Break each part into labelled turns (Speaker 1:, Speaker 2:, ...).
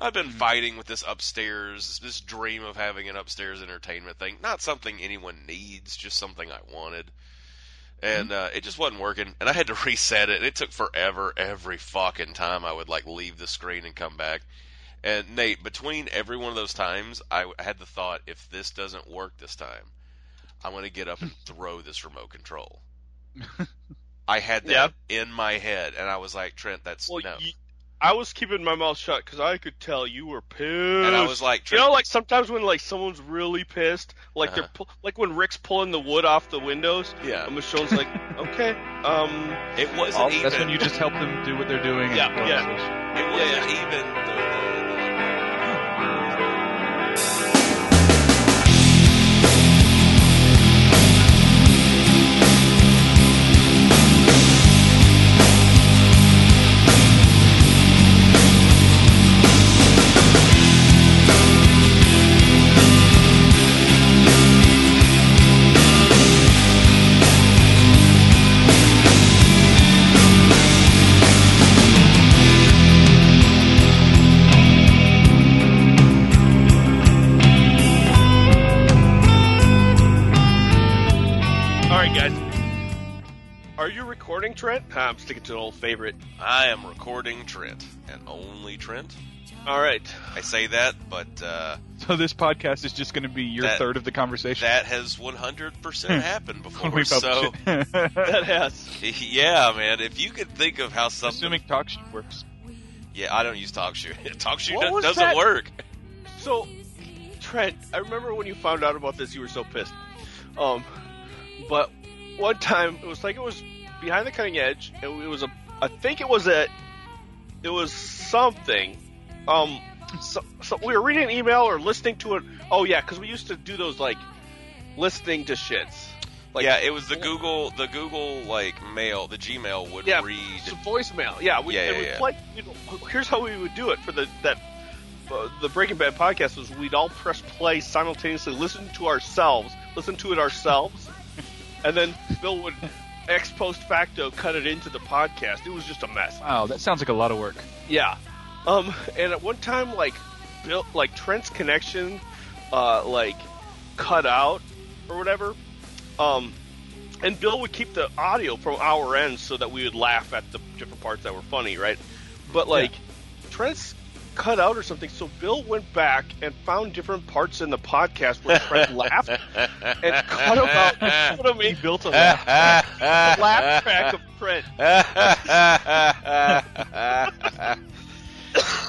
Speaker 1: I've been
Speaker 2: Hmm.
Speaker 1: fighting with this upstairs, this dream of having an upstairs entertainment thing. Not something anyone needs, just something I wanted.
Speaker 2: Hmm.
Speaker 1: And uh, it just wasn't working, and I had to reset it. And it took forever, every fucking time I would like leave the screen and come back. And Nate, between every one of those times, I w- had the thought: if this doesn't work this time, I'm gonna get up and throw this remote control. I had that in my head, and I was like, Trent, that's
Speaker 2: Well,
Speaker 1: no.
Speaker 2: you, I was keeping my mouth shut because I could tell you were pissed.
Speaker 1: and I was like,
Speaker 2: you
Speaker 1: Trent,
Speaker 2: know, like sometimes when like someone's really pissed, like they're
Speaker 1: Uh-huh.
Speaker 2: pu- like when Rick's pulling the wood off the windows,
Speaker 1: yeah,
Speaker 2: and Michonne's like, okay, um,
Speaker 1: it wasn't
Speaker 3: Oh,
Speaker 1: even.
Speaker 3: that's when you just help them do what they're doing.
Speaker 2: Yeah,
Speaker 3: and yeah.
Speaker 1: It wasn't even the, the, the
Speaker 2: all right, guys, are you recording, Trent? Ah, I'm sticking to an old favorite.
Speaker 1: I am recording Trent and only Trent.
Speaker 2: All right,
Speaker 1: I say that, but uh,
Speaker 3: So this podcast is just going to be your
Speaker 1: That-
Speaker 3: third of the conversation.
Speaker 1: that has
Speaker 2: Hmm.
Speaker 1: 100% happened
Speaker 3: when
Speaker 1: before.
Speaker 3: we
Speaker 1: So,
Speaker 3: publish it.
Speaker 2: that has.
Speaker 1: yeah, man, if you could think of how something.
Speaker 3: Assuming TalkShoe works.
Speaker 1: yeah, I don't use TalkShoe. TalkShoe
Speaker 2: What
Speaker 1: do-
Speaker 2: was
Speaker 1: doesn't
Speaker 2: that?
Speaker 1: work.
Speaker 2: So, Trent, I remember when you found out about this, you were so pissed. Um, but one time it was like it was behind the cutting edge, and it was a. I think it was a. It was something. Um, so, so we were reading an email or listening to it. Oh yeah, because we used to do those like listening to shits. Like,
Speaker 1: yeah, it was the Google, the Google like mail, the Gmail would
Speaker 2: Yeah,
Speaker 1: read.
Speaker 2: It's a voicemail. Yeah, we,
Speaker 1: Yeah,
Speaker 2: and
Speaker 1: yeah,
Speaker 2: we
Speaker 1: yeah.
Speaker 2: played- you know, here's how we would do it for the that uh, the Breaking Bad podcast was we'd all press play simultaneously, listen to ourselves, listen to it ourselves, and then Bill would ex post facto cut it into the podcast. It was just a mess.
Speaker 3: Wow, that sounds like a lot of work.
Speaker 2: Yeah. Um, and at one time, like, Bill, like Trent's connection, uh, like, cut out or whatever. Um, and Bill would keep the audio from our end so that we would laugh at the different parts that were funny, right? But like, Trent's cut out or something. So Bill went back and found different parts in the podcast where Trent laughed and cut them out. That's what I mean. Built a laugh, laugh track of Trent.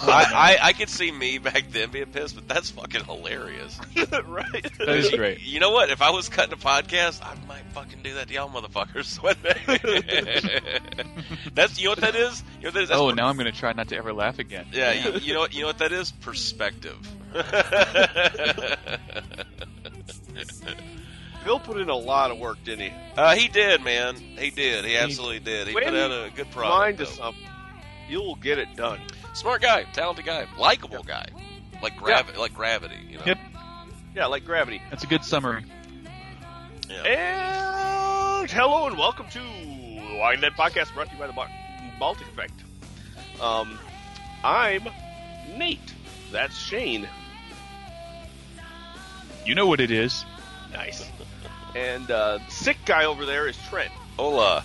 Speaker 1: I, I I could see me back then being pissed, but that's fucking hilarious.
Speaker 2: right?
Speaker 3: That is great.
Speaker 1: You know what? If I was cutting a podcast, I might fucking do that to y'all motherfuckers. That's you know what that is. You know what that is? That's
Speaker 3: Oh,
Speaker 1: per-
Speaker 3: now I'm going to try not to ever laugh again.
Speaker 1: Yeah, you, you know what? You know what that is? Perspective.
Speaker 2: Bill put in a lot of work, didn't he?
Speaker 1: uh, he did, man. He did. He absolutely did. He
Speaker 2: When
Speaker 1: put out a good
Speaker 2: Mind
Speaker 1: product.
Speaker 2: to
Speaker 1: though.
Speaker 2: something. You'll get it done.
Speaker 1: Smart guy, talented guy, likable guy, like gravi- like gravity. You know.
Speaker 3: Yep.
Speaker 2: Yeah, like gravity.
Speaker 3: That's a good summary.
Speaker 1: Yeah.
Speaker 2: And hello and welcome to Winenet Podcast brought to you by the Bal- Baltic Effect. Um, I'm Nate. That's Shane.
Speaker 3: You know what it is.
Speaker 2: Nice. And uh, sick guy over there is Trent.
Speaker 1: Hola.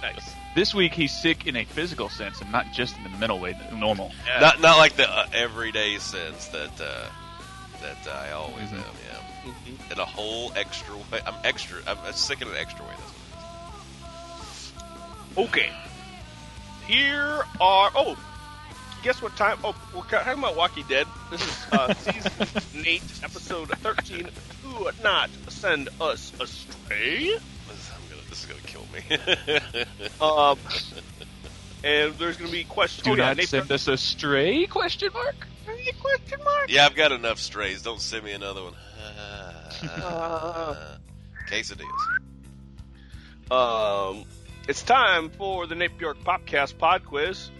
Speaker 2: Nice.
Speaker 3: This week he's sick in a physical sense and not just in the mental way, the normal.
Speaker 2: Yeah.
Speaker 1: Not not like the uh, everyday sense that uh, that I always
Speaker 3: Mhm.
Speaker 1: am. Yeah. In a whole extra way. I'm extra. I'm uh, sick in an extra way. That's what
Speaker 2: Okay. Here are. Oh, guess what time? Oh, we're ca- talking about Walking Dead. This is uh, season 8, episode 13. Do not send us astray.
Speaker 1: This, I'm gonna, this is gonna kill me.
Speaker 2: Um, and there's going to be questions.
Speaker 3: Do
Speaker 2: oh, yeah,
Speaker 3: not
Speaker 2: Nate
Speaker 3: send us a stray question mark. Question mark.
Speaker 1: Yeah, I've got enough strays. Don't send me another one. Quesadillas.
Speaker 2: Um, it's time for the Nate Bjork Popcast Pod Quiz.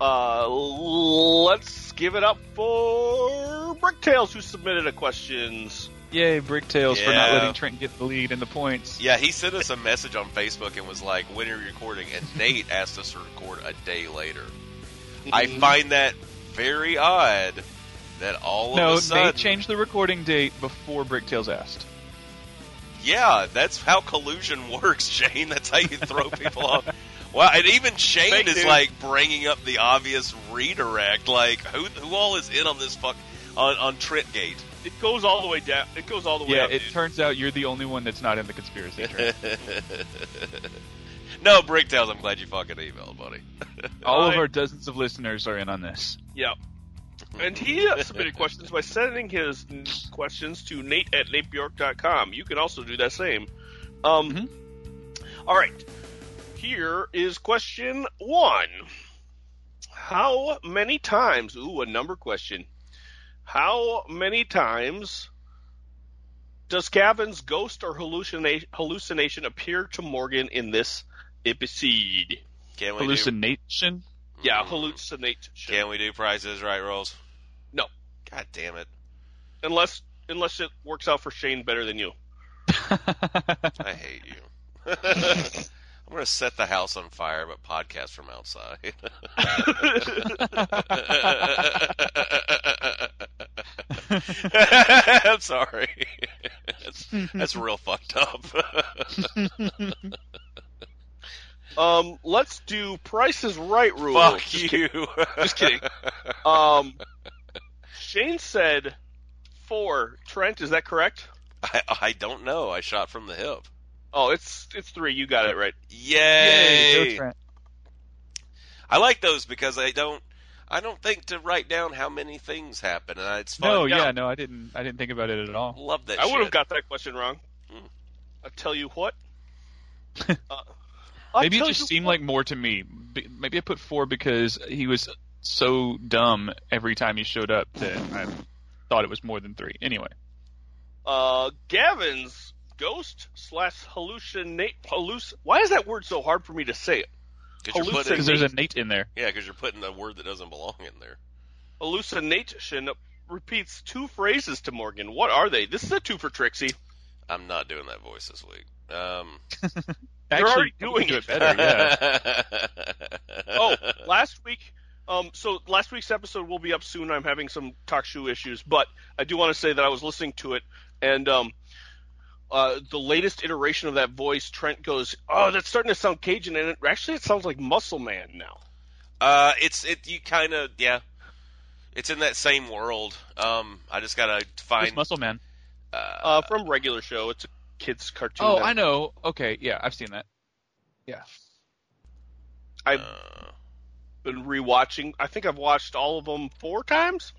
Speaker 2: Uh, let's give it up for Bricktails, who submitted a questions.
Speaker 3: Yay, Bricktails for not
Speaker 1: Yeah.
Speaker 3: letting Trent get the lead and the points.
Speaker 1: Yeah, he sent us a message on Facebook and was like, "When are you recording?" And Nate asked us to record a day later. I
Speaker 3: Mm-hmm.
Speaker 1: find that very odd. That all
Speaker 3: no,
Speaker 1: of a sudden,
Speaker 3: they changed the recording date before Bricktails asked.
Speaker 1: Yeah, that's how collusion works, Shane. That's how you throw people off. Well, and even Shane
Speaker 2: Fake
Speaker 1: is
Speaker 2: news.
Speaker 1: like bringing up the obvious redirect. Like, who who all is in on this fuck on on Trentgate?
Speaker 2: It goes all the way down. It goes all the way
Speaker 3: Yeah,
Speaker 2: up.
Speaker 3: it
Speaker 2: dude.
Speaker 3: turns out you're the only one that's not in the conspiracy. Trent.
Speaker 1: No, Bricktails. I'm glad you fucking emailed, buddy.
Speaker 3: All of
Speaker 2: Alright.
Speaker 3: our dozens of listeners are in on this.
Speaker 2: Yeah. And he uh, submitted questions by sending his n- questions to nate at natebjork.com. You can also do that same. Um,
Speaker 3: Mhm.
Speaker 2: all right. Here is question one How many times, ooh, a number question. How many times does Gavin's ghost or hallucina- hallucination appear to Morgan in this episode?
Speaker 1: Can we
Speaker 3: Hallucination.
Speaker 1: do?
Speaker 2: Yeah,
Speaker 1: Mm.
Speaker 2: hallucinate.
Speaker 1: Can we do prices right rolls?
Speaker 2: No.
Speaker 1: God damn it!
Speaker 2: unless unless it works out for Shane better than you.
Speaker 1: I hate you. I'm gonna set the house on fire, but podcast from outside. I'm sorry. That's, that's real fucked up.
Speaker 2: Um, let's do Price is Right rule.
Speaker 1: Fuck
Speaker 2: Just
Speaker 1: you.
Speaker 2: Just kidding. Um, Shane said four. Trent, is that correct?
Speaker 1: I, I don't know. I shot from the hip.
Speaker 2: Oh, it's it's three. You got it right.
Speaker 1: Yay!
Speaker 3: Go, Trent.
Speaker 1: I like those because I don't. I don't think to write down how many things happen, and it's fun.
Speaker 3: No,
Speaker 2: yeah.
Speaker 3: yeah, no, I didn't. I didn't think about it at all.
Speaker 1: Love that.
Speaker 2: I would have
Speaker 1: shit.
Speaker 2: got that question wrong.
Speaker 1: Hmm.
Speaker 2: I tell you what. Uh, I
Speaker 3: Maybe it
Speaker 2: tell
Speaker 3: just
Speaker 2: you
Speaker 3: seemed
Speaker 2: what.
Speaker 3: like more to me. B- Maybe I put four because he was so dumb every time he showed up that I thought it was more than three. Anyway,
Speaker 2: uh, Gavin's ghost slash hallucinate halluc. Why is that word so hard for me to say?
Speaker 1: 'Cause you're putting-
Speaker 3: because there's a Nate in there.
Speaker 1: Yeah, because you're putting a word that doesn't belong in there.
Speaker 2: hallucination repeats two phrases to Morgan. What are they? This is a two for Trixie.
Speaker 1: I'm not doing that voice this week. Um,
Speaker 3: Actually,
Speaker 2: already
Speaker 3: we
Speaker 2: doing
Speaker 3: could do
Speaker 2: it.
Speaker 3: it better. Yeah.
Speaker 2: Oh, last week. Um, so last week's episode will be up soon. I'm having some talk shoe issues, but I do want to say that I was listening to it, and um, uh, the latest iteration of that voice, Trent goes, "Oh, that's starting to sound Cajun," and it, actually, it sounds like Muscle Man now.
Speaker 1: Uh, it's it. You kind of yeah. It's in that same world. Um, I just gotta
Speaker 3: Who's
Speaker 1: find.
Speaker 3: Muscle Man?
Speaker 1: uh,
Speaker 2: Uh, from regular show, it's a kids' cartoon.
Speaker 3: Oh,
Speaker 2: that-
Speaker 3: I know. Okay, yeah, I've seen that. Yeah. Oh,
Speaker 2: I've
Speaker 1: uh,
Speaker 2: been rewatching. I think I've watched all of them four times.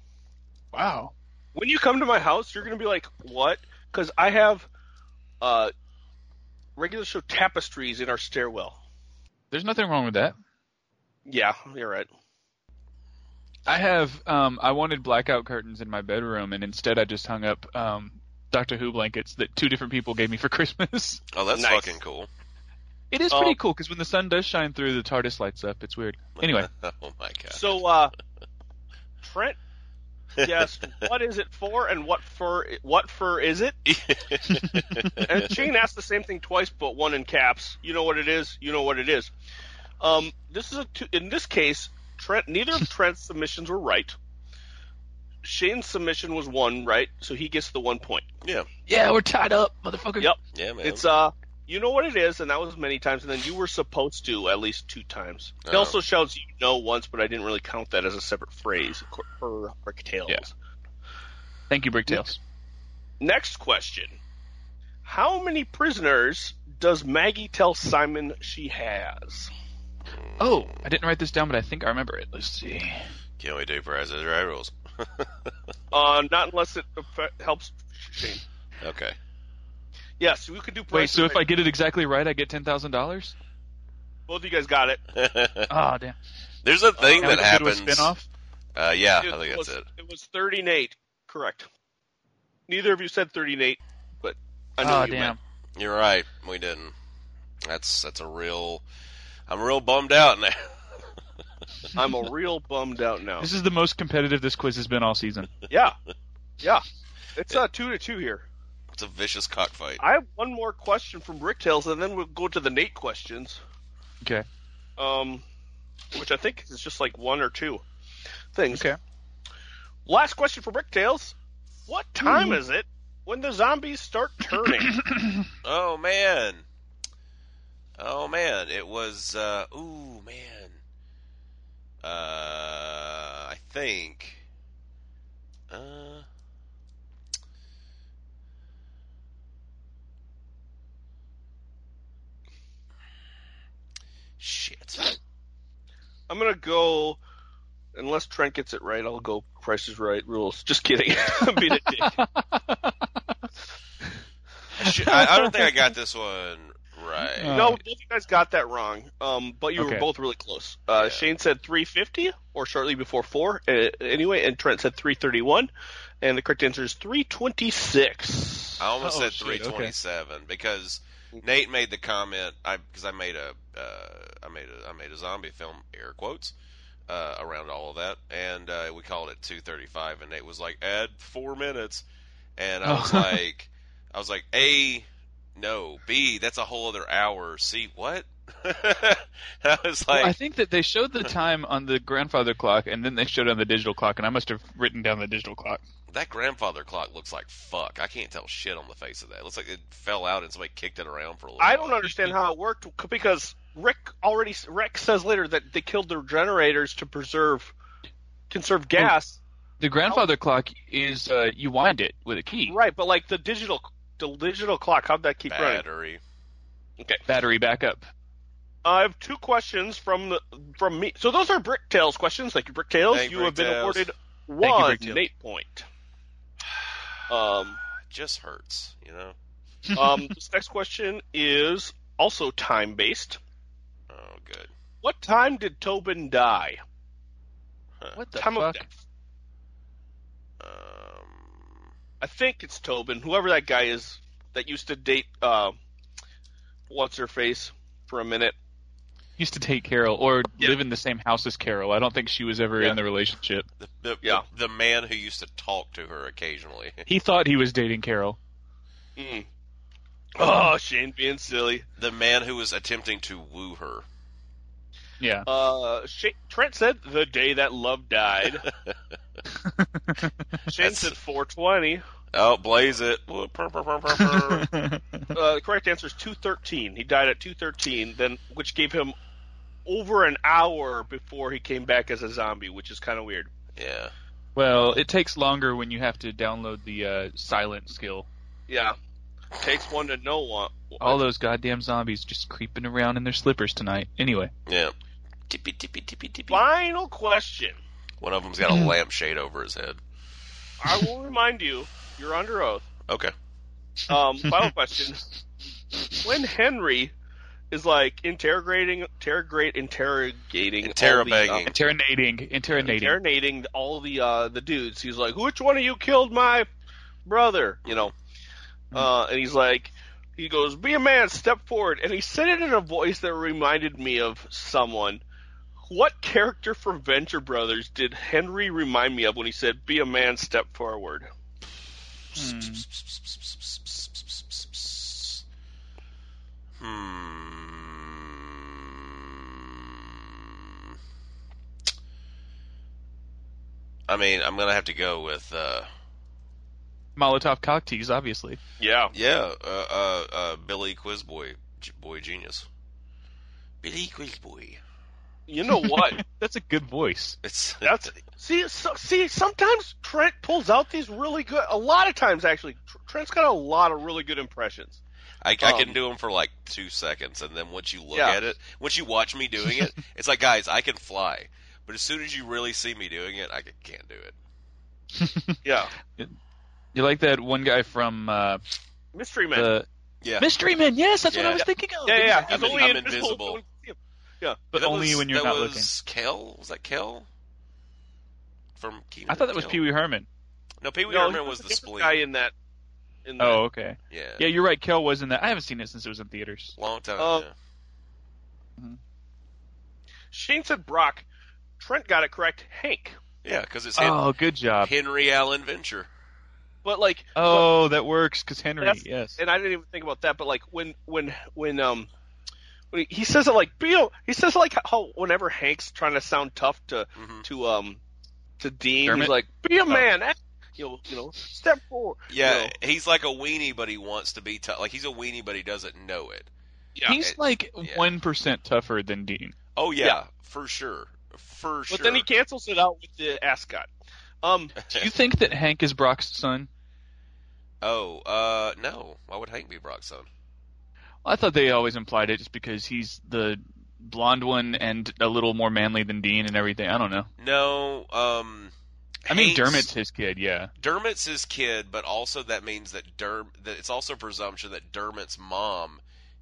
Speaker 3: Wow.
Speaker 2: when you come to my house, you're gonna be like, "What?" Because I have uh, regular show tapestries in our stairwell.
Speaker 3: There's nothing wrong with that.
Speaker 2: Yeah, you're right.
Speaker 3: I have. Um, I wanted blackout curtains in my bedroom, and instead I just hung up um, Doctor Who blankets that two different people gave me for Christmas.
Speaker 1: oh, that's
Speaker 2: nice.
Speaker 1: fucking cool.
Speaker 3: it is
Speaker 2: Oh.
Speaker 3: pretty cool because when the sun does shine through, the TARDIS lights up. It's weird. Anyway,
Speaker 1: oh my god.
Speaker 2: So, uh, Trent, yes, what is it for, and what fur? What fur is it? and Shane asked the same thing twice, but one in caps. You know what it is. You know what it is. Um, this is a two, in this case, Trent. Neither of Trent's submissions were right. Shane's submission was one right, so he gets the one point.
Speaker 1: yeah,
Speaker 3: yeah, we're tied up, motherfucker.
Speaker 2: Yep.
Speaker 1: yeah, man.
Speaker 2: It's uh, you know what it is, and that was many times, and then you were supposed to at least two times. It
Speaker 1: Oh.
Speaker 2: also shouts you know once, but I didn't really count that as a separate phrase acor- per Bricktails.
Speaker 3: Yeah. Thank you, Bricktails.
Speaker 2: Next question: How many prisoners does Maggie tell Simon she has?
Speaker 3: Oh, I didn't write this down, but I think I remember it. Let's see.
Speaker 1: Can we do prizes right rules?
Speaker 2: Uh, not unless it affe- helps Shane.
Speaker 1: Okay.
Speaker 2: Yes, we could do.
Speaker 3: Wait,
Speaker 2: prices
Speaker 3: so if
Speaker 2: right-
Speaker 3: I get it exactly right, I get ten thousand dollars.
Speaker 2: Both of you guys got it.
Speaker 3: Oh damn!
Speaker 1: There's a thing
Speaker 3: Can we
Speaker 1: that
Speaker 3: just do a
Speaker 1: happens.
Speaker 3: spin-off?
Speaker 1: Uh, yeah,
Speaker 2: it
Speaker 1: I think
Speaker 2: was,
Speaker 1: that's it.
Speaker 2: It was 30 and 8. Correct. Neither of you said 30 and 8, but I know
Speaker 3: Oh
Speaker 2: you
Speaker 3: damn!
Speaker 2: went.
Speaker 1: You're right. We didn't. That's that's a real. I'm real bummed out now.
Speaker 2: I'm a real bummed out now.
Speaker 3: This is the most competitive this quiz has been all season.
Speaker 2: Yeah. Yeah. It's uh, 2 to 2 here.
Speaker 1: It's a vicious cockfight.
Speaker 2: I have one more question from Bricktails, and then we'll go to the Nate questions,
Speaker 3: Okay.
Speaker 2: um, which I think is just like one or two things.
Speaker 3: Okay.
Speaker 2: Last question for Bricktails. What time is it when the zombies start turning?
Speaker 1: Oh man. Oh man, it was uh ooh man. Uh I think uh Shit.
Speaker 2: I'm gonna go. Unless Trent gets it right, I'll go Price is Right rules. Just kidding. Beat it.
Speaker 1: I, should, I, I don't think I got this one right.
Speaker 3: Uh,
Speaker 2: No, both of you guys got that wrong. Um, but you
Speaker 3: Okay.
Speaker 2: were both really close. Uh,
Speaker 1: Yeah.
Speaker 2: Shane said 350 or shortly before four. Uh, anyway, and Trent said 331, and the correct answer is 326.
Speaker 1: I almost
Speaker 3: Oh,
Speaker 1: said
Speaker 3: shit, okay.
Speaker 1: 327 because Nate made the comment I because I made a uh, I made a I made a zombie film air quotes uh, around all of that and uh, we called it 235 and Nate was like add 4 minutes and I was
Speaker 3: Oh.
Speaker 1: like I was like A no B that's a whole other hour C what I was like
Speaker 3: Well, I think that they showed the time on the grandfather clock, and then they showed it on the digital clock, and I must have written down the digital clock.
Speaker 1: that grandfather clock looks like fuck I can't tell shit on the face of that it looks like it fell out and somebody kicked it around for a little
Speaker 2: I don't
Speaker 1: while.
Speaker 2: understand how it worked c- because Rick already Rick says later that they killed their generators to preserve conserve gas.
Speaker 3: The grandfather clock is uh, you wind it with a key,
Speaker 2: Right, but like the digital the digital clock, how'd that keep running?
Speaker 1: battery
Speaker 3: battery backup.
Speaker 2: I have two questions from the from me. So those are Brick Tales questions. Thank you, Brick Tales.
Speaker 1: Thank
Speaker 2: you
Speaker 1: Brick
Speaker 2: have been
Speaker 1: Tales.
Speaker 2: awarded
Speaker 3: you,
Speaker 2: one
Speaker 3: Brick Tales.
Speaker 2: Nate point. Um,
Speaker 1: It just hurts you know
Speaker 2: um, this next question is also time based.
Speaker 1: Oh, good.
Speaker 2: What time did Tobin die?
Speaker 3: What the
Speaker 2: time
Speaker 3: fuck?
Speaker 2: of death.
Speaker 1: Um,
Speaker 2: I think it's Tobin, whoever that guy is that used to date uh, what's her face for a minute.
Speaker 3: Used to take Carol or
Speaker 2: Yeah.
Speaker 3: live in the same house as Carol. I don't think she was ever
Speaker 2: Yeah.
Speaker 3: in the relationship.
Speaker 1: the, the,
Speaker 2: Yeah.
Speaker 1: the the man who used to talk to her occasionally.
Speaker 3: He thought he was dating Carol.
Speaker 2: Mm. Oh, Shane being silly.
Speaker 1: the man who was attempting to woo her.
Speaker 3: Yeah.
Speaker 2: Uh, Sha Trent said the day that love died. Shane
Speaker 1: That's-
Speaker 2: said 420.
Speaker 1: Oh, blaze it. Woo, purr, purr, purr, purr, purr.
Speaker 2: Uh, the correct answer is 213. He died at 213, then which gave him over an hour before he came back as a zombie, which is kind of weird.
Speaker 1: yeah.
Speaker 3: well, it takes longer when you have to download the uh, silent skill.
Speaker 2: Yeah, takes one to know one.
Speaker 3: All those goddamn zombies just creeping around in their slippers tonight. Anyway,
Speaker 1: Yeah. Tippy, tippy, tippy, tippy.
Speaker 2: Final question.
Speaker 1: One of them's got a lampshade over his head.
Speaker 2: I will remind you, you're under oath.
Speaker 1: Okay.
Speaker 2: Um, final question. When Henry is like interrogating, interrogate, interrogating, all the, uh,
Speaker 1: Interrogating.
Speaker 3: interrogating, interrogating.
Speaker 2: interrogating all the uh, the dudes. He's like, "Which one of you killed my brother?" You know, uh, and he's like, he goes, "Be a man, step forward." And he said it in a voice that reminded me of someone. What character from Venture Brothers did Henry remind me of when he said, "Be a man, step forward"?
Speaker 1: Hmm. I mean, I'm gonna have to go with uh,
Speaker 3: Hmm. Molotov cocktease, obviously.
Speaker 2: Yeah,
Speaker 1: yeah, uh, uh, uh, Billy Quizboy, G- boy genius. Billy Quizboy.
Speaker 2: you know what?
Speaker 3: That's a good voice.
Speaker 1: It's
Speaker 2: That's see, so, see. Sometimes Trent pulls out these really good. A lot of times, actually, Tr- Trent's got a lot of really good impressions.
Speaker 1: I, I can
Speaker 2: um,
Speaker 1: do them for like two seconds, and then once you look
Speaker 2: Yeah.
Speaker 1: at it, once you watch me doing it, it's like, guys, I can fly. But as soon as you really see me doing it, I ca- can't do it.
Speaker 2: Yeah,
Speaker 3: You like that one guy from uh,
Speaker 2: Mystery Man.
Speaker 3: the
Speaker 1: Yeah,
Speaker 3: Mystery Men? Yes, that's what
Speaker 1: Yeah.
Speaker 3: I was thinking of.
Speaker 2: Yeah, yeah.
Speaker 1: I'm
Speaker 2: He's
Speaker 1: in-
Speaker 2: only
Speaker 1: I'm
Speaker 2: invisible.
Speaker 1: invisible.
Speaker 2: Don't see him. Yeah.
Speaker 3: but
Speaker 1: That
Speaker 3: only
Speaker 1: was-
Speaker 3: when you're
Speaker 1: that
Speaker 3: not
Speaker 1: was
Speaker 3: looking.
Speaker 1: Kel was that Kel? From Keenan
Speaker 3: I thought
Speaker 1: and
Speaker 3: that was
Speaker 1: Kel.
Speaker 3: Pee Wee Herman.
Speaker 1: No, Pee Wee
Speaker 2: No,
Speaker 1: Herman
Speaker 2: he
Speaker 1: was
Speaker 2: a
Speaker 1: the
Speaker 2: different
Speaker 1: spleen.
Speaker 2: guy in that. In that.
Speaker 3: Oh, okay.
Speaker 1: yeah.
Speaker 3: Yeah, you're right. Kel was in that. I haven't seen it since it was in theaters.
Speaker 1: long time.
Speaker 2: Uh,
Speaker 1: yeah.
Speaker 2: Shane said Brock. Trent got it correct. Hank.
Speaker 1: Yeah, because it's Hen-
Speaker 3: Oh, good job.
Speaker 1: Henry Allen Venture.
Speaker 2: But like,
Speaker 3: Oh, that works because Henry.
Speaker 2: That's-
Speaker 3: Yes.
Speaker 2: and I didn't even think about that. But like when when when um when he, he says it like Bill, he says it like how whenever Hank's trying to sound tough to
Speaker 1: Mhm.
Speaker 2: to um to Dean,
Speaker 3: Dermot?
Speaker 2: he's like,
Speaker 3: Oh.
Speaker 2: "Be a man." act- You know, you know, step forward.
Speaker 1: Yeah,
Speaker 2: No.
Speaker 1: he's like a weenie, but he wants to be tough. Like he's a weenie, but he doesn't know it.
Speaker 2: Yeah.
Speaker 3: He's
Speaker 1: it-
Speaker 3: like
Speaker 1: yeah.
Speaker 3: one tougher than Dean.
Speaker 1: Oh yeah,
Speaker 2: Yeah.
Speaker 1: for sure, for
Speaker 2: but
Speaker 1: sure.
Speaker 2: then he cancels it out with the ascot. Um,
Speaker 3: Do you think that Hank is Brock's son?
Speaker 1: Oh, uh, no. Why would Hank be Brock's son?
Speaker 3: I thought they always implied it just because he's the blonde one and a little more manly than Dean and everything. I don't know.
Speaker 1: No, um.
Speaker 3: I mean,
Speaker 1: Hank's-
Speaker 3: Dermot's his kid, yeah.
Speaker 1: Dermot's his kid, but also that means that Derm that it's also presumption that Dermot's mom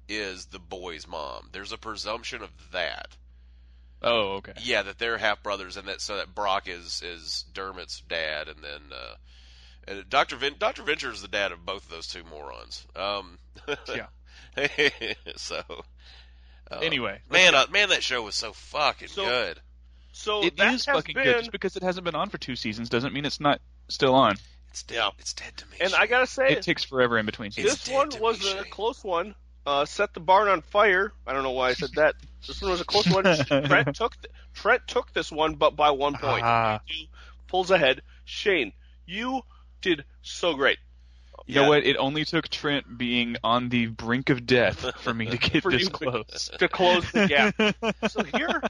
Speaker 1: is the boy's mom. There's a presumption of that.
Speaker 3: Oh, okay.
Speaker 1: Yeah, that they're half brothers, and that so that Brock is is Dermot's dad, and then uh, and Doctor Vin- Doctor Venture is the dad of both of those two morons. Um,
Speaker 3: Yeah.
Speaker 1: so um,
Speaker 3: Anyway,
Speaker 1: man, uh, man, that show was so fucking
Speaker 2: So-
Speaker 1: good.
Speaker 2: so
Speaker 3: it
Speaker 2: that
Speaker 3: is
Speaker 2: has
Speaker 3: fucking
Speaker 2: been,
Speaker 3: good. Just because it hasn't been on for two seasons doesn't mean it's not still on.
Speaker 1: It's dead.
Speaker 2: Yeah.
Speaker 1: It's dead to me.
Speaker 2: and
Speaker 1: Shane.
Speaker 2: I gotta say,
Speaker 3: It takes forever in between seasons.
Speaker 1: It's
Speaker 2: this
Speaker 1: dead
Speaker 2: one
Speaker 1: to me,
Speaker 2: was a
Speaker 1: Shane.
Speaker 2: close one. Uh, set the barn on fire. I don't know why I said that. This one was a close one. Trent took th- Trent took this one, but by one point,
Speaker 3: Ah.
Speaker 2: You pulls ahead. Shane, you did so great.
Speaker 3: You
Speaker 1: Yeah.
Speaker 3: know what? It only took Trent being on the brink of death for me to get
Speaker 2: For
Speaker 3: this
Speaker 2: you-
Speaker 3: close.
Speaker 2: to close the gap. So here,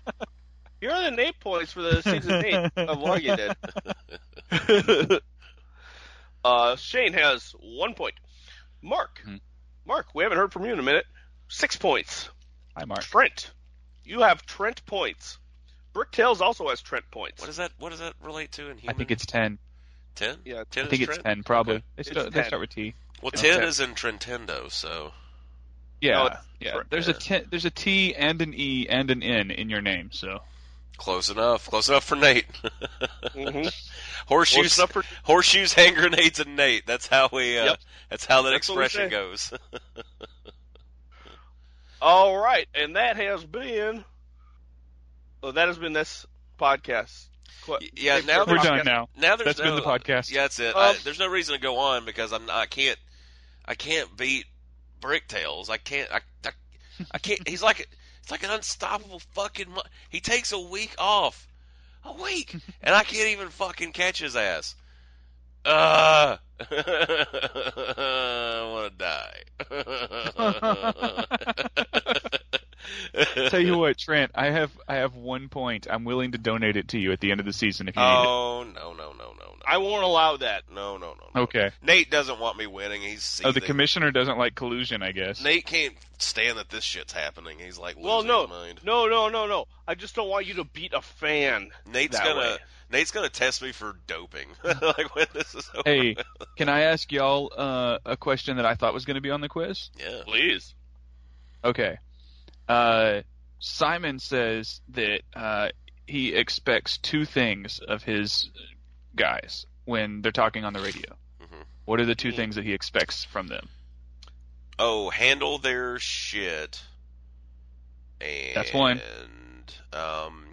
Speaker 2: here are the Nate points for the season eight of what you did. uh, Shane has one point. Mark,
Speaker 3: Hmm.
Speaker 2: Mark, we haven't heard from you in a minute. Six points.
Speaker 3: Hi, Mark.
Speaker 2: Trent, you have Trent points. Bricktails also has Trent points.
Speaker 1: what does that what does that relate to in
Speaker 3: I
Speaker 1: human?
Speaker 3: think it's ten.
Speaker 1: ten.
Speaker 2: Yeah,
Speaker 1: ten.
Speaker 3: I think
Speaker 1: is
Speaker 3: it's
Speaker 1: Trent?
Speaker 3: ten, probably.
Speaker 1: Okay.
Speaker 3: They,
Speaker 2: It's
Speaker 3: start, they
Speaker 2: 10.
Speaker 3: start with T.
Speaker 1: Well,
Speaker 3: It's
Speaker 1: ten
Speaker 3: ten.
Speaker 1: is in Trentendo, so
Speaker 3: Yeah,
Speaker 2: No, it's
Speaker 3: yeah.
Speaker 2: Trent.
Speaker 3: There's a t- there's a T and an E and an N in your name, so
Speaker 1: close enough. Close enough for Nate.
Speaker 3: mm-hmm.
Speaker 2: Mhm. Well,
Speaker 1: Horseshoes,
Speaker 2: stuff for-
Speaker 1: horseshoes, hand grenades, and Nate. That's how we. Uh,
Speaker 2: Yep.
Speaker 1: That's how that
Speaker 2: That's what we
Speaker 1: expression
Speaker 2: say.
Speaker 1: goes.
Speaker 2: All right, and that has been. Well, that has been this podcast. Qu-
Speaker 1: Y- yeah,
Speaker 2: Thanks
Speaker 1: now
Speaker 2: for
Speaker 3: we're
Speaker 1: there's-
Speaker 3: done now.
Speaker 1: now there's
Speaker 3: That's been
Speaker 1: no-
Speaker 3: the podcast.
Speaker 1: Yeah, that's it.
Speaker 2: Um,
Speaker 1: I, there's no reason to go on because I'm. I can't. I can't beat Bricktails. I can't. I. I, I can't. He's like. It's like an unstoppable fucking. Mu- he takes a week off, a week, and I can't even fucking catch his ass. Uh, I want to die.
Speaker 3: Tell you what, Trent, I have I have one point. I'm willing to donate it to you at the end of the season if you need
Speaker 1: Oh no no no no no!
Speaker 2: I won't allow that.
Speaker 1: No, no, no,
Speaker 3: it.
Speaker 2: Oh.
Speaker 1: no.
Speaker 3: Okay.
Speaker 1: Nate doesn't want me winning. He's seething.
Speaker 3: Oh, the commissioner doesn't like collusion, I guess.
Speaker 1: Nate can't stand that this shit's happening. He's like losing
Speaker 2: Well, no,
Speaker 1: his mind.
Speaker 2: no, no, no, no. I just don't want you to beat a fan.
Speaker 1: Nate's
Speaker 2: that
Speaker 1: gonna
Speaker 2: way.
Speaker 1: Nate's gonna test me for doping. like when this is over.
Speaker 3: Hey, can I ask y'all uh, a question that I thought was going to be on the quiz?
Speaker 1: Yeah.
Speaker 2: Please.
Speaker 3: Okay. Uh, Simon says that uh, he expects two things of his guys when they're talking on the radio.
Speaker 1: Mhm.
Speaker 3: What are the two things that he expects from them?
Speaker 1: Oh, handle their shit. And
Speaker 3: That's one.
Speaker 1: um,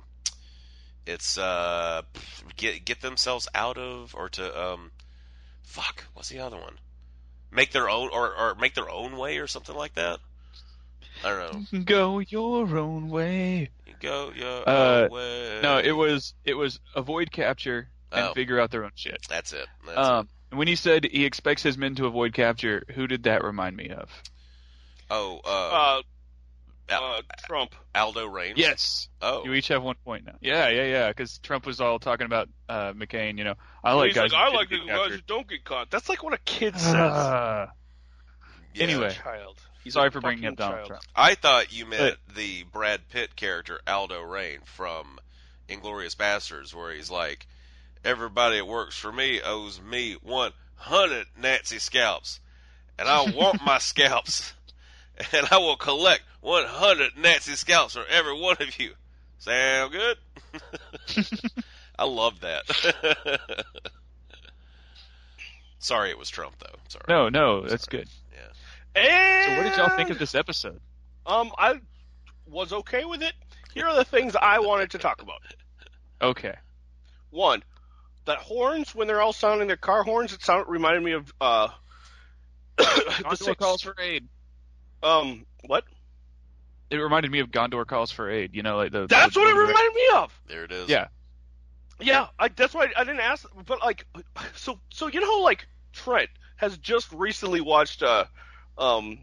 Speaker 1: it's uh, get get themselves out of or to um, fuck. What's the other one? Make their own or or make their own way or something like that. I don't know.
Speaker 3: Go your own way.
Speaker 1: Go your
Speaker 3: Uh,
Speaker 1: own way.
Speaker 3: No, it was it was avoid capture and
Speaker 1: Oh.
Speaker 3: figure out their own shit.
Speaker 1: That's it. That's
Speaker 3: Um, and when he said he expects his men to avoid capture, who did that remind me of?
Speaker 1: it. Oh, uh,
Speaker 2: Uh,
Speaker 1: Al-
Speaker 2: uh, Trump.
Speaker 1: Aldo Reigns.
Speaker 3: Yes,
Speaker 1: Oh,
Speaker 3: you each have one point now. Yeah, yeah, yeah. Because Trump was all talking about uh, McCain. You know, I like
Speaker 2: He's
Speaker 3: guys.
Speaker 2: like, I
Speaker 3: who
Speaker 2: like the
Speaker 3: didn't get
Speaker 2: guys who
Speaker 3: captured."
Speaker 2: don't get caught. That's like what a kid says.
Speaker 3: Ah.
Speaker 1: yeah.
Speaker 3: anyway.
Speaker 2: Child. He's
Speaker 3: Sorry
Speaker 2: a
Speaker 3: for bringing up
Speaker 2: fucking
Speaker 3: Donald
Speaker 2: child.
Speaker 3: Trump.
Speaker 1: I thought you meant the Brad Pitt character Aldo Rain from Inglorious Bastards, where he's like, "Everybody that works for me owes me one hundred Nazi scalps, and I want my scalps, and I will collect 100 Nazi scouts for every one of you. Sound good? I love that. Sorry, it was Trump though. Sorry.
Speaker 3: No, no, that's
Speaker 1: Sorry.
Speaker 3: good.
Speaker 1: Yeah.
Speaker 3: So,
Speaker 2: And
Speaker 3: what did y'all think of this episode?
Speaker 2: Um, I was okay with it. Here are the things I wanted to talk about.
Speaker 3: Okay.
Speaker 2: One, the horns when they're all sounding their car horns, it sound reminded me of uh, the
Speaker 3: Gondor
Speaker 2: six,
Speaker 3: calls for aid.
Speaker 2: um, what?
Speaker 3: It reminded me of Gondor calls for aid. You know, like the.
Speaker 2: That's
Speaker 3: the-
Speaker 2: what it
Speaker 3: the-
Speaker 2: reminded me of.
Speaker 1: There it is.
Speaker 3: Yeah.
Speaker 2: Yeah, I, that's why I didn't ask. But like, so so you know, like Trent has just recently watched, uh, um,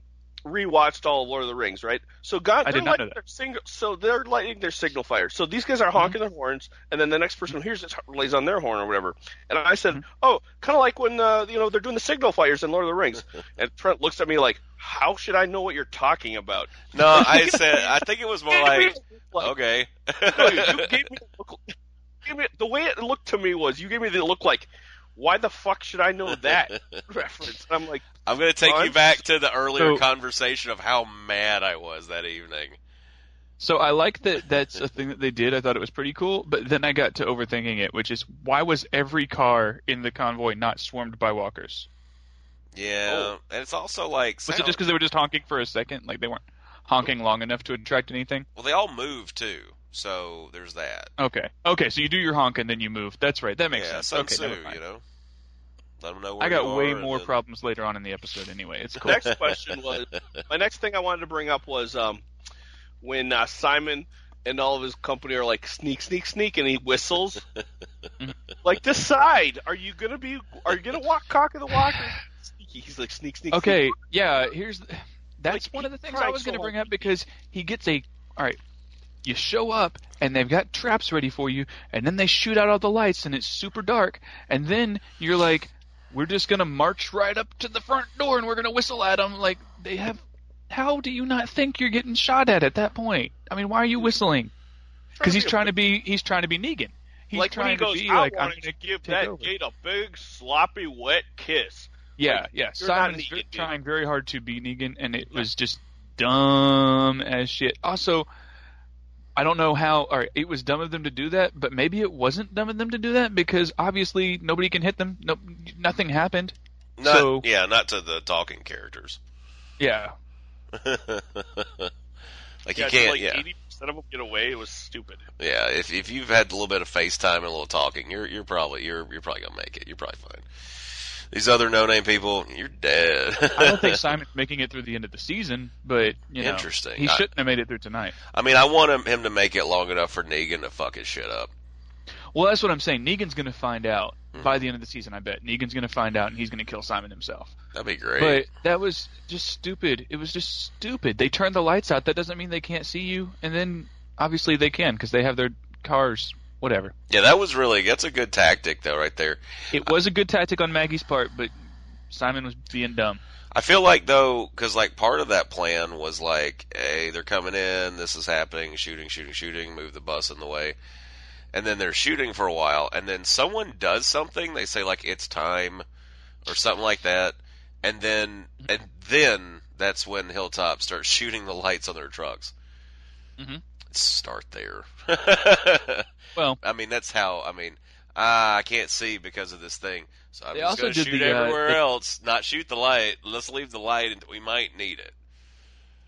Speaker 2: rewatched all of Lord of the Rings, right? So God,
Speaker 3: I
Speaker 2: they're
Speaker 3: did not
Speaker 2: lighting
Speaker 3: know that. Mm-hmm.
Speaker 2: their single, so they're lighting their signal fire. So these guys are honking their horns, and then the next person who hears it lays on their horn or whatever. And I said,
Speaker 3: Mm-hmm.
Speaker 2: oh, kind of like when uh, you know they're doing the signal fires in Lord of the Rings. and Trent looks at me like, how should I know what you're talking about?
Speaker 1: No, I said I think it was more like
Speaker 2: Like,
Speaker 1: okay.
Speaker 2: no, you you gave me, the look, you gave me the way it looked to me was you gave me the look like, why the fuck should I know that reference? And I'm like,
Speaker 1: I'm going to take you
Speaker 2: Fine.
Speaker 1: back to the earlier
Speaker 3: So-
Speaker 1: conversation of how mad I was that evening.
Speaker 3: So I like that that's a thing that they did. I thought it was pretty cool, but then I got to overthinking it, which is why was every car in the convoy not swarmed by walkers?
Speaker 1: Yeah,
Speaker 2: Oh.
Speaker 1: and it's also like
Speaker 3: Was it
Speaker 1: sound-
Speaker 3: just because they were just honking for a second, like they weren't honking long enough to attract anything?
Speaker 1: well they all move too, so there's that.
Speaker 3: Okay, okay, so you do your honk and then you move. That's right. That makes
Speaker 1: yeah,
Speaker 3: sense.
Speaker 1: Sun
Speaker 3: okay,
Speaker 1: Tzu,
Speaker 3: never mind.
Speaker 1: you know, let them know. Where
Speaker 3: I got
Speaker 1: you
Speaker 3: way
Speaker 1: are and
Speaker 3: more
Speaker 1: then-
Speaker 3: problems later on in the episode. Anyway, it's cool.
Speaker 2: next question was my next thing I wanted to bring up was um, when uh, Simon and all of his company are like sneak, sneak, sneak, and he whistles. like decide, are you gonna be, are you gonna walk cock of the walk? Or sneaky? He's like sneak, sneak. sneak.
Speaker 3: Okay, yeah, here's that's
Speaker 2: Like,
Speaker 3: one
Speaker 2: he
Speaker 3: of the things I
Speaker 2: tried
Speaker 3: was
Speaker 2: so
Speaker 3: going to
Speaker 2: hard
Speaker 3: bring up because he gets a all right. You show up and they've got traps ready for you, and then they shoot out all the lights and it's super dark, and then you're like, "We're just going to march right up to the front door and we're going to whistle at them." Like they have, how do you not think you're getting shot at at that point? I mean, why are you whistling? Because he's trying to be he's trying to be Negan. He's
Speaker 2: like when
Speaker 3: trying
Speaker 2: he goes,
Speaker 3: to be
Speaker 2: I
Speaker 3: like I'm
Speaker 2: wanted
Speaker 3: gonna
Speaker 2: to give
Speaker 3: take
Speaker 2: that
Speaker 3: over."
Speaker 2: gate a big sloppy wet kiss.
Speaker 3: Yeah,
Speaker 2: Like,
Speaker 3: yeah.
Speaker 2: you're
Speaker 3: Simon
Speaker 2: not
Speaker 3: is
Speaker 2: Negan,
Speaker 3: very-
Speaker 2: dude.
Speaker 3: trying very hard to be Negan, and it was just dumb as shit. Also, I don't know how. All right, it was dumb of them to do that, but maybe it wasn't dumb of them to do that because obviously nobody can hit them. No, nothing happened.
Speaker 1: Not,
Speaker 3: So-
Speaker 1: yeah, not to the talking characters.
Speaker 3: Yeah,
Speaker 1: like
Speaker 2: yeah,
Speaker 1: you
Speaker 2: just
Speaker 1: can't.
Speaker 2: like
Speaker 1: yeah,
Speaker 2: eighty percent of them get away. It was stupid.
Speaker 1: yeah. If if you've had a little bit of FaceTime and a little talking, you're you're probably you're you're probably gonna make it. You're probably fine. These other no name people, you're dead.
Speaker 3: I don't think Simon's making it through the end of the season, but you know,
Speaker 1: Interesting.
Speaker 3: He
Speaker 1: I-
Speaker 3: shouldn't have made it through tonight.
Speaker 1: I mean, I want him, him to make it long enough for Negan to fuck his shit up.
Speaker 3: Well, that's what I'm saying. Negan's going to find out
Speaker 1: Hmm.
Speaker 3: by the end of the season. I bet Negan's going to find out, and he's going to kill Simon himself.
Speaker 1: That'd be great.
Speaker 3: But that was just stupid. It was just stupid. They turned the lights out. That doesn't mean they can't see you. And then obviously they can because they have their cars. Whatever.
Speaker 1: yeah, that was really that's a good tactic though, right there.
Speaker 3: It was a good tactic on Maggie's part, but Simon was being dumb.
Speaker 1: I feel like though, because like part of that plan was like, hey, they're coming in, this is happening, shooting, shooting, shooting, move the bus in the way, and then they're shooting for a while, and then someone does something, they say like it's time, or something like that, and then and then that's when Hilltop starts shooting the lights on their trucks.
Speaker 3: Mhm.
Speaker 1: Start there.
Speaker 3: Well,
Speaker 1: I mean, that's how. I mean, ah, I can't see because of this thing, so I'm
Speaker 3: They
Speaker 1: just
Speaker 3: also
Speaker 1: going to
Speaker 3: did
Speaker 1: shoot
Speaker 3: the, uh,
Speaker 1: everywhere
Speaker 3: the-
Speaker 1: else. Not shoot the light. Let's leave the light, and we might need it.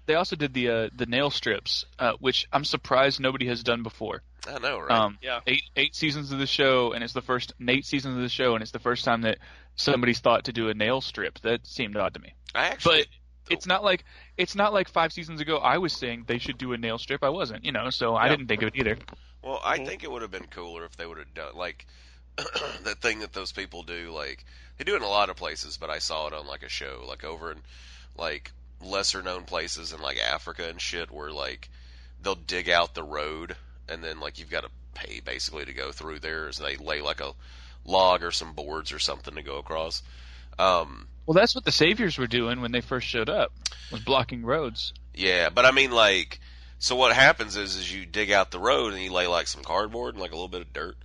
Speaker 3: they also did the uh, the nail strips, uh, which I'm surprised nobody has done before.
Speaker 1: I know, right?
Speaker 3: Um,
Speaker 2: Yeah.
Speaker 3: Eight eight seasons of the show, and it's the first and eight seasons of the show, and it's the first time that somebody's thought to do a nail strip. That seemed odd to me.
Speaker 1: I
Speaker 3: but
Speaker 1: actually,
Speaker 3: it's not like it's not like five seasons ago I was saying they should do a nail strip. I wasn't, you know, so I
Speaker 1: Yeah.
Speaker 3: didn't think of it either.
Speaker 1: well, I think it would have been cooler if they would have done like that thing that those people do. Like they do it in a lot of places, but I saw it on like a show, like over in like lesser known places in like Africa and shit, where like they'll dig out the road, and then like you've got to pay basically to go through there. So they lay like a log or some boards or something to go across. Um,
Speaker 3: Well, that's what the saviors were doing when they first showed up, was blocking roads.
Speaker 1: Yeah, but I mean, like, so what happens is, is you dig out the road and you lay like some cardboard and like a little bit of dirt,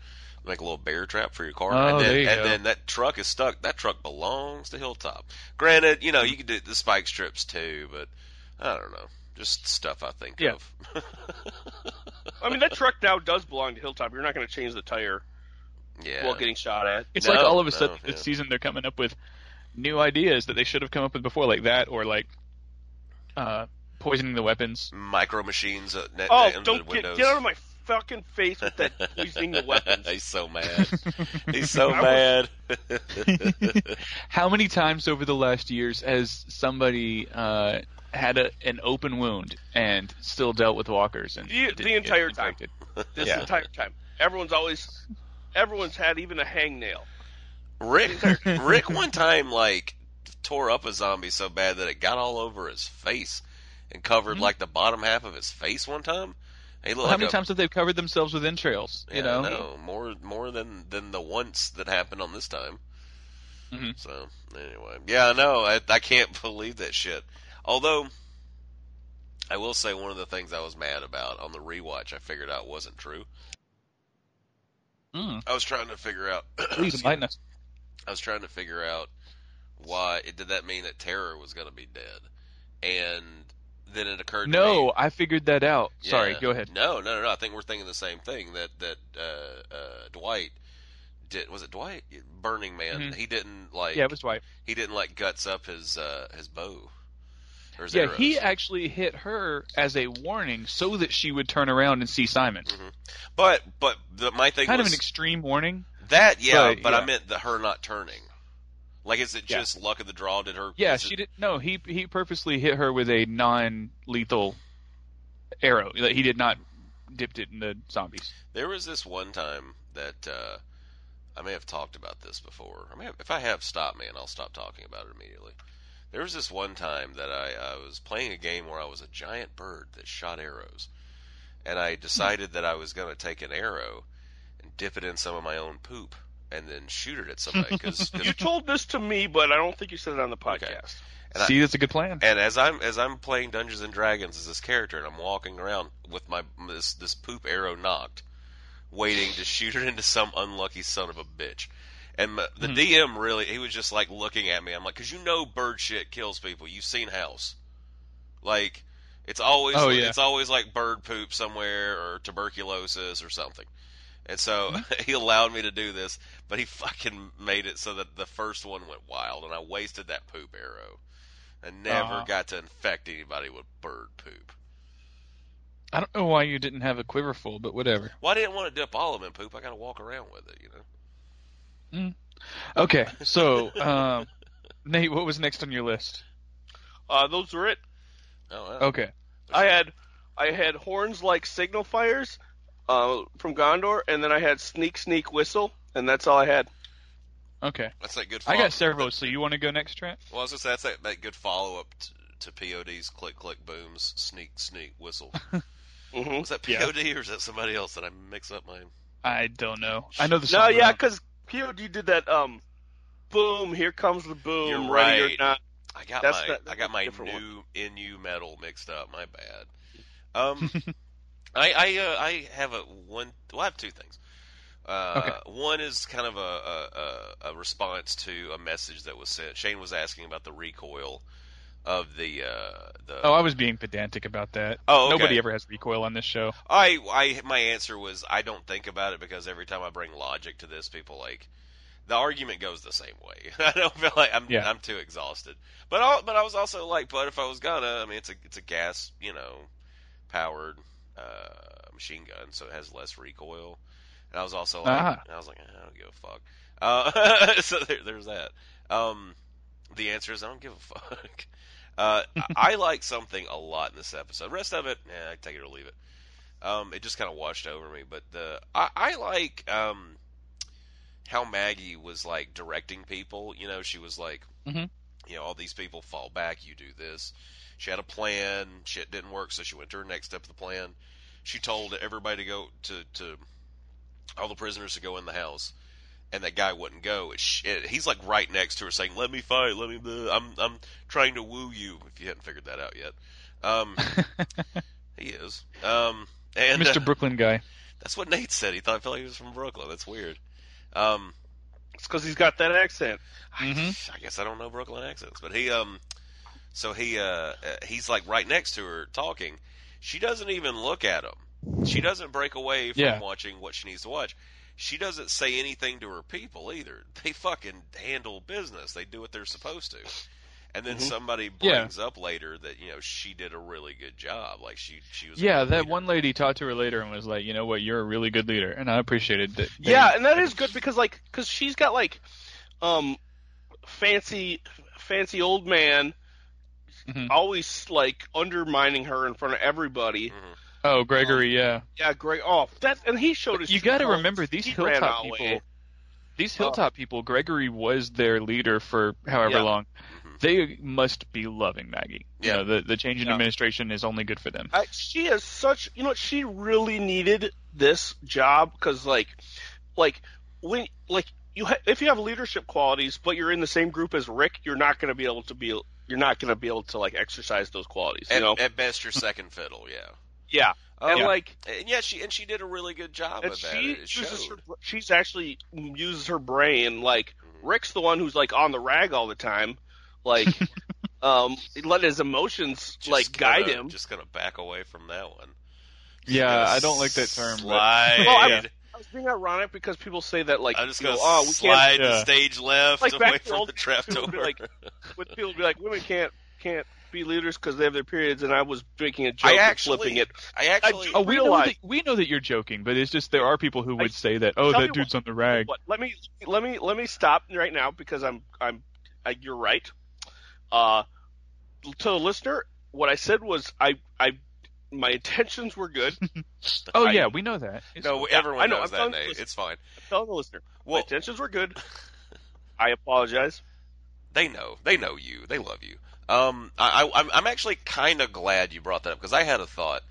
Speaker 1: like a little bear trap for your car,
Speaker 3: Oh,
Speaker 1: and then
Speaker 3: there you
Speaker 1: and
Speaker 3: go.
Speaker 1: then that truck is stuck. That truck belongs to Hilltop. Granted, you know you could do the spike strips too, but I don't know. Just stuff I think
Speaker 3: Yeah.
Speaker 1: of.
Speaker 2: I mean, that truck now does belong to Hilltop. You're not going to change the tire
Speaker 1: yeah.
Speaker 2: while getting shot at.
Speaker 3: It's
Speaker 1: No,
Speaker 3: like all of a
Speaker 1: no,
Speaker 3: sudden
Speaker 1: yeah.
Speaker 3: this season they're coming up with new ideas that they should have come up with before, like that, or like uh, poisoning the weapons.
Speaker 1: Micro machines at net,
Speaker 2: Oh,
Speaker 1: under
Speaker 2: don't
Speaker 1: the
Speaker 2: get,
Speaker 1: windows.
Speaker 2: get out of my fucking face with that poisoning the weapons.
Speaker 1: He's so mad. He's so
Speaker 2: I
Speaker 1: mad.
Speaker 3: How many times over the last years has somebody uh, had a, an open wound and still dealt with walkers and
Speaker 2: The-
Speaker 3: didn't
Speaker 2: the
Speaker 3: get
Speaker 2: entire time.
Speaker 3: infected?
Speaker 2: This
Speaker 3: Yeah.
Speaker 2: entire time, everyone's always, everyone's had even a hangnail.
Speaker 1: Rick Rick one time like tore up a zombie so bad that it got all over his face and covered like the bottom half of his face one time. He looked
Speaker 3: Mm-hmm. How
Speaker 1: like
Speaker 3: many
Speaker 1: a,
Speaker 3: times have they covered themselves with entrails?
Speaker 1: yeah,
Speaker 3: you know,
Speaker 1: no, more more than than the once that happened on this time.
Speaker 3: Mhm.
Speaker 1: So anyway, yeah, no, I I can't believe that shit. Although I will say one of the things I was mad about on the rewatch I figured out wasn't true.
Speaker 3: Mm.
Speaker 1: I was trying to figure out
Speaker 3: please
Speaker 1: excuse
Speaker 3: enlighten us.
Speaker 1: I was trying to figure out why it did that mean that Terror was going to be dead, and then it occurred. to me,
Speaker 3: No, I figured that out.
Speaker 1: yeah,
Speaker 3: Sorry, go ahead.
Speaker 1: No, no, no, no. I think we're thinking the same thing that that uh, uh, Dwight did. Was it Dwight Burning Man?
Speaker 3: Mhm.
Speaker 1: He didn't like.
Speaker 3: Yeah, it was white.
Speaker 1: He didn't like guts up his uh, his bow. Or his
Speaker 3: Yeah,
Speaker 1: arrows.
Speaker 3: he actually hit her as a warning so that she would turn around and see Simon.
Speaker 1: But but the, my thing
Speaker 3: Kind
Speaker 1: Mm-hmm.
Speaker 3: of
Speaker 1: was
Speaker 3: an extreme warning.
Speaker 1: that yeah.
Speaker 3: Right,
Speaker 1: but I
Speaker 3: yeah.
Speaker 1: meant the her not turning. Like, is it
Speaker 3: Yeah.
Speaker 1: just luck of the draw? Did her?
Speaker 3: Yeah,
Speaker 1: is it-
Speaker 3: she did. No, he he purposely hit her with a non-lethal arrow. Like, He did not dipped it in the zombies.
Speaker 1: There was this one time that uh, I may have talked about this before. I may have, if I have, stop me, and I'll stop talking about it immediately. There was this one time that I, I was playing a game where I was a giant bird that shot arrows, and I decided that I was going to take an arrow and dip it in some of my own poop and then shoot it at somebody because
Speaker 2: You told this to me, but I don't think you said it on the podcast.
Speaker 1: And I-
Speaker 3: see, that's a good plan.
Speaker 1: And as I'm as I'm playing Dungeons and Dragons as this character, and I'm walking around with my this this poop arrow knocked, waiting to shoot it into some unlucky son of a bitch. And my,
Speaker 3: Hmm.
Speaker 1: the DM really, he was just like looking at me. I'm like, because you know, bird shit kills people. You've seen House, like it's always
Speaker 3: Oh, yeah.
Speaker 1: it's always like bird poop somewhere or tuberculosis or something. And so
Speaker 3: Mm-hmm.
Speaker 1: he allowed me to do this, but he fucking made it so that the first one went wild, and I wasted that poop arrow. I never
Speaker 3: Aw.
Speaker 1: got to infect anybody with bird poop.
Speaker 3: I don't know why you didn't have a quiver full, but whatever.
Speaker 1: Well, I didn't want to dip all of them in poop. I got to walk around with it, you know.
Speaker 3: Okay, so um, Nate, what was next on your list?
Speaker 2: Uh, those were it.
Speaker 1: Oh, wow.
Speaker 3: Okay,
Speaker 2: I had, I had horns like signal fires, uh, from Gondor, and then I had sneak sneak whistle, and that's all I had.
Speaker 3: okay.
Speaker 1: that's that good. Follow-
Speaker 3: I got several, so you want to go next, Trent?
Speaker 1: Well, I was gonna say that's that, that good follow up to, to POD's click click booms sneak sneak whistle.
Speaker 2: Mm-hmm.
Speaker 1: Was that
Speaker 3: Yeah.
Speaker 1: POD or is that somebody else that I mix up my?
Speaker 3: I don't know. I know the
Speaker 2: No,
Speaker 3: song.
Speaker 2: yeah, because POD did that. Um, boom! Here comes the boom.
Speaker 1: You're
Speaker 2: ready or
Speaker 1: right.
Speaker 2: not.
Speaker 1: I got
Speaker 2: That's
Speaker 1: my
Speaker 2: not-
Speaker 1: I
Speaker 2: that's
Speaker 1: got
Speaker 2: a
Speaker 1: my new
Speaker 2: different
Speaker 1: NU metal mixed up. My bad. Um, I I uh, I have a one. Well, I have two things. Uh,
Speaker 3: Okay.
Speaker 1: One is kind of a, a a- a response to a message that was sent. Shane was asking about the recoil of the uh, the.
Speaker 3: Oh, I was being pedantic about that.
Speaker 1: Oh, okay.
Speaker 3: nobody ever has recoil on this show.
Speaker 1: I, I, my answer was I don't think about it because every time I bring logic to this, people like the argument goes the same way. I don't feel like I'm,
Speaker 3: Yeah.
Speaker 1: I'm too exhausted. But, I, but I was also like, but if I was gonna, I mean, it's a, it's a gas, you know, powered uh, machine gun, so it has less recoil. And I was also like,
Speaker 3: Ah.
Speaker 1: I was like, "Eh, I don't give a fuck. Uh, so there, there's that. Um, the answer is I don't give a fuck. Uh, I- I like something a lot in this episode. Rest of it, eh, I take it or leave it. Um, it just kind of washed over me. But the I, I like um, how Maggie was like directing people. You know, she was like,
Speaker 3: Mhm.
Speaker 1: you know, all these people fall back. You do this. She had a plan. Shit didn't work, so she went to her next step of the plan. She told everybody to go to to all the prisoners to go in the house. And that guy wouldn't go. It sh- it- He's like right next to her, saying, "Let me fight. Let me. blah. I'm I'm trying to woo you. If you hadn't figured that out yet, um, he is. Um, and uh,
Speaker 3: Mr. Brooklyn guy.
Speaker 1: that's what Nate said. He thought I felt like he was from Brooklyn. That's weird. Um,
Speaker 2: It's because he's got that accent.
Speaker 3: Mhm.
Speaker 1: I guess I don't know Brooklyn accents, but he um. So he uh, uh, he's like right next to her talking. She doesn't even look at him. She doesn't break away from
Speaker 3: Yeah.
Speaker 1: watching what she needs to watch. She doesn't say anything to her people either. They fucking handle business. They do what they're supposed to. And then somebody
Speaker 3: Mm-hmm. Yeah.
Speaker 1: brings up later that you know she did a really good job. Like she she was a
Speaker 3: Yeah,
Speaker 1: good
Speaker 3: that
Speaker 1: leader.
Speaker 3: one lady talked to her later and was like, "You know what? You're a really good leader," and I appreciated that. they-
Speaker 2: Yeah, and that is good because like because she's got like um fancy fancy old man
Speaker 3: Mhm.
Speaker 2: always like undermining her in front of everybody.
Speaker 1: Mm-hmm.
Speaker 3: Oh, Gregory. Yeah.
Speaker 2: Yeah, Greg. Oh, that and he showed us.
Speaker 3: You got to remember these
Speaker 2: he ran
Speaker 3: hilltop
Speaker 2: away.
Speaker 3: people. These hilltop people. Gregory was their leader for however
Speaker 2: Yeah. Mm-hmm.
Speaker 3: long. They must be loving Maggie. You
Speaker 1: Yeah.
Speaker 3: know, the the change in
Speaker 2: Yeah.
Speaker 3: administration is only good for them.
Speaker 2: I, she is such. You know, she really needed this job because like like when like you ha- if you have leadership qualities but you're in the same group as Rick, you're not going to be able to be. You're not going to be able to like exercise those qualities.
Speaker 1: At,
Speaker 2: you know.
Speaker 1: at best, your second fiddle. Yeah.
Speaker 2: yeah. and
Speaker 1: Oh,
Speaker 2: like
Speaker 1: And yeah, she and she did a really good job
Speaker 2: and
Speaker 1: of that.
Speaker 2: she
Speaker 1: it
Speaker 2: uses her,
Speaker 1: showed.
Speaker 2: she's actually uses her brain like
Speaker 1: Mm-hmm.
Speaker 2: rick's the one who's like on the rag all the time like um let his emotions
Speaker 1: Just
Speaker 2: like
Speaker 1: gonna-
Speaker 2: guide him
Speaker 1: Just gonna back away from that one.
Speaker 3: yeah,
Speaker 1: Gonna
Speaker 3: I don't like that term. but-
Speaker 1: Slide.
Speaker 2: Well, I- i was being ironic because people say that like
Speaker 1: I'm just
Speaker 2: you
Speaker 1: gonna
Speaker 2: know, oh, we can't
Speaker 1: slide the
Speaker 3: Yeah.
Speaker 1: stage left
Speaker 2: Like back
Speaker 1: away
Speaker 2: to
Speaker 1: from
Speaker 2: old
Speaker 1: the trap
Speaker 2: people would be
Speaker 1: door.
Speaker 2: like, with people be like women can't can't be leaders because they have their periods and i was making a joke
Speaker 1: I
Speaker 2: and
Speaker 1: actually,
Speaker 2: flipping it
Speaker 1: I actually,
Speaker 3: Oh, we know,
Speaker 2: Realize-
Speaker 3: that, we know that you're joking, but it's just there are people who would say that. Oh,
Speaker 2: tell
Speaker 3: that
Speaker 2: you
Speaker 3: dude's on the rag.
Speaker 2: What? Let me let me let me stop right now because I'm I'm I, you're right. Uh, to the listener, what I said was I I my intentions were good.
Speaker 3: Oh
Speaker 2: I-
Speaker 3: yeah, we know that. It's-
Speaker 1: no,
Speaker 2: Yeah,
Speaker 1: everyone
Speaker 2: I know,
Speaker 1: knows
Speaker 2: I'm
Speaker 1: that
Speaker 2: telling
Speaker 1: name.
Speaker 2: you-
Speaker 1: It's fine.
Speaker 2: Tell the listener, my
Speaker 1: Well,
Speaker 2: intentions were good. I apologize.
Speaker 1: they know, they know you, they love you. Um, I, I, I'm- I'm actually kind of glad you brought that up because I had a thought,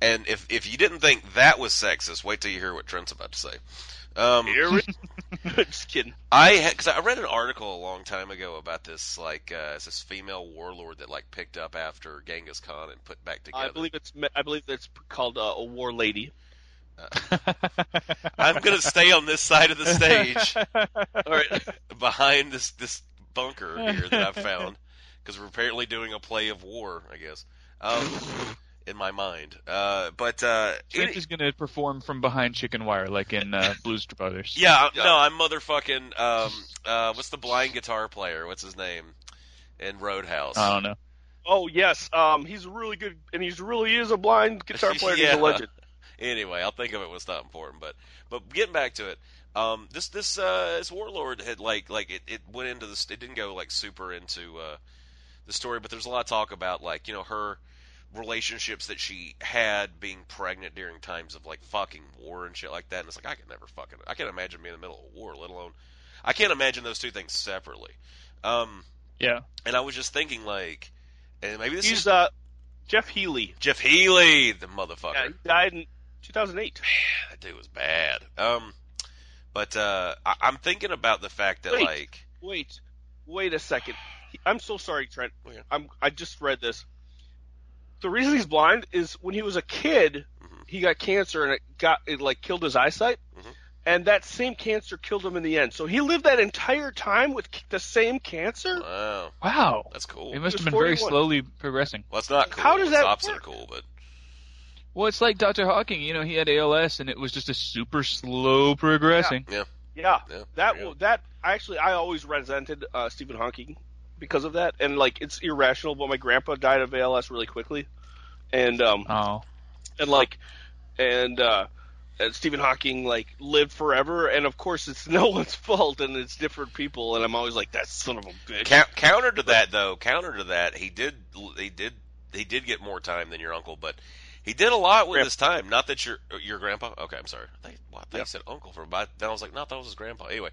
Speaker 1: and if if you didn't think that was sexist, wait till you hear what Trent's about to say. Um,
Speaker 2: Here we- Just kidding.
Speaker 1: I because I read an article a long time ago about this like uh, it's this female warlord that like picked up after Genghis Khan and put back together.
Speaker 2: I believe it's me- I believe it's called uh, a war lady.
Speaker 1: I'm gonna stay on this side of the stage
Speaker 2: All right.
Speaker 1: behind this this bunker here that I found because we're apparently doing a play of war, I guess. Um, in my mind, uh, but uh,
Speaker 3: Trent is going to perform from behind chicken wire, like in uh, Blues Brothers.
Speaker 1: yeah, I- no, I'm motherfucking um, uh, what's the blind guitar player? What's his name? In Roadhouse.
Speaker 3: I don't know.
Speaker 2: Oh yes, um, he's really good, and he's really is a blind guitar player. and He's
Speaker 1: Yeah.
Speaker 2: a legend.
Speaker 1: anyway, I'll think of it when it's not important. But but getting back to it, um, this this uh, this warlord had like like it, it went into this. It didn't go like super into uh, the story, but there's a lot of talk about like you know her relationships that she had being pregnant during times of like fucking war and shit like that. And it's like I could never fucking I can't imagine being in the middle of a war, let alone I can't imagine those two things separately. Um,
Speaker 3: Yeah.
Speaker 1: and I was just thinking like, and maybe this
Speaker 2: He's
Speaker 1: is
Speaker 2: uh, Jeff Healy.
Speaker 1: Jeff Healy, the motherfucker.
Speaker 2: Yeah, he died in 2008.
Speaker 1: that dude was bad. Um, but uh, I- I'm thinking about the fact that
Speaker 2: Wait.
Speaker 1: like,
Speaker 2: Wait, wait a second. He- I'm so sorry, Trent.
Speaker 1: Okay.
Speaker 2: I'm I just read this. The reason he's blind is when he was a kid,
Speaker 1: Mhm.
Speaker 2: he got cancer and it got it like killed his eyesight,
Speaker 1: Mhm.
Speaker 2: and that same cancer killed him in the end. So he lived that entire time with c- the same cancer.
Speaker 1: wow,
Speaker 3: Wow.
Speaker 1: that's cool.
Speaker 3: It must
Speaker 2: was
Speaker 3: have been very
Speaker 2: 41.
Speaker 3: slowly progressing.
Speaker 1: well, it's not cool.
Speaker 2: How does
Speaker 1: it's
Speaker 2: that
Speaker 1: opposite
Speaker 2: work?
Speaker 1: of cool? But
Speaker 3: Well, it's like Dr. Hawking. You know, he had ALS, and it was just a super slow progressing.
Speaker 1: yeah,
Speaker 2: Yeah,
Speaker 1: yeah
Speaker 2: that
Speaker 1: there you
Speaker 2: will that actually I always resented uh, Stephen Hawking because of that, and like it's irrational. But my grandpa died of ALS really quickly, and um,
Speaker 3: Oh.
Speaker 2: and like and uh and Stephen Hawking like lived forever and of course it's no one's fault and it's different people and I'm always like that son of a bitch.
Speaker 1: go. Cou- counter to that though, counter to that, he did he did he did get more time than your uncle, but he did a lot with
Speaker 2: Grandpa.
Speaker 1: his time. Not that your your grandpa. Okay, I'm sorry. I thought, well, I thought
Speaker 2: Yeah.
Speaker 1: you said uncle for about. Then I was like, no, that was his grandpa. Anyway,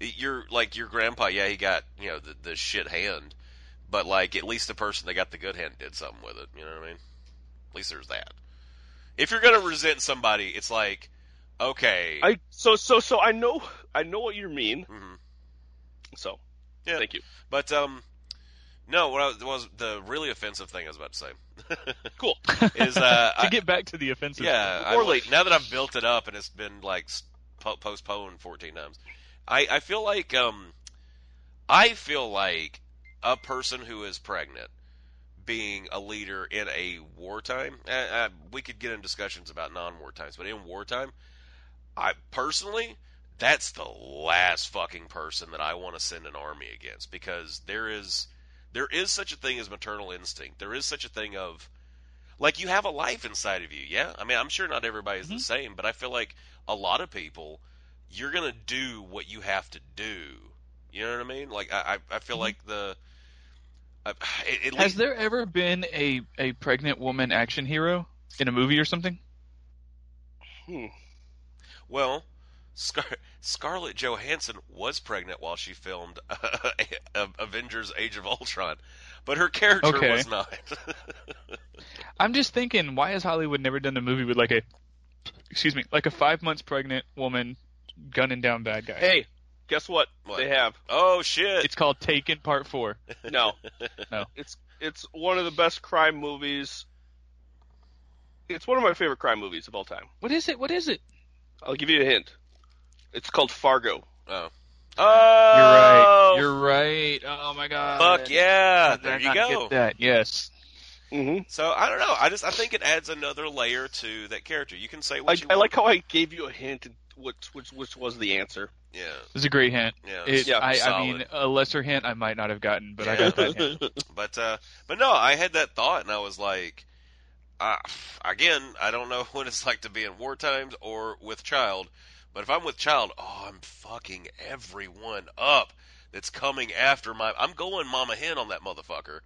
Speaker 1: your like your grandpa. Yeah, he got you know the the shit hand, but like at least the person that got the good hand did something with it. You know what I mean? At least there's that. If you're gonna resent somebody, it's like, okay,
Speaker 2: I so so so I know I know what you mean.
Speaker 1: Mhm.
Speaker 2: So
Speaker 1: Yeah.
Speaker 2: thank you.
Speaker 1: but um, no. What I was, was the really offensive thing I was about to say
Speaker 2: Cool.
Speaker 1: is uh,
Speaker 3: to
Speaker 1: I-
Speaker 3: get back to the offensive.
Speaker 1: Yeah, I
Speaker 2: Or
Speaker 1: will-
Speaker 2: late.
Speaker 1: now that I've built it up and it's been like s- po- postponed 14 times, I, I feel like um, I feel like a person who is pregnant being a leader in a wartime, uh, uh, we could get in discussions about non-war times, but in wartime, I personally, that's the last fucking person that I want to send an army against because there is there is such a thing as maternal instinct. There is such a thing of like you have a life inside of you. Yeah, I mean, I'm sure not everybody's the same, but I feel like a lot of people, you're gonna do what you have to do. You know what I mean? Like I, I I feel like the. I, it, it
Speaker 3: Has there ever been a, a pregnant woman action hero in a movie or something?
Speaker 1: Well, Scar- Scarlett Johansson was pregnant while she filmed uh, Avengers: Age of Ultron, but her character
Speaker 3: Okay.
Speaker 1: was not.
Speaker 3: I'm just thinking, why has Hollywood never done a movie with like a, excuse me, like a five months pregnant woman gunning down bad guys?
Speaker 2: Hey, guess what?
Speaker 1: What?
Speaker 2: They have
Speaker 1: oh shit!
Speaker 3: It's called Taken Part Four.
Speaker 2: no,
Speaker 3: No.
Speaker 2: It's it's one of the best crime movies. It's one of my favorite crime movies of all time.
Speaker 3: What is it? What is it?
Speaker 2: I'll give you a hint. It's called Fargo.
Speaker 1: oh. Oh,
Speaker 3: You're right. You're right. Oh my god.
Speaker 1: Fuck yeah!
Speaker 3: Did I
Speaker 1: There you
Speaker 3: not
Speaker 1: go.
Speaker 3: Get that. Yes.
Speaker 2: Mm-hmm.
Speaker 1: So I don't know. I just I think it adds another layer to that character. You can say
Speaker 2: I,
Speaker 1: what you
Speaker 2: I
Speaker 1: want.
Speaker 2: like how I gave you a hint, and which which which was the answer.
Speaker 1: Yeah.
Speaker 3: It was a great hint.
Speaker 1: Uh, Yeah,
Speaker 3: It-
Speaker 2: yeah,
Speaker 3: I, I
Speaker 1: solid.
Speaker 3: mean, a lesser hint I might not have gotten, but I got that hint.
Speaker 1: But uh, but no, I had that thought, and I was like, uh, again, I don't know what it's like to be in war times or with child, but if I'm with child, oh, I'm fucking everyone up that's coming after my. I'm going mama hen on that motherfucker.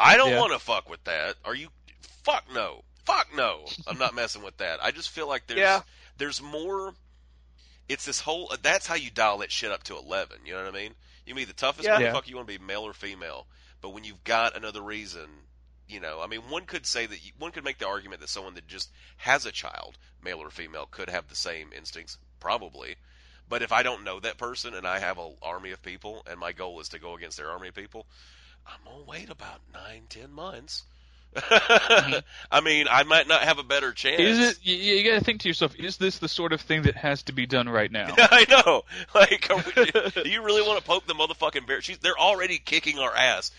Speaker 1: I don't
Speaker 3: Yeah.
Speaker 1: want to fuck with that. Are you? Fuck no. Fuck no. I'm not messing with that. I just feel like there's
Speaker 2: Yeah.
Speaker 1: there's more. It's this whole. That's how you dial that shit up to eleven. You know what I mean? You mean the toughest
Speaker 2: Yeah.
Speaker 3: Yeah.
Speaker 1: motherfucker you want to be, male or female? But when you've got another reason, you know, I mean, one could say that you, one could make the argument that someone that just has a child, male or female, could have the same instincts, probably. But if I don't know that person and I have an army of people, and my goal is to go against their army of people, I'm gonna wait about nine, ten months. I mean, I might not have a better chance.
Speaker 3: Is it? You, you got to think to yourself: Is this the sort of thing that has to be done right now?
Speaker 1: I know. Like, are we, do you really want to poke the motherfucking bear? She's, they're already kicking our ass.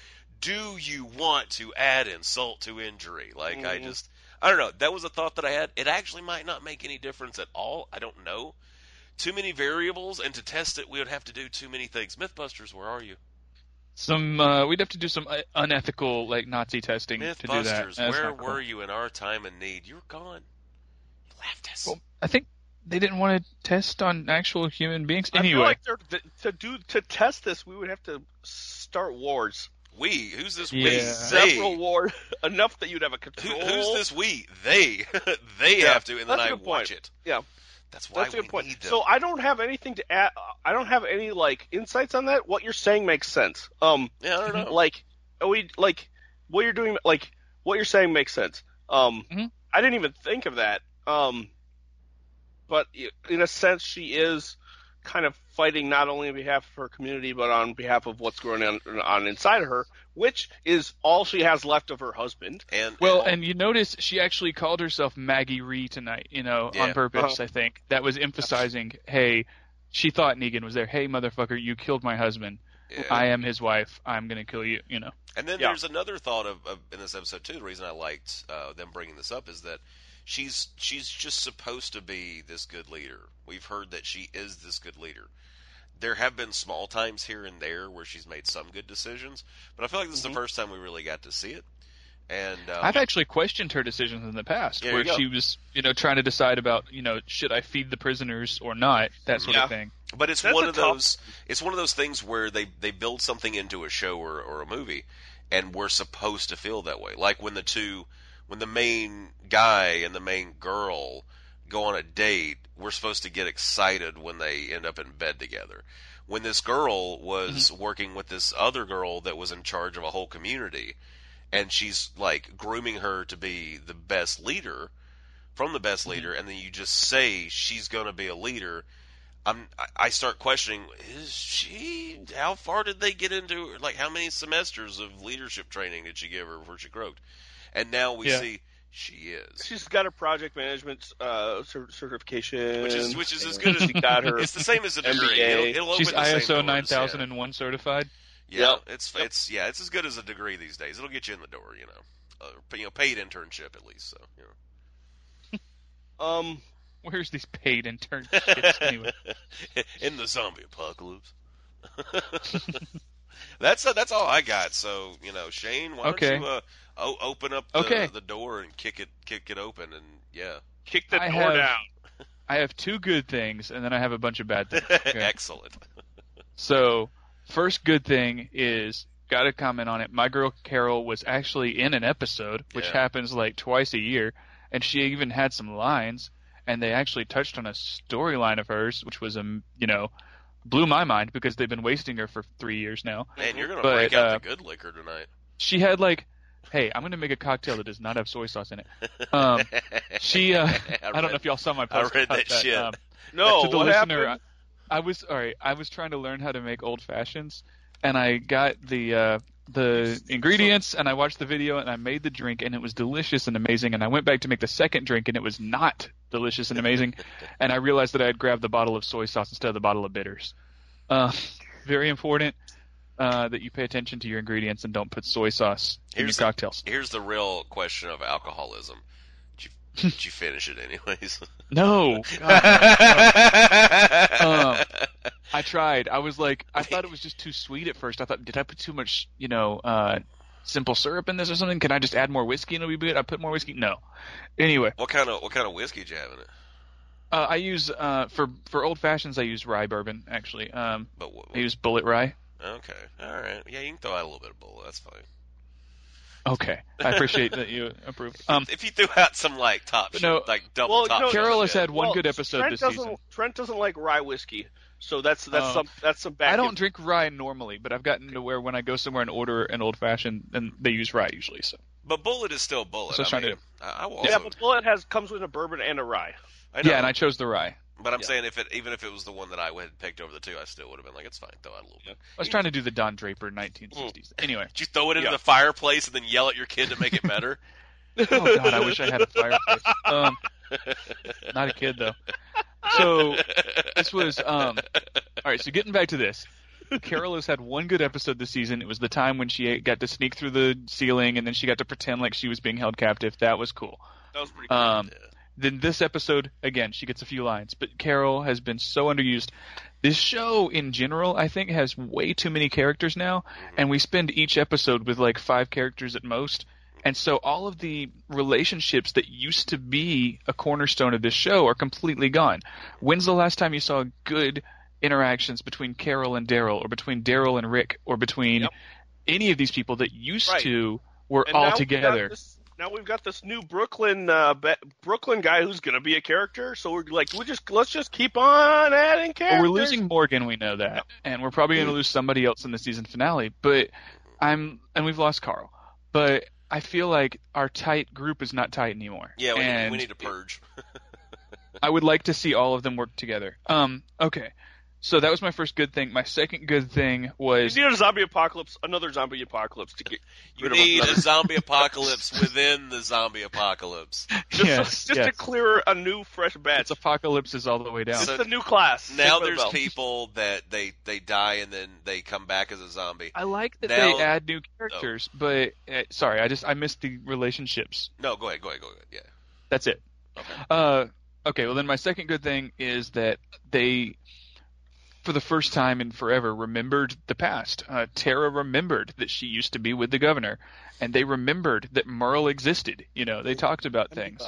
Speaker 1: Do you want to add insult to injury? Like,
Speaker 3: Mm.
Speaker 1: I just, I don't know. That was a thought that I had. It actually might not make any difference at all. I don't know. Too many variables, and to test it, we would have to do too many things. Mythbusters, where are you?
Speaker 3: Some uh, we'd have to do some uh, unethical like Nazi testing to do that.
Speaker 1: Mythbusters,
Speaker 3: That's
Speaker 1: where
Speaker 3: not cool.
Speaker 1: were you in our time of need? You were gone. You left us.
Speaker 3: Well, I think they didn't want to test on actual human beings
Speaker 2: I feel
Speaker 3: anyway.
Speaker 2: like they're, th- to do to test this, we would have to start wars,
Speaker 1: we? Who's this we?
Speaker 3: Yeah.
Speaker 1: They.
Speaker 2: several war enough that you'd have a
Speaker 1: Who,
Speaker 2: control.
Speaker 1: who's this we? They. they
Speaker 2: Yeah,
Speaker 1: have to, and then
Speaker 2: that's a
Speaker 1: I
Speaker 2: good
Speaker 1: watch
Speaker 2: point.
Speaker 1: it.
Speaker 2: Yeah,
Speaker 1: That's why
Speaker 2: that's a
Speaker 1: we
Speaker 2: good point.
Speaker 1: need them.
Speaker 2: So I don't have anything to add. I don't have any like insights on that. What you're saying makes sense. Um,
Speaker 1: yeah, I don't know.
Speaker 2: like we like what you're doing. Like what you're saying makes sense. Um,
Speaker 3: Mhm.
Speaker 2: I didn't even think of that. Um, but i- in a sense, she is kind of fighting not only on behalf of her community, but on behalf of what's going on, on inside of her, which is all she has left of her husband.
Speaker 1: and
Speaker 3: Well, and you notice she actually called herself Maggie Ree tonight, you know,
Speaker 1: Yeah. uh-huh.
Speaker 3: on purpose, I think. That was emphasizing, hey, she thought Negan was there. Hey, motherfucker, you killed my husband.
Speaker 1: Yeah. Uh-huh.
Speaker 3: I am his wife. I'm going to kill you, you know.
Speaker 1: and then
Speaker 2: yeah.
Speaker 1: there's another thought of, of in this episode too. The reason I liked uh, them bringing this up is that she's she's just supposed to be this good leader. We've heard that she is this good leader. There have been small times here and there where she's made some good decisions, but I feel like this
Speaker 3: Mm-hmm.
Speaker 1: is the first time we really got to see it. And um,
Speaker 3: I've actually questioned her decisions in the past
Speaker 1: There
Speaker 3: where
Speaker 1: you go.
Speaker 3: she was, you know, trying to decide about, you know, should I feed the prisoners or not, that sort
Speaker 2: Yeah.
Speaker 3: of thing.
Speaker 1: But it's
Speaker 2: That's
Speaker 1: one
Speaker 2: a
Speaker 1: of
Speaker 2: tough-
Speaker 1: those. It's one of those things where they they build something into a show or or a movie, and we're supposed to feel that way. Like when the two, when the main guy and the main girl go on a date, we're supposed to get excited when they end up in bed together. When this girl was
Speaker 2: Mm-hmm.
Speaker 1: working with this other girl that was in charge of a whole community, and she's like grooming her to be the best leader from the
Speaker 3: Mm-hmm.
Speaker 1: best leader, and then you just say she's going to be a leader. I'm, I- I start questioning: Is she? How far did they get into? Like, how many semesters of leadership training did she give her before she croaked? And now we
Speaker 3: Yeah.
Speaker 1: see she is.
Speaker 2: She's got her project management uh, cer- certification,
Speaker 1: Which is- which is as good as-
Speaker 2: she got her.
Speaker 1: It's the same as a degree. It'll,
Speaker 2: MBA.
Speaker 1: it'll
Speaker 3: She's
Speaker 1: open the same
Speaker 3: ISO
Speaker 1: doors, yeah.
Speaker 3: 9001 certified.
Speaker 1: Yeah,
Speaker 2: Yep.
Speaker 1: it's it's yeah, it's as good as a degree these days. It'll get you in the door, you know, uh, you know, paid internship at least. So you know,
Speaker 2: Um,
Speaker 3: Where's these paid internships anyway?
Speaker 1: in the zombie apocalypse. that's uh, that's all I got. So you know, Shane, why
Speaker 3: Okay.
Speaker 1: don't you uh, o- open up the,
Speaker 3: Okay.
Speaker 1: the door and kick it kick it open and yeah,
Speaker 2: kick the
Speaker 3: I
Speaker 2: door
Speaker 3: have-
Speaker 2: down.
Speaker 3: I have two good things, and then I have a bunch of bad things. Okay.
Speaker 1: excellent.
Speaker 3: so, first good thing is got to comment on it. My girl Carol was actually in an episode, which
Speaker 1: Yeah.
Speaker 3: happens like twice a year, and she even had some lines, and they actually touched on a storyline of hers, which was um, you know blew my mind because they've been wasting her for three years now.
Speaker 1: Man, you're gonna
Speaker 3: But,
Speaker 1: break out
Speaker 3: uh,
Speaker 1: the good liquor tonight.
Speaker 3: She had like, hey, I'm gonna make a cocktail that does not have soy sauce in it. Um, she, uh, I, don't
Speaker 1: read-
Speaker 3: know if y'all saw my
Speaker 1: I
Speaker 3: post.
Speaker 1: read
Speaker 3: about
Speaker 1: that shit.
Speaker 3: um,
Speaker 2: No,
Speaker 3: to the
Speaker 2: Oh, what
Speaker 3: listener,
Speaker 2: happened?
Speaker 3: I, I was all right. I was trying to learn how to make old fashions, and I got the uh, the ingredients, and I watched the video, and I made the drink, and it was delicious and amazing. And I went back to make the second drink, and it was not delicious and amazing. and I realized that I had grabbed the bottle of soy sauce instead of the bottle of bitters. Uh, very important uh, that you pay attention to your ingredients and don't put soy sauce in your
Speaker 1: Here's the-
Speaker 3: cocktails.
Speaker 1: Here's the real question of alcoholism. Did you, did you finish it anyways?
Speaker 3: No,
Speaker 1: um,
Speaker 3: I tried. I was like, I thought it was just too sweet at first. I thought, did I put too much, you know, uh, simple syrup in this or something? Can I just add more whiskey and it'll be good? I put more whiskey. No. Anyway,
Speaker 1: what kind of what kind of whiskey did you have in it?
Speaker 3: uh, I use uh, for for old fashions. I use rye bourbon actually. Um,
Speaker 1: But what,
Speaker 3: I use bullet rye.
Speaker 1: okay, all right, yeah, you can throw out a little bit of bull. That's fine.
Speaker 3: Okay, I appreciate that you approve. Um,
Speaker 1: if you threw out some like top
Speaker 3: but
Speaker 1: shit,
Speaker 3: no,
Speaker 1: like double
Speaker 2: well,
Speaker 1: top.
Speaker 2: no,
Speaker 1: shit,
Speaker 3: Carol has
Speaker 1: yeah.
Speaker 3: had one
Speaker 2: Well,
Speaker 3: good episode
Speaker 2: Trent
Speaker 3: this
Speaker 2: doesn't,
Speaker 3: season.
Speaker 2: Trent doesn't like rye whiskey, so that's that's
Speaker 3: Oh.
Speaker 2: some that's some bad.
Speaker 3: I don't drink rye normally, but I've gotten to where when I go somewhere and order an old fashioned, and they use rye usually. So
Speaker 1: But bullet is still bullet.
Speaker 3: So
Speaker 1: I
Speaker 3: trying
Speaker 1: mean,
Speaker 3: to-
Speaker 1: I, I will
Speaker 2: Yeah,
Speaker 1: also-
Speaker 2: but bullet has comes with a bourbon and a rye.
Speaker 1: I know,
Speaker 3: yeah, and I chose the rye.
Speaker 1: but I'm
Speaker 2: yeah.
Speaker 1: saying if it even if it was the one that I had picked over the two, I still would have been like, it's fine. Throw out a little bit.
Speaker 3: I was trying to do the Don Draper 1960s. Anyway,
Speaker 1: Did you throw it into
Speaker 3: Yeah.
Speaker 1: the fireplace and then yell at your kid to make it better?
Speaker 3: Oh God, I wish I had a fireplace. Um, not a kid though. So this was um, all right. So getting back to this, Carol has had one good episode this season. It was the time when she got to sneak through the ceiling, and then she got to pretend like she was being held captive. That was cool.
Speaker 2: That was pretty.
Speaker 3: Um, then this episode again, she gets a few lines, but Carol has been so underused. This show in general, I think, has way too many characters now,
Speaker 2: Mm-hmm.
Speaker 3: and we spend each episode with like five characters at most. And so all of the relationships that used to be a cornerstone of this show are completely gone. When's the last time you saw good interactions between Carol and Daryl, or between Daryl and Rick, or between
Speaker 2: Yep.
Speaker 3: any of these people that used
Speaker 2: Right.
Speaker 3: to were
Speaker 2: And
Speaker 3: all
Speaker 2: now we've got
Speaker 3: together?
Speaker 2: this- Now we've got this new Brooklyn uh, ba- Brooklyn guy who's going to be a character. So we're like, we just let's just keep on adding
Speaker 3: Well,
Speaker 2: characters.
Speaker 3: we're losing Morgan, we know that, and we're probably going to lose somebody else in the season finale. But I'm, and we've lost Carl. But I feel like our tight group is not tight anymore.
Speaker 1: yeah, we, need-
Speaker 3: and
Speaker 1: we need to purge.
Speaker 3: I would like to see all of them work together. Um, okay, so that was my first good thing. My second good thing
Speaker 2: We
Speaker 3: was
Speaker 2: need a zombie apocalypse, another zombie apocalypse to get
Speaker 1: You
Speaker 2: rid of
Speaker 1: need
Speaker 2: another-
Speaker 1: a zombie apocalypse within the zombie apocalypse.
Speaker 2: just,
Speaker 3: yes,
Speaker 2: just to
Speaker 3: yes.
Speaker 2: clear a new fresh batch.
Speaker 3: It's apocalypses all the way down.
Speaker 2: It's a new class.
Speaker 1: Now
Speaker 2: Think
Speaker 1: there's
Speaker 2: about it.
Speaker 1: people that they they die and then they come back as a zombie.
Speaker 3: I like that
Speaker 1: Now-
Speaker 3: they add new characters, but uh, sorry, I just I missed the relationships.
Speaker 1: No, go ahead, go ahead, go ahead. Yeah.
Speaker 3: That's it.
Speaker 1: Okay.
Speaker 3: Uh, okay. Well, then my second good thing is that they, for the first time in forever, remembered the past. Uh, Tara remembered that she used to be with the governor, and they remembered that Merle existed. You know, they talked about things.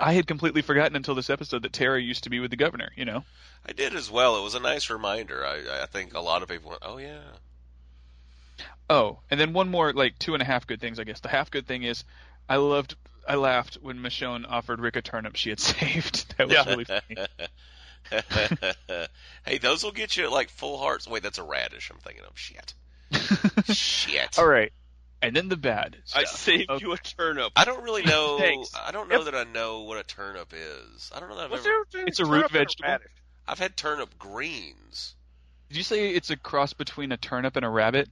Speaker 3: I had completely forgotten until this episode that Tara used to be with the governor. You know.
Speaker 1: I did as well. It was a nice reminder. I I think a lot of people went, oh yeah.
Speaker 3: Oh, and then one more, like two and a half good things, I guess. The half good thing is, I loved, I laughed when Michonne offered Rick a turnip she had saved. That was
Speaker 2: Yeah.
Speaker 3: really funny.
Speaker 1: hey, those will get you like full hearts. Wait, that's a radish. I'm thinking of shit. shit.
Speaker 3: All right. And then the bad.
Speaker 2: I
Speaker 3: stuff.
Speaker 2: saved
Speaker 3: Okay.
Speaker 2: you a turnip.
Speaker 1: I don't really know.
Speaker 2: Thanks.
Speaker 1: I don't know
Speaker 2: If-
Speaker 1: that I know what a turnip is. I don't know that I've
Speaker 2: What's
Speaker 1: ever.
Speaker 2: there-
Speaker 3: It's a
Speaker 2: turnip
Speaker 3: root
Speaker 2: and
Speaker 3: vegetable.
Speaker 2: radish?
Speaker 1: I've had turnip greens.
Speaker 3: Did you say it's a cross between a turnip and a rabbit?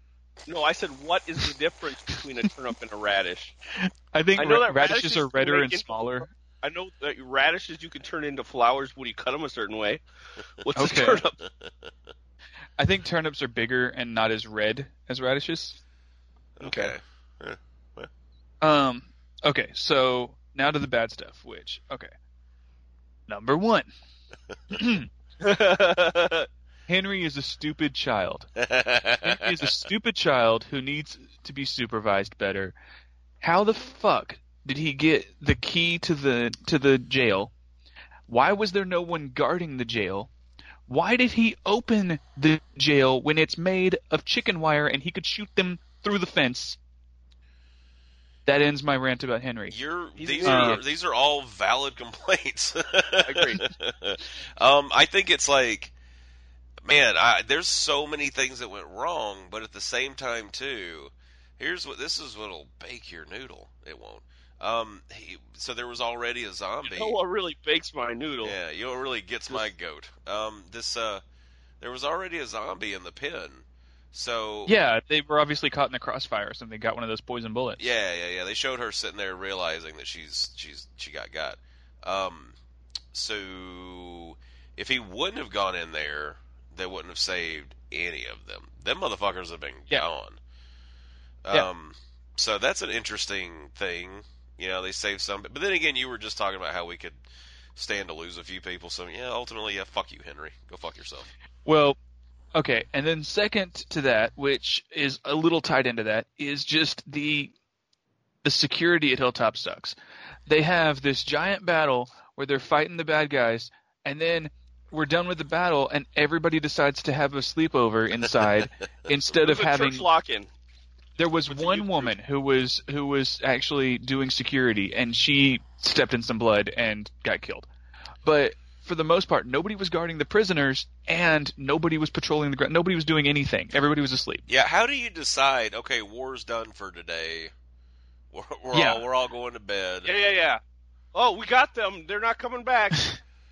Speaker 2: No, I said, what is the difference between a turnip and a radish?
Speaker 3: I think
Speaker 2: I know
Speaker 3: ra-
Speaker 2: that
Speaker 3: radishes
Speaker 2: radishes
Speaker 3: are redder
Speaker 2: make
Speaker 3: and
Speaker 2: it-
Speaker 3: smaller.
Speaker 2: I know that radishes you can turn into flowers when you cut them a certain way. What's
Speaker 3: Okay.
Speaker 2: a turnip?
Speaker 3: I think turnips are bigger and not as red as radishes.
Speaker 1: Okay.
Speaker 3: Um. Okay, so now to the bad stuff. Which okay, number one, Henry is a stupid child. Henry is a stupid child who needs to be supervised better. How the fuck did he get the key to the to the jail? Why was there no one guarding the jail? Why did he open the jail when it's made of chicken wire and he could shoot them through the fence? That ends my rant about Henry.
Speaker 1: You're
Speaker 2: He's
Speaker 1: these
Speaker 2: an
Speaker 1: are
Speaker 2: idiot.
Speaker 1: these are all valid complaints. I
Speaker 2: agree.
Speaker 1: um, I think it's like, man, I, there's so many things that went wrong, but at the same time too, here's what this is what'll bake your noodle. It won't. Um, he, so there was already a zombie.
Speaker 2: No one really bakes my noodle.
Speaker 1: Yeah, you know what really gets my goat. Um, this uh, there was already a zombie in the pen, so
Speaker 3: Yeah, they were obviously caught in the crossfire or something. Got one of those poison bullets.
Speaker 1: Yeah, yeah, yeah. They showed her sitting there realizing that she's she's she got got. Um, so if he wouldn't have gone in there, they wouldn't have saved any of them. Them motherfuckers have been
Speaker 3: Yeah.
Speaker 1: gone.
Speaker 3: Yeah.
Speaker 1: Um, so that's an interesting thing. You know, they saved some, but then again, you were just talking about how we could stand to lose a few people. So yeah, ultimately, yeah, fuck you, Henry. Go fuck yourself.
Speaker 3: Well, okay, and then second to that, which is a little tied into that, is just the the security at Hilltop sucks. They have this giant battle where they're fighting the bad guys, and then we're done with the battle, and everybody decides to have a sleepover inside instead of
Speaker 2: There's a
Speaker 3: having
Speaker 2: church lock-in.
Speaker 3: there was one woman who was who was actually doing security and she stepped in some blood and got killed but for the most part nobody was guarding the prisoners and nobody was patrolling the ground nobody was doing anything everybody was asleep
Speaker 1: Yeah, how do you decide? Okay, war's done for today. We're, we're
Speaker 3: Yeah.
Speaker 1: all we're all going to bed.
Speaker 2: Yeah, yeah, yeah. Oh, we got them. They're not coming back.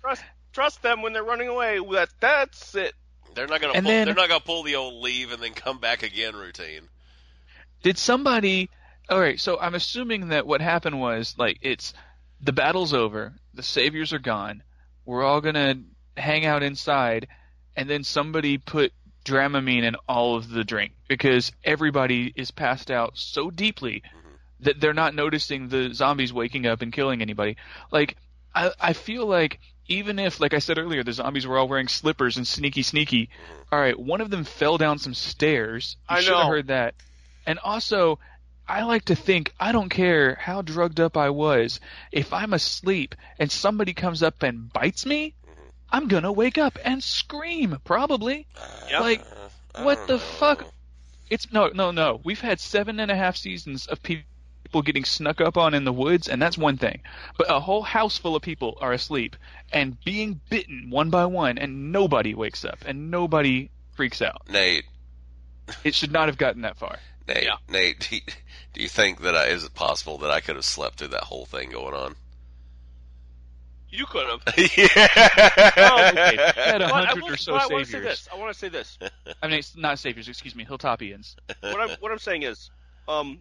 Speaker 2: trust, trust them when they're running away. That, that's it.
Speaker 1: They're not gonna
Speaker 3: And
Speaker 1: pull,
Speaker 3: then-
Speaker 1: they're not gonna pull the old leave and then come back again routine.
Speaker 3: did somebody all right so i'm assuming that what happened was like it's the battle's over the saviors are gone we're all gonna hang out inside and then somebody put dramamine in all of the drink because everybody is passed out so deeply that they're not noticing the zombies waking up and killing anybody like i i feel like even if like i said earlier the zombies were all wearing slippers and sneaky sneaky all right one of them fell down some stairs you
Speaker 2: I
Speaker 3: should have
Speaker 2: know.
Speaker 3: heard that and also, I like to think I don't care how drugged up I was. If I'm asleep and somebody comes up and bites me, I'm gonna wake up and scream, probably.
Speaker 2: Yep.
Speaker 3: Like,
Speaker 1: I
Speaker 3: what
Speaker 1: don't
Speaker 3: the
Speaker 1: know.
Speaker 3: fuck? It's no, no, no. We've had seven and a half seasons of pe- people getting snuck up on in the woods, and that's one thing. But a whole house full of people are asleep and being bitten one by one, and nobody wakes up and nobody freaks out.
Speaker 1: Nate,
Speaker 3: It should not have gotten that far.
Speaker 1: Nate,
Speaker 2: Yeah.
Speaker 1: Nate, do you, do you think that I, is it possible that I could have slept through that whole thing going on?
Speaker 2: You could have.
Speaker 1: yeah.
Speaker 3: Had a
Speaker 2: But I
Speaker 3: hundred
Speaker 2: will-
Speaker 3: or so
Speaker 2: but I want to say
Speaker 3: saviors.
Speaker 2: this. I want to say this.
Speaker 3: I mean, it's not saviors, excuse me, Hilltopians.
Speaker 2: what I'm what I'm saying is, um,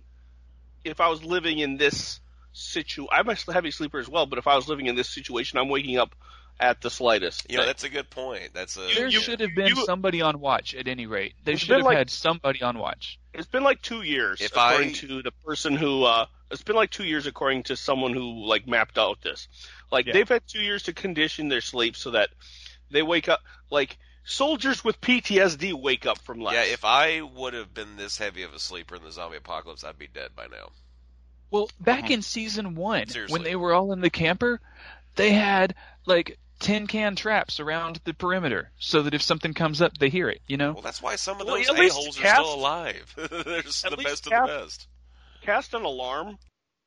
Speaker 2: if I was living in this situ, I'm a s- heavy sleeper as well. But if I was living in this situation, I'm waking up at the slightest.
Speaker 1: You know, that's a good point. That's a
Speaker 3: There
Speaker 1: yeah.
Speaker 3: should have been
Speaker 2: you-
Speaker 3: somebody on watch at any rate. They
Speaker 2: It's
Speaker 3: should
Speaker 2: been
Speaker 3: have
Speaker 2: like-
Speaker 3: had somebody on watch.
Speaker 2: it's been like two years,
Speaker 1: If
Speaker 2: according
Speaker 1: I-
Speaker 2: to the person who. Uh, it's been like two years, according to someone who like mapped out this. Like
Speaker 3: Yeah.
Speaker 2: they've had two years to condition their sleep so that they wake up like soldiers with PTSD wake up from less.
Speaker 1: Yeah, if I would have been this heavy of a sleeper in the zombie apocalypse, I'd be dead by now.
Speaker 3: Well, back in season one,
Speaker 1: Uh-huh. Seriously.
Speaker 3: when they were all in the camper, they had like tin can traps around the perimeter so that if something comes up, they hear it. You know,
Speaker 1: Well, that's why some of
Speaker 2: Well,
Speaker 1: those
Speaker 2: at least
Speaker 1: a-holes are
Speaker 2: cast-
Speaker 1: still alive. They're just
Speaker 2: at
Speaker 1: the
Speaker 2: least
Speaker 1: best of
Speaker 2: cast-
Speaker 1: the best.
Speaker 2: cast an alarm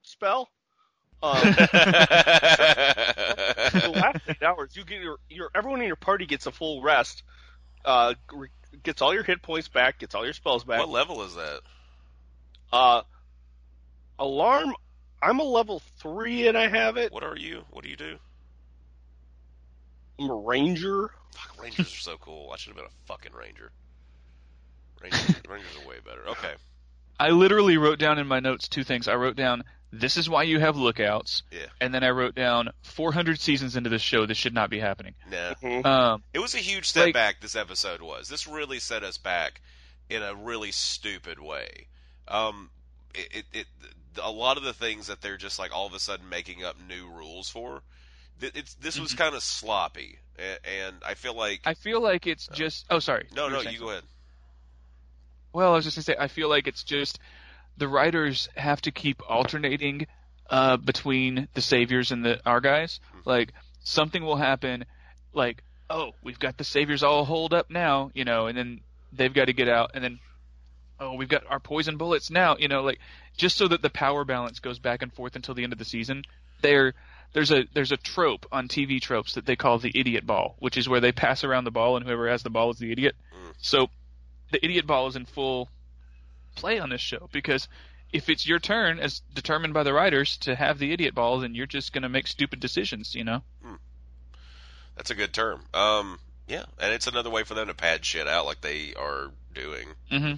Speaker 2: spell. Um, the last eight hours, you get your, your everyone in your party gets a full rest, uh, re- gets all your hit points back, gets all your spells back.
Speaker 1: what level is that?
Speaker 2: Uh, alarm. I'm a level three and I have it.
Speaker 1: What are you? What do you do?
Speaker 2: I'm a ranger.
Speaker 1: Fuck, Rangers are so cool. I should have been a fucking Ranger. Rangers, Rangers are way better. Okay.
Speaker 3: I literally wrote down in my notes two things. I wrote down This is why you have lookouts.
Speaker 1: Yeah.
Speaker 3: And then I wrote down 400 seasons into this show. This should not be happening.
Speaker 1: Nah.
Speaker 3: Um,
Speaker 1: It was a huge
Speaker 3: Like-
Speaker 1: setback. this episode was. This really set us back in a really stupid way. Um, it, it, it a lot of the things that they're just like all of a sudden making up new rules for. th- It's this was kind of sloppy, a- and I feel like
Speaker 3: Mm-hmm. I feel like it's just. Oh, sorry.
Speaker 1: no,
Speaker 3: were
Speaker 1: no,
Speaker 3: saying
Speaker 1: you go ahead.
Speaker 3: Well, I was just gonna say, I feel like it's just the writers have to keep alternating uh, between the saviors and the our guys. Like something will happen, like oh, we've got the saviors all holed up now, you know, and then they've got to get out, and then oh, we've got our poison bullets now, you know, like just so that the power balance goes back and forth until the end of the season. There, there's a there's a trope on TV tropes that they call the idiot ball, which is where they pass around the ball and whoever has the ball is the idiot. So the idiot ball is in full play on this show because if it's your turn as determined by the writers to have the idiot ball then you're just going to make stupid decisions you know
Speaker 1: That's a good term. Um, yeah, and it's another way for them to pad shit out like they are doing.
Speaker 3: mm-hmm.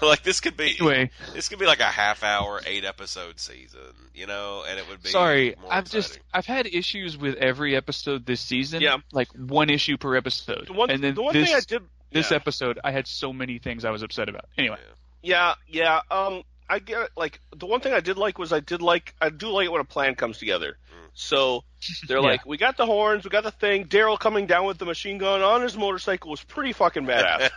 Speaker 1: like this could be
Speaker 3: anyway
Speaker 1: this could be like a half hour, eight episode season, you know, and it would be
Speaker 3: sorry
Speaker 1: more
Speaker 3: i've just
Speaker 1: exciting.
Speaker 3: i've had issues with every episode this season
Speaker 2: Yeah.
Speaker 3: like one issue per episode
Speaker 2: The one,
Speaker 3: and then
Speaker 2: the one
Speaker 3: this,
Speaker 2: thing I did
Speaker 3: this
Speaker 2: yeah.
Speaker 3: episode i had so many things i was upset about anyway
Speaker 2: Yeah, yeah. Um, I get it. like the one thing I did like was I did like I do like it when a plan comes together.
Speaker 1: Mm.
Speaker 2: So they're
Speaker 3: Yeah.
Speaker 2: like, we got the horns, we got the thing. Daryl coming down with the machine gun on his motorcycle was pretty fucking badass.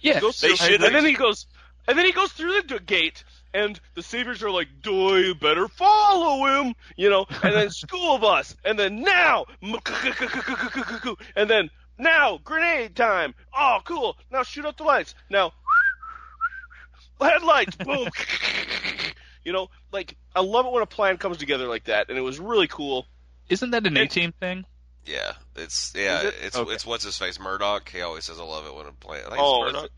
Speaker 3: yeah
Speaker 2: Goes
Speaker 1: They
Speaker 2: through-
Speaker 1: should
Speaker 2: and
Speaker 1: have-
Speaker 2: then he goes, and then he goes through the d- gate, and the saviors are like, "Do you better follow him?" You know, and then school bus, and then now, and then now grenade time. Oh, cool! Now shoot out the lights. Now headlights, boom. You know, like I love it when a plan comes together like that, and it was really cool.
Speaker 3: isn't that an a team thing
Speaker 1: Yeah, it's yeah,
Speaker 2: Is it?
Speaker 1: it's
Speaker 3: Okay.
Speaker 1: it's what's his face Murdoch. He always says, "I love it when I'm playing." I think
Speaker 2: Oh,
Speaker 1: it's
Speaker 2: is
Speaker 1: Murdoch.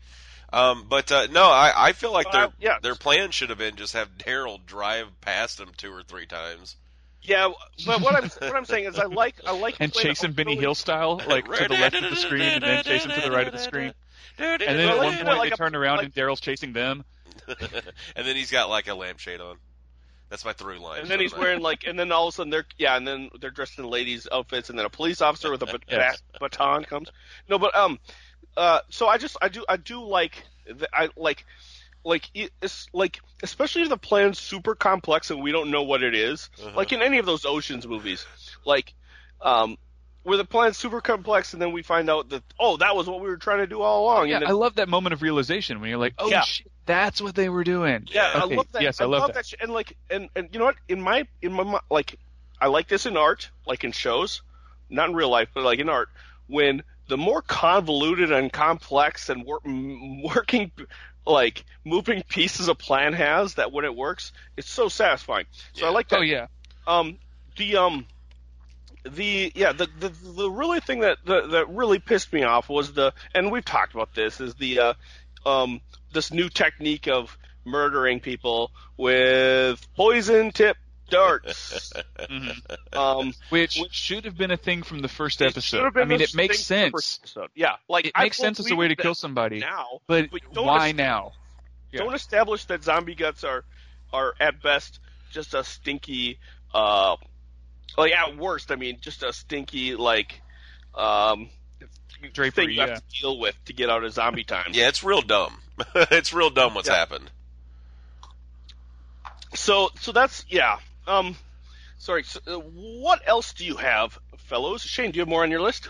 Speaker 1: Um, but uh, no, I, I feel like their
Speaker 2: Uh, yeah.
Speaker 1: their plan should have been just have Daryl drive past him two or three times.
Speaker 2: Yeah, but what I'm what I'm saying is I like I like
Speaker 3: and
Speaker 2: when
Speaker 3: chase
Speaker 2: a
Speaker 3: him benny
Speaker 2: really-
Speaker 3: hill style like to the left of the screen and then chase him to the right of the screen
Speaker 1: and
Speaker 3: and then at
Speaker 2: Well,
Speaker 3: one
Speaker 2: you know,
Speaker 3: point
Speaker 2: like
Speaker 3: they
Speaker 2: a-
Speaker 3: turn around
Speaker 2: like-
Speaker 3: and daryl's chasing them
Speaker 1: and then he's got like a lampshade on. That's my through line.
Speaker 2: And
Speaker 1: for
Speaker 2: then he's
Speaker 1: tonight.
Speaker 2: wearing like, and then all of a sudden they're yeah, and then they're dressed in ladies' outfits, and then a police officer with a bat-
Speaker 3: Yes.
Speaker 2: bat- baton comes. No, but um, uh, so I just I do I do like the, I like like it- it's like especially if the plan's super complex and we don't know what it is, like in any of those oceans movies, like um. Where the plan's super complex, and then we find out that oh, that was what we were trying to do all along.
Speaker 3: Yeah,
Speaker 2: and then,
Speaker 3: I love that moment of realization when you're like, "Oh
Speaker 2: Yeah.
Speaker 3: shit, that's what they were doing."
Speaker 2: Yeah,
Speaker 3: Okay,
Speaker 2: I love that.
Speaker 3: Yes, I, love, that.
Speaker 2: shit. And like, and and you know what? In my in my mi- like, I like this in art, like in shows, not in real life, but like in art, when the more convoluted and complex and wor- m- working, like moving pieces a plan has, that when it works, it's so satisfying. So I like that.
Speaker 3: Oh yeah,
Speaker 2: Um, the um, the yeah, the the, the really thing that, that that really pissed me off was the, and we've talked about this, is the uh, um, this new technique of murdering people with poison tip darts. um,
Speaker 3: Mm-hmm. which should have been a thing from the first
Speaker 2: it should have
Speaker 3: episode.
Speaker 2: been
Speaker 3: I mean,
Speaker 2: this
Speaker 3: it makes
Speaker 2: thing for
Speaker 3: sense.
Speaker 2: first episode. Yeah, like
Speaker 3: It
Speaker 2: I
Speaker 3: makes sense as a
Speaker 2: believe
Speaker 3: way to kill
Speaker 2: that
Speaker 3: somebody.
Speaker 2: now,
Speaker 3: but
Speaker 2: but don't
Speaker 3: why
Speaker 2: es-
Speaker 3: now? Yeah.
Speaker 2: Don't establish that zombie guts are are at best just a stinky uh like at worst, I mean just a stinky like um thing
Speaker 3: Drapery,
Speaker 2: you
Speaker 3: yeah.
Speaker 2: have to deal with to get out of zombie time.
Speaker 1: yeah, it's real dumb. it's real dumb what's
Speaker 2: Yeah.
Speaker 1: happened.
Speaker 2: So so that's yeah. Um sorry, so, uh, what else do you have, fellows? Shane, do you have more on your list?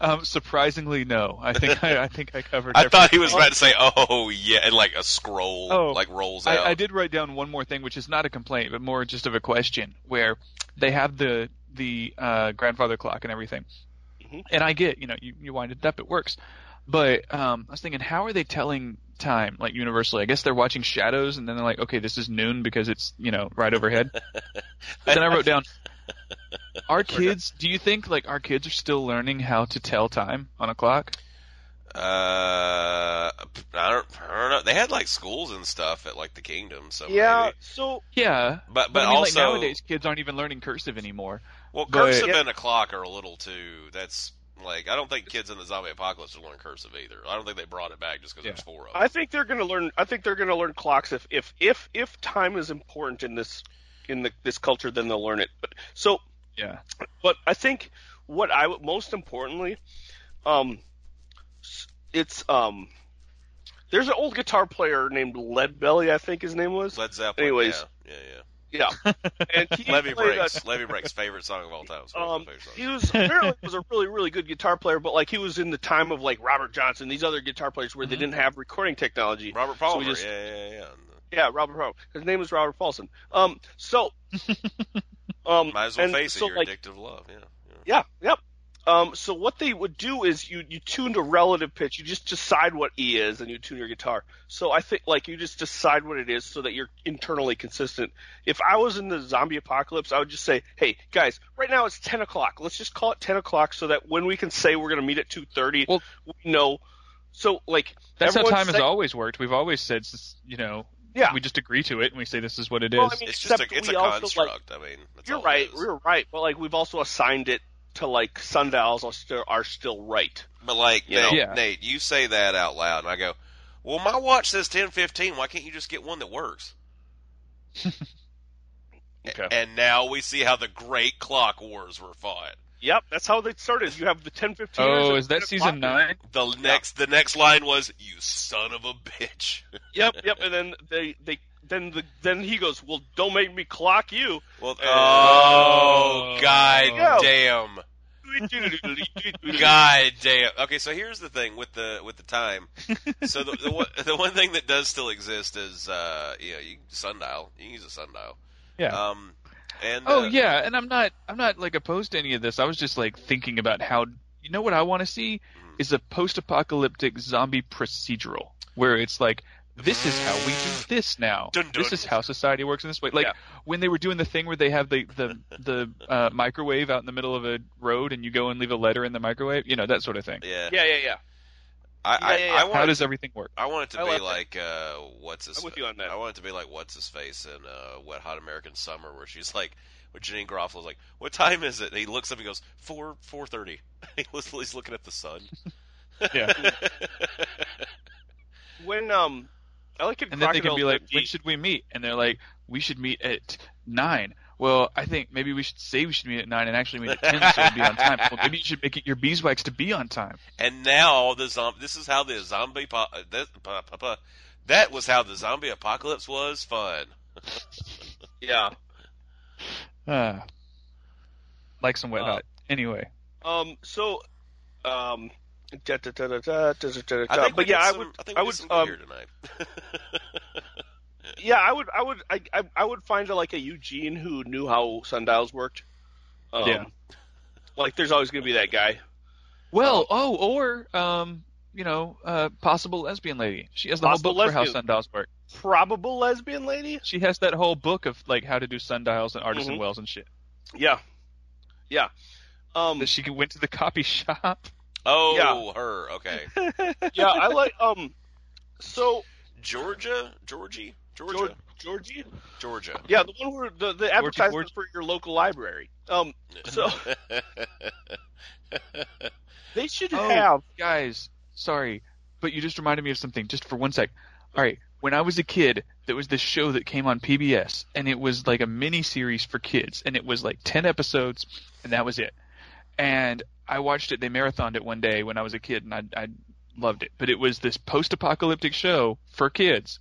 Speaker 3: um, surprisingly, no. I think I, I think I covered.
Speaker 1: I thought he
Speaker 3: everything.
Speaker 1: was about to say, "Oh yeah," and like a scroll
Speaker 3: Oh.
Speaker 1: like rolls out.
Speaker 3: I, I did write down one more thing, which is not a complaint, but more just of a question, where they have the the uh, grandfather clock and everything, and I get, you know, you, you wind it up, it works, but um, I was thinking, how are they telling time like universally? I guess they're watching shadows, and then they're like, okay, this is noon because it's you know right overhead. But then I wrote down, our kids. Do you think like our kids are still learning how to tell time on a clock?
Speaker 1: Uh, I don't, I don't know. They had like schools and stuff at like the kingdom, so
Speaker 2: Yeah,
Speaker 1: maybe.
Speaker 2: so
Speaker 3: Yeah,
Speaker 1: But- but
Speaker 3: I mean,
Speaker 1: also-
Speaker 3: like nowadays kids aren't even learning cursive anymore.
Speaker 1: Well,
Speaker 3: But-
Speaker 1: cursive and a clock are a little too. That's Like, I don't think kids in the zombie apocalypse would learn cursive either. I don't think they brought it back just because
Speaker 3: Yeah.
Speaker 1: there's four of them.
Speaker 2: I think they're going to learn. I think they're going to learn clocks if if if if time is important in this in the, this culture, then they'll learn it. But so,
Speaker 3: Yeah.
Speaker 2: but I think what I would most importantly, um, s- it's um, there's an old guitar player named Leadbelly, I think his name was.
Speaker 1: Led Zeppelin.
Speaker 2: Anyways.
Speaker 1: yeah, yeah.
Speaker 2: Yeah, and he
Speaker 1: yeah. Levy
Speaker 2: played a-
Speaker 1: Breaks. Levy Breaks' favorite song of all time. It's one of
Speaker 2: Um,
Speaker 1: my favorite songs.
Speaker 2: he was apparently was a really really good guitar player, but like he was in the time of like Robert Johnson, these other guitar players
Speaker 1: Mm-hmm.
Speaker 2: where they didn't have recording technology.
Speaker 1: Robert
Speaker 2: so
Speaker 1: Palmer.
Speaker 2: we just-
Speaker 1: Yeah, yeah, yeah.
Speaker 2: Yeah, Robert Paul. His name is Robert Paulson. Um, so, um,
Speaker 1: Might as well
Speaker 2: and
Speaker 1: face
Speaker 2: so,
Speaker 1: it. You're
Speaker 2: like,
Speaker 1: addicted to love. Yeah. yeah.
Speaker 2: yeah, yep. Um, so what they would do is you you tune to relative pitch. You just decide what E is, and you tune your guitar. So I think like you just decide what it is, so that you're internally consistent. If I was in the zombie apocalypse, I would just say, "Hey guys, right now it's ten o'clock. Let's just call it ten o'clock, so that when we can say we're going to meet at two thirty,
Speaker 3: Well-
Speaker 2: we know." So like
Speaker 3: That's how
Speaker 2: everyone's
Speaker 3: time has
Speaker 2: saying-
Speaker 3: always worked. We've always said, s- you know,
Speaker 2: Yeah.
Speaker 3: we just agree to it and we say this is what it is.
Speaker 2: Well, I mean,
Speaker 1: It's just a,
Speaker 2: except
Speaker 1: it's
Speaker 2: we
Speaker 1: a
Speaker 2: also, like,
Speaker 1: construct. I mean, that's
Speaker 2: You're
Speaker 1: all it
Speaker 2: right.
Speaker 1: is.
Speaker 2: You're right. But like we've also assigned it to like sundials are still are still right.
Speaker 1: But like
Speaker 2: You know?
Speaker 1: Nate,
Speaker 3: Yeah.
Speaker 1: Nate, you say that out loud, and I go, "Well, my watch says ten fifteen. Why can't you just get one that works?"
Speaker 3: Okay.
Speaker 1: And now we see how the Great Clock Wars were fought.
Speaker 2: Yep, that's how they started. You have the 10 15
Speaker 3: oh, is that season nine?
Speaker 1: The next, the next line was, "You son of a bitch."
Speaker 2: Yep, yep. And then they they then the then he goes, "Well, don't make me clock you."
Speaker 1: Well, oh
Speaker 2: uh,
Speaker 3: Oh.
Speaker 1: god
Speaker 2: Yeah.
Speaker 1: damn, god damn. Okay, so here's the thing with the with the time. So the the, one- the one thing that does still exist is, uh, you know, you, sundial. You can use a sundial.
Speaker 3: Yeah.
Speaker 1: Um, and
Speaker 3: oh
Speaker 1: uh,
Speaker 3: yeah, and I'm not I'm not like opposed to any of this. I was just like thinking about how you know what I want to see
Speaker 2: Mm.
Speaker 3: is a post-apocalyptic zombie procedural where it's like this is how we do this now.
Speaker 1: Dun, dun.
Speaker 3: This is how society works in this way. Like
Speaker 2: Yeah.
Speaker 3: when they were doing the thing where they have the the the uh, microwave out in the middle of a road, and you go and leave a letter in the microwave. You know that sort of thing.
Speaker 1: Yeah.
Speaker 2: Yeah, yeah, yeah.
Speaker 1: I, I,
Speaker 2: Yeah, yeah,
Speaker 1: I
Speaker 2: yeah.
Speaker 1: want
Speaker 3: How does everything work?
Speaker 1: I want it to
Speaker 2: I
Speaker 1: be
Speaker 2: like
Speaker 1: like uh, what's his.
Speaker 2: I'm with you on that.
Speaker 1: I want it to be like what's his face in uh, Wet Hot American Summer, where she's like, where Janine Garofalo's like, "What time is it?" And he looks up and goes, four four thirty. he was, he's looking at the sun.
Speaker 3: Yeah.
Speaker 2: When um I like it
Speaker 3: and then they can
Speaker 2: Crocodile
Speaker 3: be like,
Speaker 2: Dundee.
Speaker 3: when should we meet? And they're like, we should meet at nine. Well, I think maybe we should say we should meet at nine and actually meet at ten, so it'll be on time. Well, maybe you should make it your beeswax to be on time.
Speaker 1: and now the zombie. This is how the zombie. Po- uh, that, pa- pa- pa- that was how the zombie apocalypse was fun.
Speaker 2: Yeah.
Speaker 3: Uh, like some wet
Speaker 2: Uh,
Speaker 3: hot. Anyway,
Speaker 2: Um so um da, da, da, da, da, da, da, da,
Speaker 1: I
Speaker 2: da.
Speaker 1: think we
Speaker 2: but
Speaker 1: did
Speaker 2: yeah, I
Speaker 1: some-
Speaker 2: would
Speaker 1: I think
Speaker 2: I
Speaker 1: we did
Speaker 2: would
Speaker 1: some good
Speaker 2: um,
Speaker 1: here tonight.
Speaker 2: Yeah, I would, I would, I, I, I would find a, like a Eugene who knew how sundials worked. Um,
Speaker 3: Yeah.
Speaker 2: Like, there's always going to be that guy.
Speaker 3: well, oh, or um, you know, uh, possible lesbian lady. She has the
Speaker 2: Possible
Speaker 3: whole book for how
Speaker 2: lesbian.
Speaker 3: sundials work.
Speaker 2: Probable lesbian lady.
Speaker 3: She has that whole book of like how to do sundials and artisan
Speaker 2: Mhm.
Speaker 3: wells and shit.
Speaker 2: Yeah. Yeah. Um,
Speaker 3: That she went to the copy shop.
Speaker 1: oh, her. Okay.
Speaker 2: yeah, I like. Um, so
Speaker 1: Georgia, Georgie, Georgia,
Speaker 2: George, Georgie.
Speaker 1: Georgia.
Speaker 2: Yeah, the one where the the advertisement
Speaker 3: Georgie.
Speaker 2: for your local library. Um, so they should
Speaker 3: Oh.
Speaker 2: have.
Speaker 3: guys, sorry, but you just reminded me of something just for one sec. All right, when I was a kid, there was this show that came on PBS, and it was like a mini series for kids, and it was like 10 episodes, and that was it. And I watched it, they marathoned it one day when I was a kid, and I, I loved it. But it was this post apocalyptic show for kids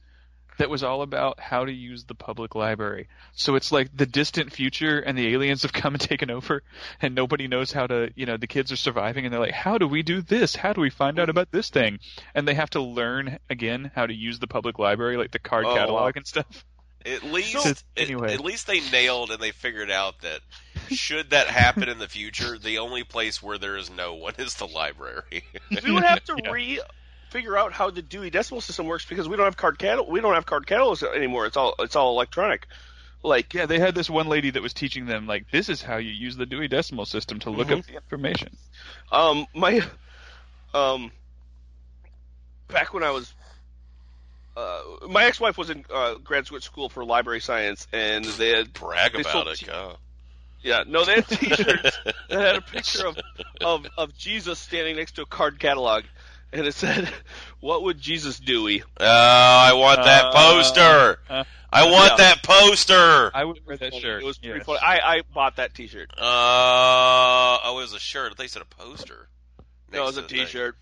Speaker 3: that was all about how to use the public library. So it's like the distant future and the aliens have come and taken over and nobody knows how to, you know, the kids are surviving and they're like, how do we do this? How do we find out about this thing? And they have to learn again how to use the public library, like the card
Speaker 1: Oh,
Speaker 3: catalog
Speaker 1: wow.
Speaker 3: and stuff.
Speaker 1: At least,
Speaker 3: So-
Speaker 1: at-
Speaker 3: anyway.
Speaker 1: at, least they nailed and they figured out that should that happen in the future, the only place where there is no one is the library.
Speaker 2: We would have to re figure out how the Dewey Decimal System works because we don't have card catalog. We don't have card catalogs anymore. It's all it's all electronic. Like
Speaker 3: Yeah, they had this one lady that was teaching them, like, this is how you use the Dewey Decimal System to look up the information.
Speaker 2: um my um back when I was uh, my ex-wife was in uh, graduate school for library science, and they had
Speaker 1: Brag
Speaker 2: They
Speaker 1: about
Speaker 2: sold
Speaker 1: it.
Speaker 2: cheap-
Speaker 1: God.
Speaker 2: Yeah, no, they had T-shirts that had a picture of, of of Jesus standing next to a card catalog, and it said, "What would Jesus do?"
Speaker 1: Oh, I want that
Speaker 3: Uh,
Speaker 1: poster.
Speaker 3: uh,
Speaker 1: I want
Speaker 2: yeah.
Speaker 1: that poster.
Speaker 3: I would wear that shirt.
Speaker 2: It was pretty
Speaker 3: yes.
Speaker 2: funny. I, I bought that T-shirt.
Speaker 1: Uh, oh, it was a shirt. They said a poster.
Speaker 2: No, it was
Speaker 1: next
Speaker 2: a
Speaker 1: to the thing.
Speaker 2: T-shirt.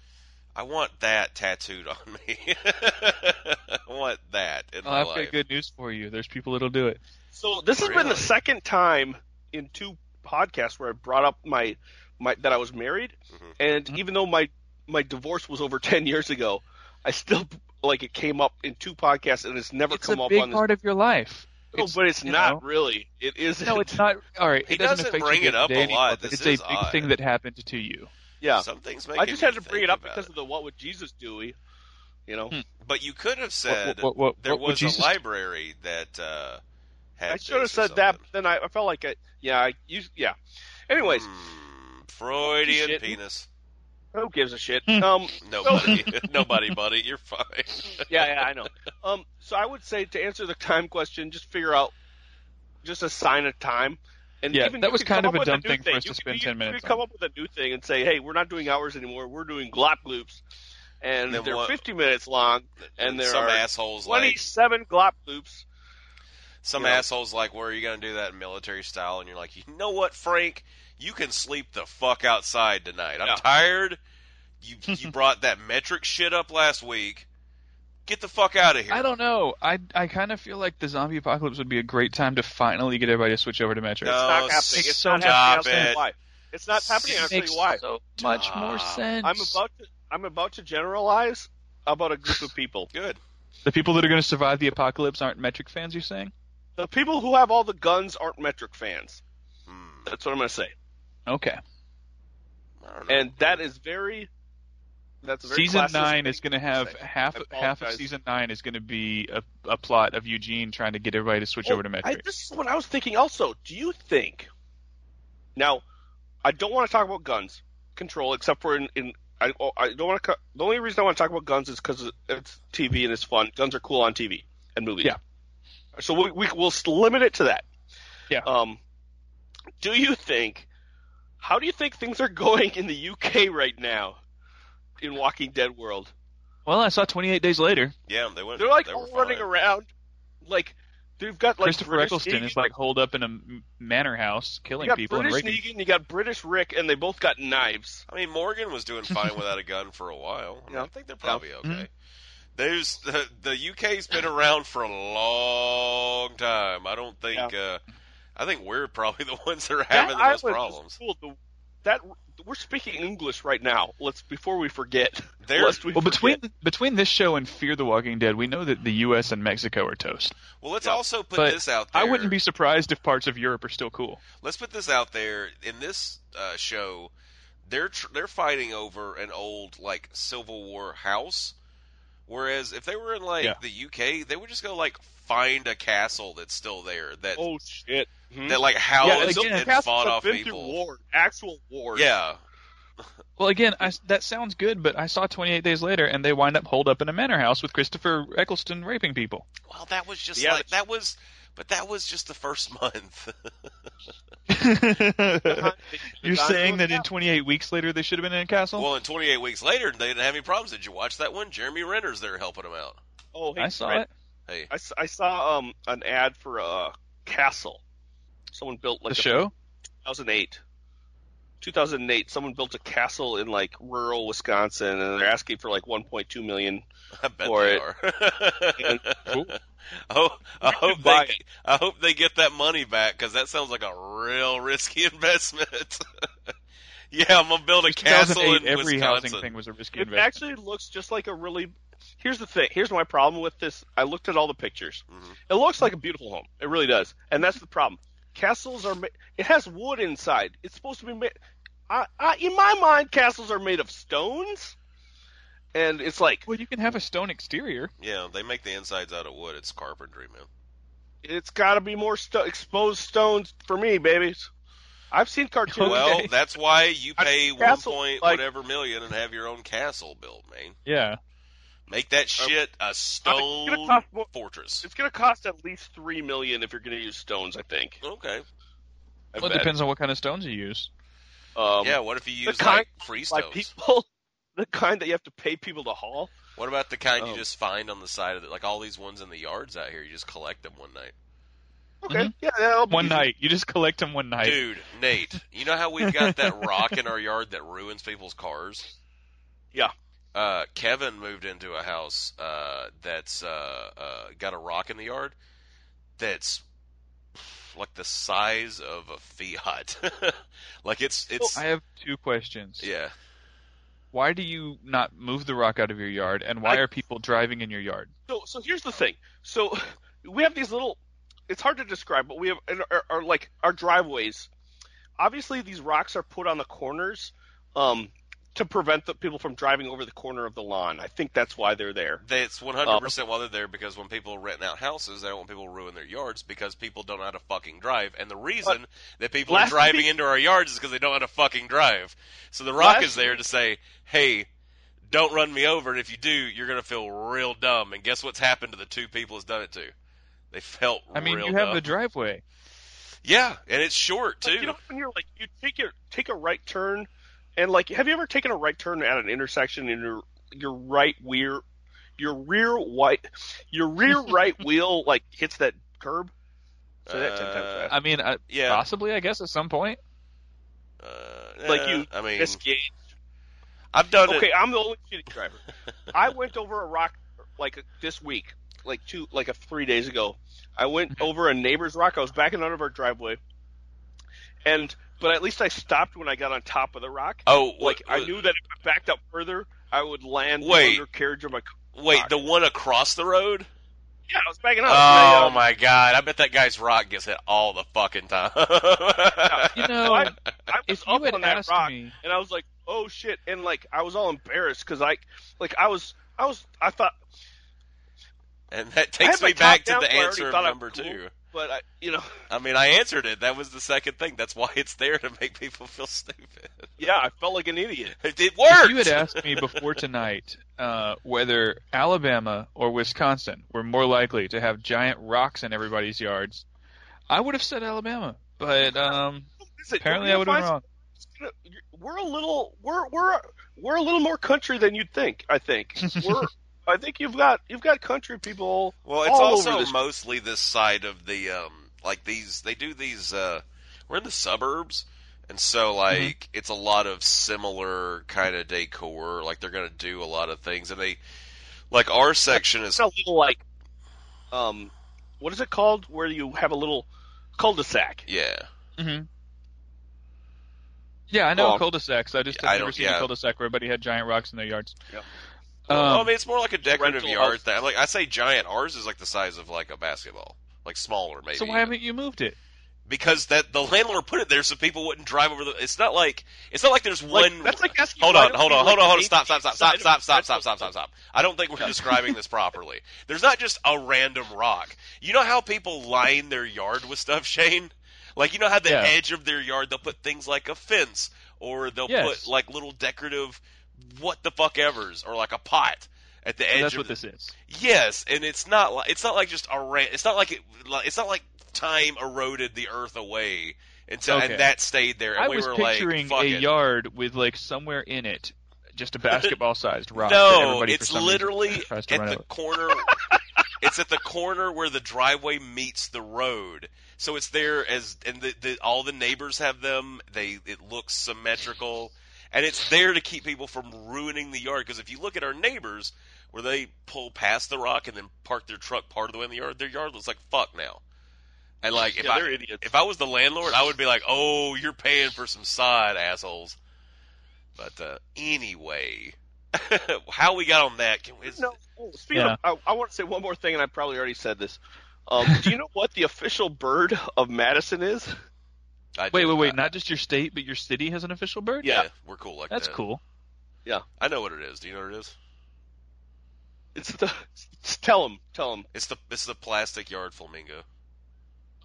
Speaker 1: I want that tattooed on me. I want that in my
Speaker 3: I've
Speaker 1: life.
Speaker 3: got good news for you. There's people that'll do it.
Speaker 2: So this has been
Speaker 1: Really?
Speaker 2: the second time in two podcasts where I brought up my my that I was married,
Speaker 3: Mm-hmm.
Speaker 1: Mhm.
Speaker 2: and even though my my divorce was over ten years ago, I still like it came up in two podcasts, and it's never
Speaker 3: It's
Speaker 2: come
Speaker 3: a
Speaker 2: up
Speaker 3: big
Speaker 2: on this.
Speaker 3: part of your life.
Speaker 2: No, but it's
Speaker 3: you
Speaker 2: not
Speaker 3: know.
Speaker 2: really. It is.
Speaker 3: No, it's not. All right,
Speaker 1: He
Speaker 3: it doesn't,
Speaker 1: doesn't
Speaker 3: affect
Speaker 1: bring
Speaker 3: you
Speaker 1: it up a
Speaker 3: day-to-day
Speaker 1: lot.
Speaker 3: anymore, but
Speaker 1: This
Speaker 3: It's a
Speaker 1: is
Speaker 3: big
Speaker 1: odd.
Speaker 3: thing that happened to you.
Speaker 2: Yeah,
Speaker 1: Some things make
Speaker 2: I just
Speaker 1: you
Speaker 2: had to bring
Speaker 1: think
Speaker 2: it up
Speaker 1: about
Speaker 2: because of the "What would Jesus do?" You know,
Speaker 3: Hmm.
Speaker 1: But you could have said
Speaker 3: what- what-
Speaker 1: there
Speaker 3: what would
Speaker 1: was
Speaker 3: Jesus
Speaker 1: a
Speaker 3: do?
Speaker 1: library that uh, had.
Speaker 2: I should have
Speaker 1: this or
Speaker 2: said that.
Speaker 1: something.
Speaker 2: But then I, I felt like I, yeah, I, you, yeah. Anyways,
Speaker 1: Hmm, Freudian
Speaker 2: Shit.
Speaker 1: penis. Hmm.
Speaker 2: who gives a shit?
Speaker 3: Hmm.
Speaker 2: um,
Speaker 1: Nobody, nobody, buddy. You're fine.
Speaker 2: yeah, yeah, I know. Um, so I would say to answer the time question, just figure out, just assign a time. And
Speaker 3: Yeah,
Speaker 2: even
Speaker 3: that
Speaker 2: you
Speaker 3: was
Speaker 2: could
Speaker 3: kind
Speaker 2: come up
Speaker 3: of a
Speaker 2: with
Speaker 3: dumb
Speaker 2: new
Speaker 3: thing for us
Speaker 2: You could-
Speaker 3: to spend
Speaker 2: you
Speaker 3: 10
Speaker 2: could
Speaker 3: minutes
Speaker 2: come
Speaker 3: on.
Speaker 2: up with a new thing and say, "Hey, we're not doing hours anymore. We're doing glop loops, and
Speaker 1: Then
Speaker 2: they're
Speaker 1: what-
Speaker 2: 50 minutes long, and there
Speaker 1: some
Speaker 2: are
Speaker 1: assholes like
Speaker 2: 27 glop loops."
Speaker 1: some
Speaker 2: you know.
Speaker 1: assholes like, "Where are you going to do that in military style?" And you're like, "You know what, Frank? You can sleep the fuck outside tonight. I'm
Speaker 2: Yeah.
Speaker 1: tired. You you brought that metric shit up last week. Get the fuck out of here."
Speaker 3: I don't know. I I kind of feel like the zombie apocalypse would be a great time to finally get everybody to switch over to metric.
Speaker 1: No,
Speaker 2: It's not happening. It's
Speaker 3: Oh,
Speaker 2: not happening. I'll
Speaker 1: stop
Speaker 2: tell you
Speaker 1: it.
Speaker 2: why. It's not happening. I'll tell
Speaker 3: makes
Speaker 2: you why.
Speaker 3: so much more
Speaker 1: Stop.
Speaker 3: sense.
Speaker 2: I'm about to I'm about to generalize about a group of people.
Speaker 1: Good.
Speaker 3: the people that are going to survive the apocalypse aren't metric fans. You're saying?
Speaker 2: The people who have all the guns aren't metric fans.
Speaker 1: Hmm,
Speaker 2: That's what I'm going to say.
Speaker 3: Okay.
Speaker 1: I don't know.
Speaker 2: And that is very that's a very
Speaker 3: Season
Speaker 2: classist
Speaker 3: nine
Speaker 2: thing
Speaker 3: is going to have
Speaker 2: say.
Speaker 3: half
Speaker 2: I
Speaker 3: half of
Speaker 2: apologize.
Speaker 3: season nine is going to be a, a plot of Eugene trying to get everybody to switch
Speaker 2: Well,
Speaker 3: over to
Speaker 2: Oh, I,
Speaker 3: metric.
Speaker 2: this is what I was thinking. Also, do you think? Now, I don't want to talk about guns control, except for in. in I, oh, I don't want to. co- The only reason I want to talk about guns is because it's TV and it's fun. Guns are cool on TV and movies.
Speaker 3: Yeah.
Speaker 2: So we, we we'll s- limit it to that.
Speaker 3: Yeah.
Speaker 2: Um, do you think? How do you think things are going in the UK right now? In Walking Dead world,
Speaker 3: well, I saw 28 Days Later.
Speaker 1: yeah, they went.
Speaker 2: they're like
Speaker 1: they were
Speaker 2: all running
Speaker 1: fine.
Speaker 2: around, like they've got like
Speaker 3: Christopher
Speaker 2: British
Speaker 3: Eccleston
Speaker 2: Negan-
Speaker 3: is like holed up in a m- manor house, killing
Speaker 2: you got
Speaker 3: people
Speaker 2: British
Speaker 3: and raping.
Speaker 2: Negan, you got British Rick, and they both got knives.
Speaker 1: I mean, Morgan was doing fine without a gun for a while. I, mean,
Speaker 2: Yeah.
Speaker 1: I think they're probably okay. There's the, the UK's been around for a long time. I don't think. Uh, I think we're probably the ones that are having the most
Speaker 2: island is
Speaker 1: problems.
Speaker 2: cool. The- That we're speaking English right now. Let's before we forget.
Speaker 1: There-
Speaker 2: lest we
Speaker 3: Well, between
Speaker 2: forget.
Speaker 3: between this show and Fear the Walking Dead, we know that the U.S. and Mexico are toast.
Speaker 1: Well, let's
Speaker 2: Yeah.
Speaker 1: also put
Speaker 3: But
Speaker 1: this out there.
Speaker 3: I wouldn't be surprised if parts of Europe are still cool.
Speaker 1: Let's put this out there. In this uh, show, they're tr- they're fighting over an old like Civil War house, whereas if they were in like
Speaker 3: Yeah.
Speaker 1: the UK, they would just go like find a castle that's still there that
Speaker 2: oh shit, Mhm.
Speaker 1: that like howled
Speaker 3: and
Speaker 2: those
Speaker 3: again-
Speaker 1: and
Speaker 2: castles
Speaker 1: fought
Speaker 2: have
Speaker 1: off
Speaker 2: been
Speaker 1: people.
Speaker 2: Through war, actual war.
Speaker 1: Yeah,
Speaker 3: Well, again, I, that sounds good, but I saw 28 Days Later, and they wind up holed up in a manor house with Christopher Eccleston raping people.
Speaker 1: Well, that was just
Speaker 2: Yeah,
Speaker 1: like
Speaker 2: but-
Speaker 1: that was, but that was just the first month.
Speaker 3: You're saying that in 28 weeks later they should have been in a castle?
Speaker 1: well, and 28 weeks later, they didn't have any problems. Did you watch that one? Jeremy Renner's there helping him out.
Speaker 2: Oh, hey,
Speaker 3: I saw
Speaker 2: Fred,
Speaker 3: it.
Speaker 1: Hey,
Speaker 2: I, s- I saw um an ad for a castle. Someone built like
Speaker 3: the
Speaker 2: a
Speaker 3: show.
Speaker 2: 2008. 2008, someone built a castle in like rural Wisconsin, and they're asking for like 1.2 million.
Speaker 1: I bet
Speaker 2: for
Speaker 1: they
Speaker 2: it.
Speaker 1: are.
Speaker 3: Cool.
Speaker 1: oh, I
Speaker 2: We
Speaker 1: hope
Speaker 2: should buy
Speaker 1: they, I hope they get that money back because that sounds like a real risky investment. yeah, I'm gonna build a castle
Speaker 3: 2008,
Speaker 1: in
Speaker 3: every
Speaker 1: Wisconsin.
Speaker 3: housing thing was a risky
Speaker 2: It
Speaker 3: investment.
Speaker 2: actually looks just like a really. Here's the thing. Here's my problem with this. I looked at all the pictures.
Speaker 3: Mm-hmm.
Speaker 1: Mhm.
Speaker 2: It looks like a beautiful home. It really does, and that's the problem. Castles are. Ma- it has wood inside. It's supposed to be made. I, I, in my mind, castles are made of stones, and it's like
Speaker 3: well, you can have a stone exterior.
Speaker 1: Yeah, they make the insides out of wood. It's carpentry, man.
Speaker 2: it's got to be more sto- exposed stones for me, babies. I've seen cartoons.
Speaker 1: Well, that's why you
Speaker 2: I-
Speaker 1: pay one
Speaker 2: castle,
Speaker 1: point
Speaker 2: like-
Speaker 1: whatever million and have your own castle built, man.
Speaker 3: Yeah.
Speaker 1: Make that
Speaker 2: Oh.
Speaker 1: shit a stone
Speaker 2: cost more-
Speaker 1: fortress.
Speaker 2: It's going to cost at least three million if you're going to use stones. I think.
Speaker 1: Okay. I
Speaker 3: Well,
Speaker 1: bet.
Speaker 3: it depends on what kind of stones you use.
Speaker 2: Um,
Speaker 1: yeah, what if you
Speaker 2: the
Speaker 1: use
Speaker 2: kind
Speaker 1: like free
Speaker 2: by
Speaker 1: stones?
Speaker 2: people, the kind that you have to pay people to haul.
Speaker 1: What about the kind
Speaker 2: Oh.
Speaker 1: you just find on the side of the like all these ones in the yards out here? You just collect them one night,
Speaker 2: Okay,
Speaker 3: Mhm.
Speaker 2: yeah, that'll be
Speaker 3: One
Speaker 2: easy.
Speaker 3: night, you just collect them one night.
Speaker 1: dude. Nate, you know how we've got that rock in our yard that ruins people's cars.
Speaker 2: Yeah.
Speaker 1: Uh, Kevin moved into a house uh, that's uh, uh, got a rock in the yard that's like the size of a Fiat. like it's it's
Speaker 3: I have two questions.
Speaker 1: yeah.
Speaker 3: Why do you not move the rock out of your yard, and why
Speaker 2: I-
Speaker 3: are people driving in your yard?
Speaker 2: So, so here's the thing. So, we have these little. It's hard to describe, but we have in our, our like our driveways. Obviously, these rocks are put on the corners um, to prevent the people from driving over the corner of the lawn. I think that's why they're there.
Speaker 1: That's 100%
Speaker 2: Um,
Speaker 1: why they're there because when people rent out houses, they don't want people to ruin their yards because people don't know how to fucking drive. And the reason that people are
Speaker 2: last
Speaker 1: driving
Speaker 2: week-
Speaker 1: into our yards is because they don't know how to fucking drive. So The Rock
Speaker 2: Last
Speaker 1: is there to say, hey, don't run me over. And if you do, you're going to feel real dumb. And guess what's happened to the two people he's done it to? They felt
Speaker 3: I mean,
Speaker 1: real
Speaker 3: you have
Speaker 1: dumb.
Speaker 3: a driveway.
Speaker 1: yeah, and it's short, too.
Speaker 2: Like, you know, when you're like you take your take a right turn, and like, have you ever taken a right turn at an intersection and your your right rear, your rear white, your rear right wheel like hits that curb? Say that ten times
Speaker 1: Uh,
Speaker 2: fast.
Speaker 3: I mean, I,
Speaker 1: yeah.
Speaker 3: possibly, I guess, at some point.
Speaker 1: Uh,
Speaker 2: Like
Speaker 1: eh,
Speaker 2: you
Speaker 1: I mean,
Speaker 2: Misgauge.
Speaker 1: I've done it.
Speaker 2: Okay, I'm the only shitty driver. I went over a rock like this week, like two, like a three days ago. I went over a neighbor's rock. I was backing out of our driveway, and but at least I stopped when I got on top of the rock.
Speaker 1: Oh,
Speaker 2: like
Speaker 1: wait,
Speaker 2: I knew that if I backed up further, I would land
Speaker 1: Wait.
Speaker 2: the undercarriage of my. car.
Speaker 1: Wait, the one across the road?
Speaker 2: Yeah, I was backing
Speaker 1: Oh
Speaker 2: up. And I, uh,
Speaker 1: my god! I bet that guy's rock gets hit all the fucking time.
Speaker 3: You know,
Speaker 2: I, I was
Speaker 3: if you
Speaker 2: up
Speaker 3: had
Speaker 2: on that
Speaker 3: asked
Speaker 2: rock,
Speaker 3: me,
Speaker 2: and I was like, "Oh shit!" And like, I was all embarrassed because I, like, I was, I was, I thought,
Speaker 1: and that
Speaker 2: I
Speaker 1: takes
Speaker 2: had my
Speaker 1: me back
Speaker 2: top
Speaker 1: to the
Speaker 2: down, so I already
Speaker 1: answer of
Speaker 2: thought I'm
Speaker 1: number
Speaker 2: cool.
Speaker 1: two.
Speaker 2: but I, you know,
Speaker 1: I mean, I answered it. That was the second thing. That's why it's there to make people feel stupid.
Speaker 2: yeah, I felt like an idiot.
Speaker 1: It, it worked.
Speaker 3: if you had asked me before tonight uh, whether Alabama or Wisconsin were more likely to have giant rocks in everybody's yards, I would have said Alabama. But um,
Speaker 2: Listen,
Speaker 3: apparently,
Speaker 2: you're
Speaker 3: I would have
Speaker 2: gonna
Speaker 3: been wrong.
Speaker 2: find- you're- We're a little we're we're we're a little more country than you'd think. I think we're. I think you've got you've got country people.
Speaker 1: well, it's
Speaker 2: all
Speaker 1: also
Speaker 2: over this.
Speaker 1: mostly this side of the um, like these. They do these. Uh, we're in the suburbs, and
Speaker 3: Mm-hmm.
Speaker 1: so like it's a lot of similar kind of decor. Like they're gonna do a lot of things, and they like our section is
Speaker 2: it's a little like, um, what is it called? Where you have a little cul-de-sac.
Speaker 1: yeah.
Speaker 3: hmm Yeah, I know
Speaker 2: Oh.
Speaker 3: cul-de-sacs. I just
Speaker 1: Yeah, I
Speaker 3: have never
Speaker 1: don't-
Speaker 3: seen
Speaker 1: yeah.
Speaker 3: a cul-de-sac where everybody had giant rocks in their yards.
Speaker 2: Yep.
Speaker 1: Well, I
Speaker 3: Um,
Speaker 1: mean, it's more like a decorative
Speaker 2: rental
Speaker 1: yard
Speaker 2: house.
Speaker 1: thing. Like I say, giant. Ours is like the size of like a basketball, like smaller maybe.
Speaker 3: so why haven't you moved it?
Speaker 1: Because that the landlord put it there so people wouldn't drive over the. It's not like it's not like there's
Speaker 2: Like,
Speaker 1: one.
Speaker 2: that's like asking
Speaker 1: Hold
Speaker 2: why
Speaker 1: on,
Speaker 2: don't
Speaker 1: hold
Speaker 2: we,
Speaker 1: on,
Speaker 2: like,
Speaker 1: hold on, hold on.
Speaker 2: make
Speaker 1: Stop, stop, stop, stop,
Speaker 2: inside
Speaker 1: stop,
Speaker 2: of
Speaker 1: stop,
Speaker 2: rental
Speaker 1: stop, stop, stop, stop. I don't think we're describing this properly. There's not just a random rock. You know how people line their yard with stuff, Shane? Like you know how the
Speaker 3: Yeah.
Speaker 1: edge of their yard they'll put things like a fence or they'll
Speaker 3: Yes.
Speaker 1: put like little decorative what the fuck ever's or like a pot at the edge
Speaker 3: That's
Speaker 1: of
Speaker 3: what
Speaker 1: the,
Speaker 3: this is.
Speaker 1: Yes, and it's not like it's not like just a rant. It's not like it. like- It's not like time eroded the earth away until
Speaker 3: Okay.
Speaker 1: and that stayed there. And
Speaker 3: I
Speaker 1: we
Speaker 3: was
Speaker 1: were like,
Speaker 3: picturing
Speaker 1: Fuck
Speaker 3: a
Speaker 1: it.
Speaker 3: yard with like somewhere in it just a basketball-sized rock. that
Speaker 1: No,
Speaker 3: everybody for
Speaker 1: it's
Speaker 3: some reason
Speaker 1: literally
Speaker 3: tries
Speaker 1: at
Speaker 3: to run
Speaker 1: the
Speaker 3: over.
Speaker 1: corner. it's at the corner where the driveway meets the road. So it's there as and the, the all the neighbors have them. They it looks symmetrical, and it's there to keep people from ruining the yard. Because if you look at our neighbors, where they pull past the rock and then park their truck part of the way in the yard, their yard looks like fuck now. And like if
Speaker 2: Yeah,
Speaker 1: I
Speaker 2: they're idiots.
Speaker 1: if I was the landlord, I would be like, "Oh, you're paying for some side assholes." But uh, anyway, how we got on that? Can we,
Speaker 2: No, well, speaking
Speaker 3: Yeah.
Speaker 2: of, I, I want to say one more thing, and I probably already said this. Um, do you know what the official bird of Madison is?
Speaker 1: I
Speaker 3: Wait,
Speaker 1: do-
Speaker 3: wait, wait!
Speaker 1: I-
Speaker 3: Not just your state, but your city has an official bird.
Speaker 1: yeah.
Speaker 2: Yeah.
Speaker 1: we're cool like
Speaker 3: that's
Speaker 1: that.
Speaker 3: cool.
Speaker 1: I know what it is. Do you know what it is?
Speaker 2: It's the it's- tell him, tell him.
Speaker 1: It's the it's the plastic yard flamingo.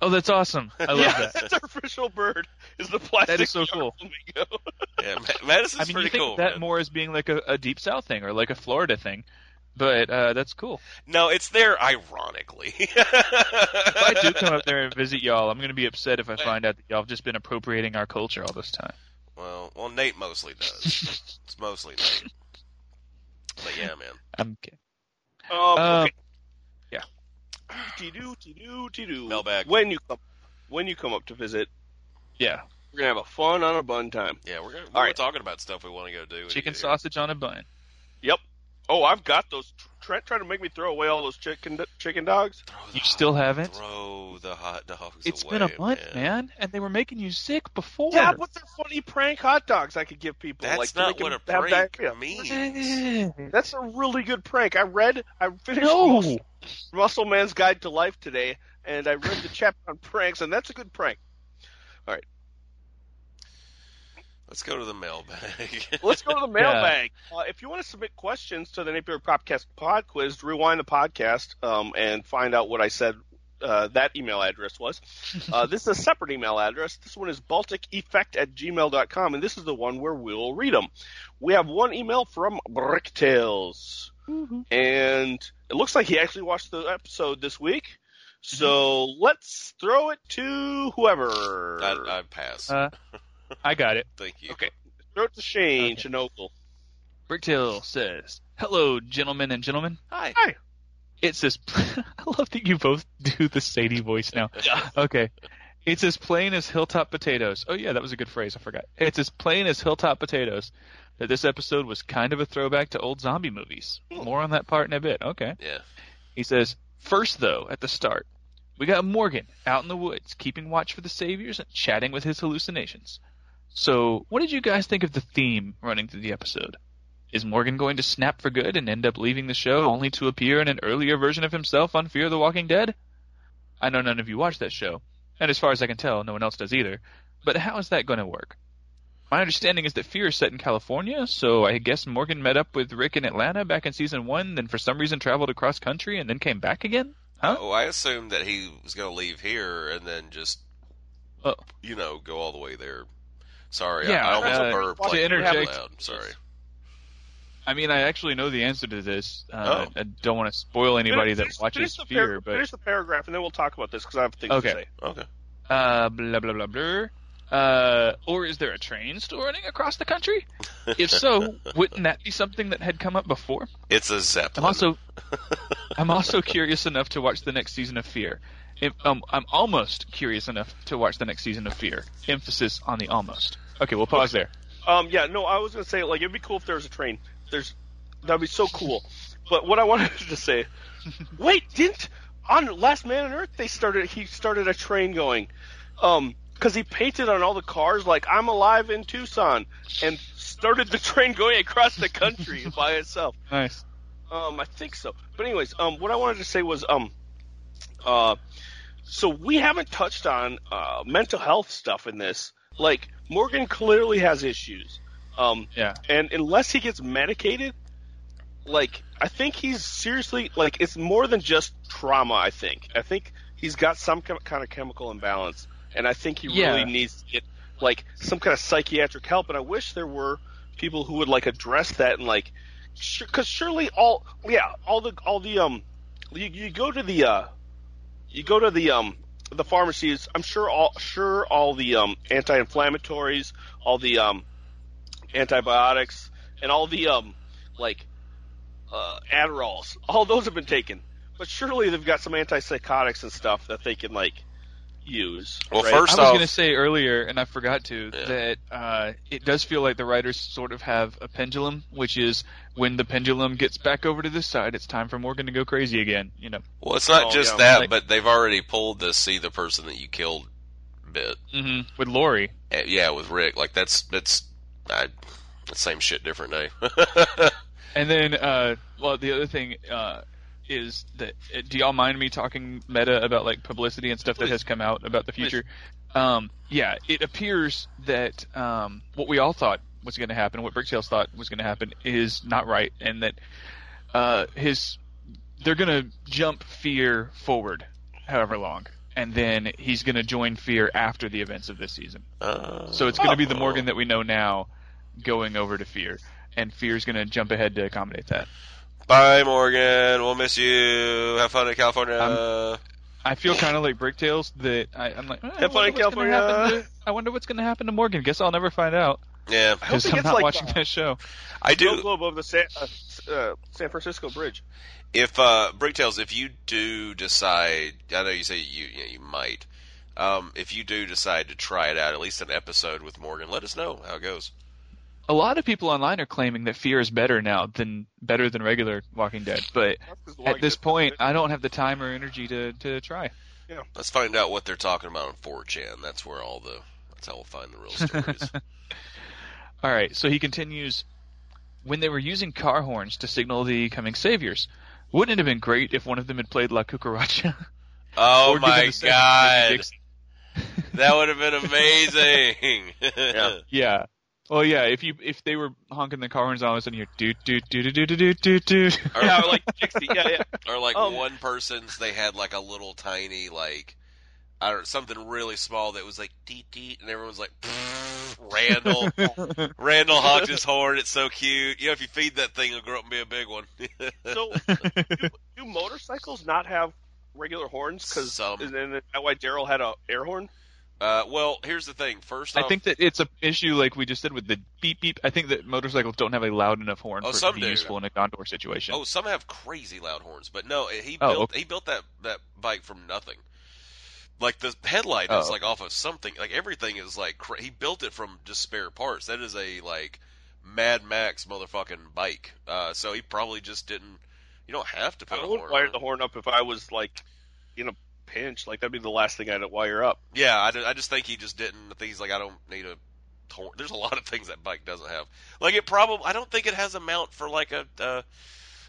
Speaker 3: Oh, that's awesome! I love
Speaker 2: yeah,
Speaker 3: that.
Speaker 2: that's our official bird. Is the plastic?
Speaker 3: That is so cool.
Speaker 2: flamingo.
Speaker 1: Yeah, Ma- Madison's
Speaker 3: I mean, you
Speaker 1: pretty
Speaker 3: think
Speaker 1: cool.
Speaker 3: of that
Speaker 1: man.
Speaker 3: more as being like a, a deep south thing or like a Florida thing, But uh, that's cool.
Speaker 1: No, it's there ironically.
Speaker 3: If I do come up there and visit y'all, I'm going to be upset if I find out that y'all have just been appropriating our culture all this time.
Speaker 1: well, well, Nate mostly does. It's mostly Nate. But yeah, man.
Speaker 3: I'm kidding.
Speaker 2: Um,
Speaker 3: Um,
Speaker 2: okay.
Speaker 3: yeah.
Speaker 2: Doo-doo, doo-doo, doo-doo.
Speaker 1: Mailbag.
Speaker 2: When you come, when you come up to visit,
Speaker 3: Yeah,
Speaker 2: we're gonna have a fun on a bun time.
Speaker 1: Yeah, we're gonna,
Speaker 2: All
Speaker 1: we're
Speaker 2: right.
Speaker 1: talking about stuff we want to go do.
Speaker 3: chicken
Speaker 1: Yeah.
Speaker 3: sausage on a bun.
Speaker 2: Yep. Oh, I've got those. Trent tried to make me throw away all those chicken chicken dogs.
Speaker 1: Throw the
Speaker 3: You
Speaker 1: hot-
Speaker 3: still haven't?
Speaker 1: Throw the hot dogs
Speaker 3: It's
Speaker 1: away.
Speaker 3: been a month, man. and they were making you sick before.
Speaker 2: Yeah, but they're funny prank hot dogs I could give people.
Speaker 1: That's
Speaker 2: like, to
Speaker 1: not
Speaker 2: make
Speaker 1: what a
Speaker 2: them have
Speaker 1: prank
Speaker 2: diarrhea.
Speaker 1: means.
Speaker 2: That's a really good prank. I read, I finished
Speaker 3: No.
Speaker 2: Mus- Muscle Man's Guide to Life today, and I read the chapter on pranks, and that's a good prank.
Speaker 1: Let's go to the mailbag.
Speaker 2: Let's go to the mailbag. Uh, if you want to submit questions to the Napier Propcast Pod Quiz, rewind the podcast um, and find out what I said uh, that email address was. Uh, this is a separate email address. This one is balticeffect at gmail.com, and this is the one where we'll read them. We have one email from Bricktails, and it looks like he actually watched the episode this week. So let's throw it to whoever.
Speaker 1: I, I pass.
Speaker 3: Uh, I got it.
Speaker 1: Thank you.
Speaker 2: okay, throw it to Shane
Speaker 3: Okay.
Speaker 2: Chinokel.
Speaker 3: Bricktail says, "Hello, gentlemen and gentlemen.
Speaker 1: Hi.
Speaker 2: Hi.
Speaker 3: It's this. I love that you both do the Sadie voice now. Okay. It's as plain as hilltop potatoes. Oh yeah, that was a good phrase. I forgot. It's as plain as hilltop potatoes that this episode was kind of a throwback to old zombie movies. More on that part in a bit. Okay.
Speaker 1: Yeah.
Speaker 3: He says, first though, at the start, we got Morgan out in the woods, keeping watch for the saviors and chatting with his hallucinations. So, what did you guys think of the theme running through the episode? Is Morgan going to snap for good and end up leaving the show only to appear in an earlier version of himself on Fear the Walking Dead? I know none of you watch that show, and as far as I can tell, no one else does either. But how is that going to work? My understanding is that Fear is set in California, so I guess Morgan met up with Rick in Atlanta back in season one, then for some reason traveled across country and then came back again? Huh?
Speaker 1: Oh, I assumed that he was going to leave here and then just,
Speaker 3: Oh.
Speaker 1: you know, go all the way there. Sorry,
Speaker 3: Yeah,
Speaker 1: I, I almost
Speaker 3: uh,
Speaker 1: burped.
Speaker 3: to
Speaker 1: like, real
Speaker 3: interject-
Speaker 1: loud. Sorry.
Speaker 3: I mean, I actually know the answer to this. Uh,
Speaker 1: Oh.
Speaker 3: I don't want to spoil anybody that
Speaker 2: Finish-
Speaker 3: watches
Speaker 2: finish the
Speaker 3: Fear,
Speaker 2: par-
Speaker 3: but
Speaker 2: finish the paragraph, and then we'll talk about this because I have things
Speaker 3: Okay.
Speaker 2: to say.
Speaker 1: Okay.
Speaker 3: uh, blah blah blah blah. Uh, or is there a train still running across the country? If so, wouldn't that be something that had come up before?
Speaker 1: It's a zeppelin.
Speaker 3: I'm also I'm also curious enough to watch the next season of Fear. If, um, I'm almost curious enough to watch the next season of Fear. Emphasis on the almost. Okay, we'll pause there.
Speaker 2: Um, yeah, no, I was gonna say like it'd be cool if there was a train. There's that'd be so cool. but what I wanted to say, wait, didn't on Last Man on Earth they started he started a train going, um, because he painted on all the cars like I'm alive in Tucson and started the train going across the country by itself.
Speaker 3: Nice.
Speaker 2: Um, I think so. But anyways, um, what I wanted to say was, um, uh, so we haven't touched on uh, mental health stuff in this. Like Morgan clearly has issues. Um,
Speaker 3: Yeah.
Speaker 2: and unless he gets medicated, like I think he's seriously like it's more than just trauma. I think I think he's got some chem- kind of chemical imbalance, and I think he
Speaker 3: Yeah.
Speaker 2: really needs to get like some kind of psychiatric help. And I wish there were people who would like address that and like because surely all yeah all the all the um you, you go to the uh you go to the um the pharmacies i'm sure all sure all the um anti-inflammatories all the um antibiotics and all the um like uh adderalls all those have been taken but surely they've got some antipsychotics and stuff that they can like use
Speaker 1: Well,
Speaker 2: right?
Speaker 1: first
Speaker 3: I was
Speaker 1: off,
Speaker 3: going to say earlier, and I forgot to,
Speaker 1: Yeah.
Speaker 3: that uh, it does feel like the writers sort of have a pendulum, which is when the pendulum gets back over to this side, it's time for Morgan to go crazy again. You know.
Speaker 1: well, it's not
Speaker 2: Oh,
Speaker 1: just
Speaker 2: yeah,
Speaker 1: that,
Speaker 3: like-
Speaker 1: but they've already pulled the see the person that you killed bit.
Speaker 3: hmm With Lori.
Speaker 1: Uh, Yeah, with Rick. Like that's that's I, that's same shit, different eh? day.
Speaker 3: And then, uh, well, the other thing uh, is that uh, do y'all mind me talking meta about like publicity and stuff that has come out about the future? Um, yeah, it appears that um, what we all thought was going to happen, what Bricktails thought was going to happen, is not right, and that uh, his they're going to jump fear forward, however long, and then he's going to join fear after the events of this season.
Speaker 1: Uh,
Speaker 3: So it's going to be the Morgan that we know now going over to Fear, and Fear's going to jump ahead to accommodate that.
Speaker 1: Bye, Morgan. We'll miss you. Have fun in California.
Speaker 3: Um, I feel kind of like Bricktails that I, I'm like, eh, I,
Speaker 2: Have fun in
Speaker 3: wonder what's gonna
Speaker 2: California.
Speaker 3: happen to- I wonder what's going to happen to Morgan. Guess I'll never find out
Speaker 1: yeah,
Speaker 2: hope
Speaker 3: because
Speaker 2: he
Speaker 3: I'm
Speaker 2: gets
Speaker 3: not
Speaker 2: like uh,
Speaker 3: watching
Speaker 2: that.
Speaker 3: that show.
Speaker 1: I
Speaker 2: Go
Speaker 1: do.
Speaker 2: globe over the San, uh, S- uh, San Francisco Bridge.
Speaker 1: If uh, Bricktails, if you do decide, I know you say you you, know, you might. Um, if you do decide to try it out, at least an episode with Morgan, let us know how it goes.
Speaker 3: A lot of people online are claiming that Fear is better now than better than regular Walking Dead, but
Speaker 2: That's 'cause
Speaker 3: at
Speaker 2: Walking
Speaker 3: this
Speaker 2: Dead's
Speaker 3: point,
Speaker 2: good.
Speaker 3: I don't have the time or energy to, to try.
Speaker 1: Let's find out what they're talking about on 4chan. That's where all the that's how we'll find the real stories.
Speaker 3: All right, so he continues when they were using car horns to signal the coming saviors. Wouldn't it have been great if one of them had played La Cucaracha?
Speaker 1: oh
Speaker 3: Or given
Speaker 1: my
Speaker 3: the second Richie
Speaker 1: god,
Speaker 3: Dixon?
Speaker 1: that would have been amazing.
Speaker 3: Yeah. Oh yeah, if you if they were honking the car horns all of a sudden you're do do do do do do do do do.
Speaker 1: Or,
Speaker 2: Yeah, or like Dixie. Yeah, yeah.
Speaker 1: or like
Speaker 3: Oh.
Speaker 2: Um,
Speaker 1: one person's they had like a little tiny like I don't something really small that was like deet deet and everyone's like "Pfft, Randall Randall honked his horn it's so cute you know if you feed that thing it'll grow up and be a big one
Speaker 2: So do, do motorcycles not have regular horns? Because
Speaker 1: Some.
Speaker 2: and then is that why Daryl had a air horn.
Speaker 1: uh, well here's the thing first
Speaker 3: I
Speaker 1: off
Speaker 3: think that it's a issue like we just did with the beep beep. I think that motorcycles don't have a loud enough horn
Speaker 1: Oh,
Speaker 3: for it
Speaker 1: some
Speaker 3: to be
Speaker 1: do.
Speaker 3: useful in a Gondor situation.
Speaker 1: oh some have crazy loud horns but no he
Speaker 3: Oh,
Speaker 1: built
Speaker 3: okay.
Speaker 1: he built that that bike from nothing like the headlight is
Speaker 3: Oh.
Speaker 1: like off of something like everything is like cra- he built it from just spare parts that is a like Mad Max motherfucking bike uh, so he probably just didn't you don't have to put
Speaker 2: I
Speaker 1: a
Speaker 2: would
Speaker 1: horn
Speaker 2: wire
Speaker 1: on.
Speaker 2: the horn up if I was like in a pinch. Like that'd be the last thing I'd wire up.
Speaker 1: yeah I, d- I just think he just didn't I think he's like I don't need a horn there's a lot of things that bike doesn't have like it probably I don't think it has a mount for like a uh,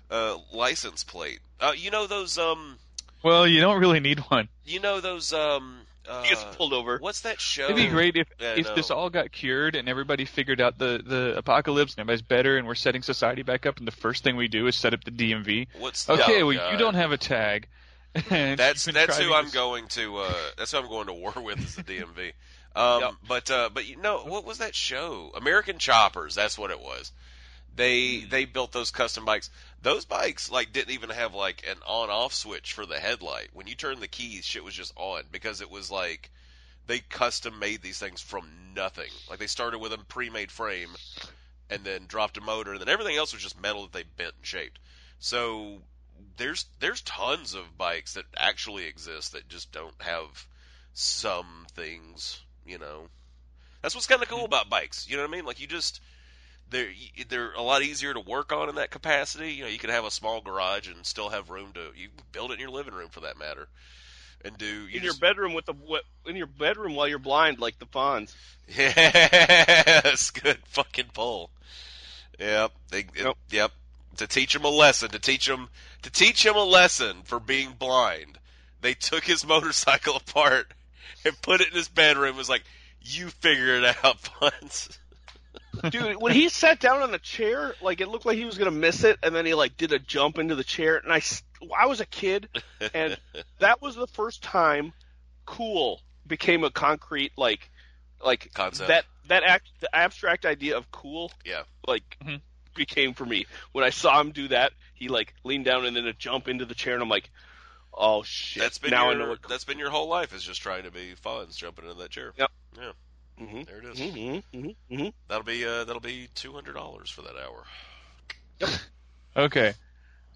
Speaker 1: uh, license plate uh, you know those um
Speaker 3: Well, you don't really need one.
Speaker 1: you know those um uh,
Speaker 2: He gets pulled over.
Speaker 1: What's that show? um,
Speaker 3: It'd be great if
Speaker 1: Yeah,
Speaker 3: if
Speaker 1: no.
Speaker 3: this all got cured and everybody figured out the the apocalypse and everybody's better and we're setting society back up and the first thing we do is set up the DMV.
Speaker 1: What's
Speaker 3: Okay,
Speaker 1: oh,
Speaker 3: well
Speaker 1: God.
Speaker 3: you don't have a tag. And
Speaker 1: That's
Speaker 3: you've been
Speaker 1: that's who
Speaker 3: driving
Speaker 1: I'm
Speaker 3: this-
Speaker 1: going to. Uh, that's who I'm going to war with is the DMV. Um,
Speaker 2: Yep.
Speaker 1: But uh, but you know what was that show? American Choppers. That's what it was. They they built those custom bikes. Those bikes like didn't even have like an on off switch for the headlight. When you turned the keys, shit was just on because it was like they custom made these things from nothing. Like they started with a pre made frame and then dropped a motor and then everything else was just metal that they bent and shaped. So there's there's tons of bikes that actually exist that just don't have some things, you know. That's what's kind of
Speaker 2: Mm.
Speaker 1: cool about bikes. You know what I mean? Like you just they're y- they're a lot easier to work on in that capacity. You know, you can have a small garage and still have room to you can build it in your living room for that matter, and do you just,
Speaker 2: in your bedroom with the wh- in your bedroom while you're blind, like the Fonz.
Speaker 1: Yes, good fucking pull. Yep, they, it-
Speaker 2: Yep.
Speaker 1: yep. To teach him a lesson, to teach him, to teach him a lesson for being blind, they took his motorcycle apart and put it in his bedroom. It was like, you figure it out, Fonz.
Speaker 2: Dude, when he sat down on the chair, like it looked like he was gonna miss it, and then he like did a jump into the chair, and I, s- I was a kid, and that was the first time cool became a concrete like, like
Speaker 1: Concept.
Speaker 2: that that act the abstract idea of cool,
Speaker 1: Yeah.
Speaker 2: like
Speaker 3: Mhm.
Speaker 2: became for me when I saw him do that. He like leaned down and then a jump into the chair, and I'm like, oh shit!
Speaker 1: That's been
Speaker 2: now
Speaker 1: your,
Speaker 2: I know what.
Speaker 1: that's been your whole life is just trying to be Fonz jumping into that chair.
Speaker 2: Yep.
Speaker 1: Yeah,
Speaker 2: hmm
Speaker 1: there it is.
Speaker 2: hmm hmm hmm
Speaker 1: That'll be uh, that'll be two hundred dollars for that hour.
Speaker 3: Okay.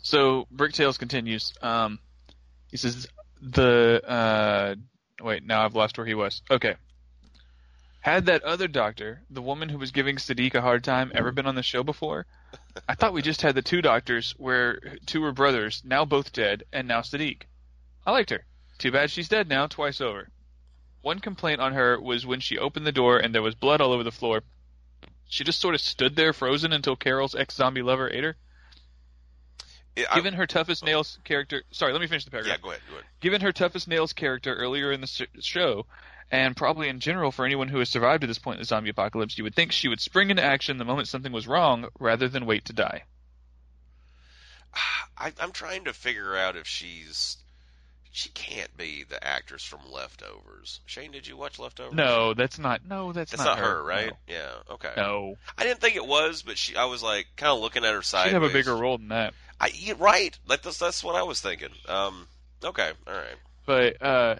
Speaker 3: So Bricktails continues. Um, he says the uh, wait. Now I've lost where he was. Okay. Had that other doctor, the woman who was giving Sadiq a hard time, ever been on the show before? I thought we just had the two doctors, where two were brothers, now both dead, and now Sadiq. I liked her. Too bad she's dead now, twice over. One complaint on her was when she opened the door and there was blood all over the floor. She just sort of stood there frozen until Carol's ex zombie lover ate her.
Speaker 1: It- I-
Speaker 3: Given her toughest nails character, sorry, let me finish the
Speaker 1: yeah,
Speaker 3: paragraph.
Speaker 1: go ahead, go ahead.
Speaker 3: Given her toughest nails character earlier in the s- show, and probably in general for anyone who has survived to this point in the zombie apocalypse, you would think she would spring into action the moment something was wrong rather than wait to die.
Speaker 1: I, I'm trying to figure out if she's she can't be the actress from Leftovers. Shane, did you watch Leftovers?
Speaker 3: No, that's not. No, that's,
Speaker 1: that's not, her, right?
Speaker 3: No.
Speaker 1: Yeah. Okay.
Speaker 3: No,
Speaker 1: I didn't think it was, but she. I was like kind of looking at her
Speaker 3: she'd
Speaker 1: sideways.
Speaker 3: have a bigger role than that.
Speaker 1: I you- right. Like that's that's what I was thinking. Um. Okay. All right.
Speaker 3: But uh,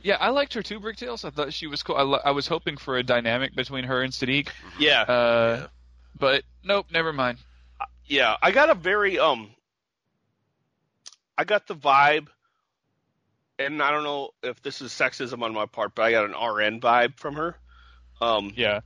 Speaker 3: yeah, I liked her too, Bricktails. I thought she was cool. I, lo- I was hoping for a dynamic between her and Sadiq.
Speaker 2: Yeah.
Speaker 3: Uh,
Speaker 1: Yeah.
Speaker 3: But nope, never mind.
Speaker 2: yeah i got a very um i got the vibe and i don't know if this is sexism on my part but i got an rn vibe from her um
Speaker 3: Yeah,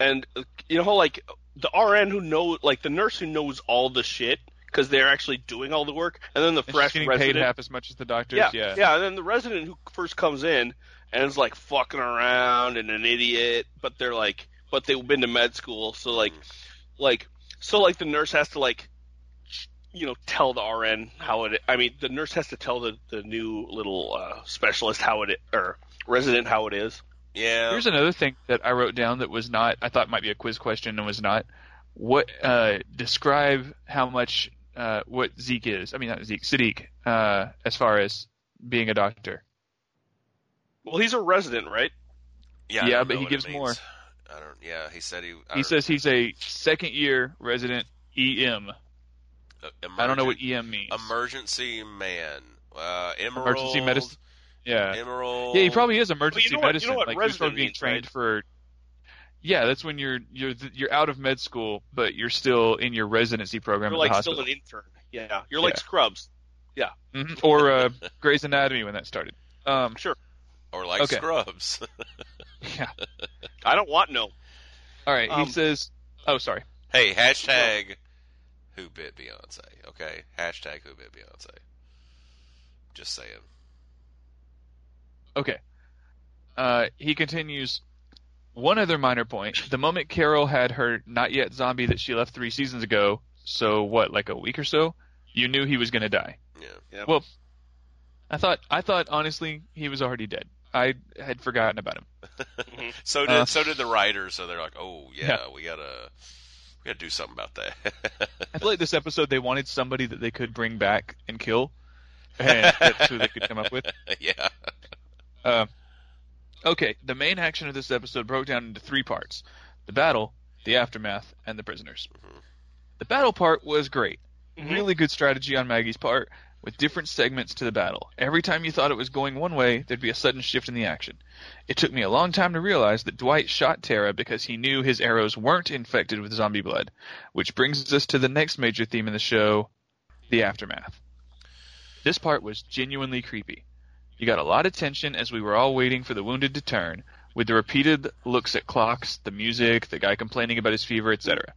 Speaker 2: and uh, you know like the rn who know like the nurse who knows all the shit because they're actually doing all the work and then the
Speaker 3: and she's
Speaker 2: fresh
Speaker 3: getting
Speaker 2: resident
Speaker 3: paid half as much as the doctors.
Speaker 2: yeah,
Speaker 3: yeah.
Speaker 2: and then the resident who first comes in and is like fucking around and an idiot, but they're like, but they've been to med school, so like,
Speaker 1: Mm.
Speaker 2: like, so like the nurse has to like, you know, tell the RN how it. I mean, the nurse has to tell the the new little uh, specialist how it or resident how it is.
Speaker 1: Yeah.
Speaker 3: Here's another thing that I wrote down that was not. I thought might be a quiz question and was not. What uh, describe how much uh, what Zeke is? I mean, not Zeke, Sadiq, uh, as far as being a doctor.
Speaker 2: Well, he's a resident, right?
Speaker 1: yeah. I
Speaker 3: yeah,
Speaker 1: don't
Speaker 3: but
Speaker 1: know
Speaker 3: he
Speaker 1: what it
Speaker 3: gives
Speaker 1: means.
Speaker 3: more.
Speaker 1: I don't. Yeah. He said he. I
Speaker 3: He
Speaker 1: don't-
Speaker 3: says he's a second year resident EM.
Speaker 1: uh,
Speaker 3: I don't know what
Speaker 1: emergent-
Speaker 3: EM means.
Speaker 1: Emergency man. Uh, Emerald.
Speaker 3: Emergency medicine. Yeah.
Speaker 1: Emerald.
Speaker 3: Yeah, he probably is emergency
Speaker 2: But you know what- you
Speaker 3: medicine.
Speaker 2: know what
Speaker 3: like he's
Speaker 2: resident
Speaker 3: probably being
Speaker 2: means,
Speaker 3: trained
Speaker 2: right?
Speaker 3: for. Yeah, that's when you're you're th- you're out of med school, but you're still in your residency program
Speaker 2: You're
Speaker 3: at the
Speaker 2: like still
Speaker 3: hospital,
Speaker 2: an intern. Yeah, you're like
Speaker 3: Yeah.
Speaker 2: Scrubs.
Speaker 3: Mhm. or uh, Grey's Anatomy when that started. Um,
Speaker 2: Sure.
Speaker 1: Or like
Speaker 3: Okay.
Speaker 1: Scrubs.
Speaker 3: yeah.
Speaker 2: I don't want no.
Speaker 3: All right.
Speaker 2: Um,
Speaker 3: he says, "Oh, sorry."
Speaker 1: hey, hashtag. Who bit Beyonce? Okay. Hashtag who bit Beyonce. Just saying.
Speaker 3: Okay. Uh, he continues. One other minor point: the moment Carol had her not yet zombie that she left three seasons ago. So what, like a week or so? You knew he was going to die.
Speaker 1: Yeah.
Speaker 3: Well, I thought I thought honestly he was already dead. I had forgotten about him.
Speaker 1: So did
Speaker 3: Uh,
Speaker 1: so did the writers. So they're like, oh yeah,
Speaker 3: Yeah.
Speaker 1: we gotta we gotta do something about that.
Speaker 3: I feel like this episode they wanted somebody that they could bring back and kill, and that's who they could come up with.
Speaker 1: yeah.
Speaker 3: Uh, okay, the main action of this episode broke down into three parts: the battle, the aftermath, and the prisoners. The battle part was great. Really good strategy on Maggie's part, with different segments to the battle. Every time you thought it was going one way, there'd be a sudden shift in the action. It took me a long time to realize that Dwight shot Tara because he knew his arrows weren't infected with zombie blood, which brings us to the next major theme in the show the aftermath. This part was genuinely creepy. You got a lot of tension as we were all waiting for the wounded to turn, with the repeated looks at clocks, the music, the guy complaining about his fever, etc.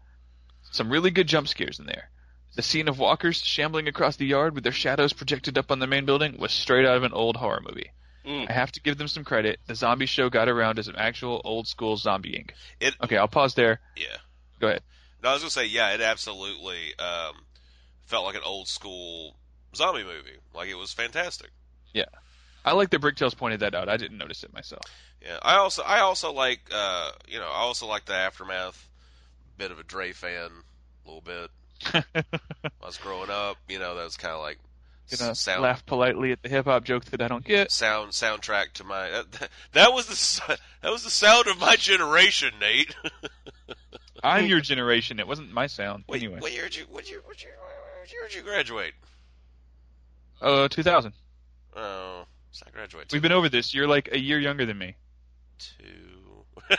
Speaker 3: Some really good jump scares in there. The scene of walkers shambling across the yard with their shadows projected up on the main building was straight out of an old horror movie.
Speaker 2: Mm.
Speaker 3: I have to give them some credit. The zombie show got around to some actual old school zombie ink.
Speaker 1: It
Speaker 3: Okay, I'll pause there.
Speaker 1: yeah.
Speaker 3: Go ahead.
Speaker 1: No, I was gonna say yeah. It absolutely um, felt like an old school zombie movie. Like it was fantastic.
Speaker 3: I like that Bricktails pointed that out. I didn't notice it myself.
Speaker 1: Yeah. I also I also like uh, you know I also like the aftermath. Bit of a Dre fan, a little bit. when I was growing up, you know, that was kind of like
Speaker 3: Gonna
Speaker 1: s- sound
Speaker 3: laugh politely at the hip hop joke that I don't get.
Speaker 1: sound soundtrack to my that, that was the s- that was the sound of my generation, Nate.
Speaker 3: I'm your generation. It wasn't my sound.
Speaker 1: Wait,
Speaker 3: anyway,
Speaker 1: what year did you what year, what year, what year did you graduate?
Speaker 3: uh, 2000.
Speaker 1: Oh, so I graduated
Speaker 3: We've been over this. You're like a year younger than me.
Speaker 1: two.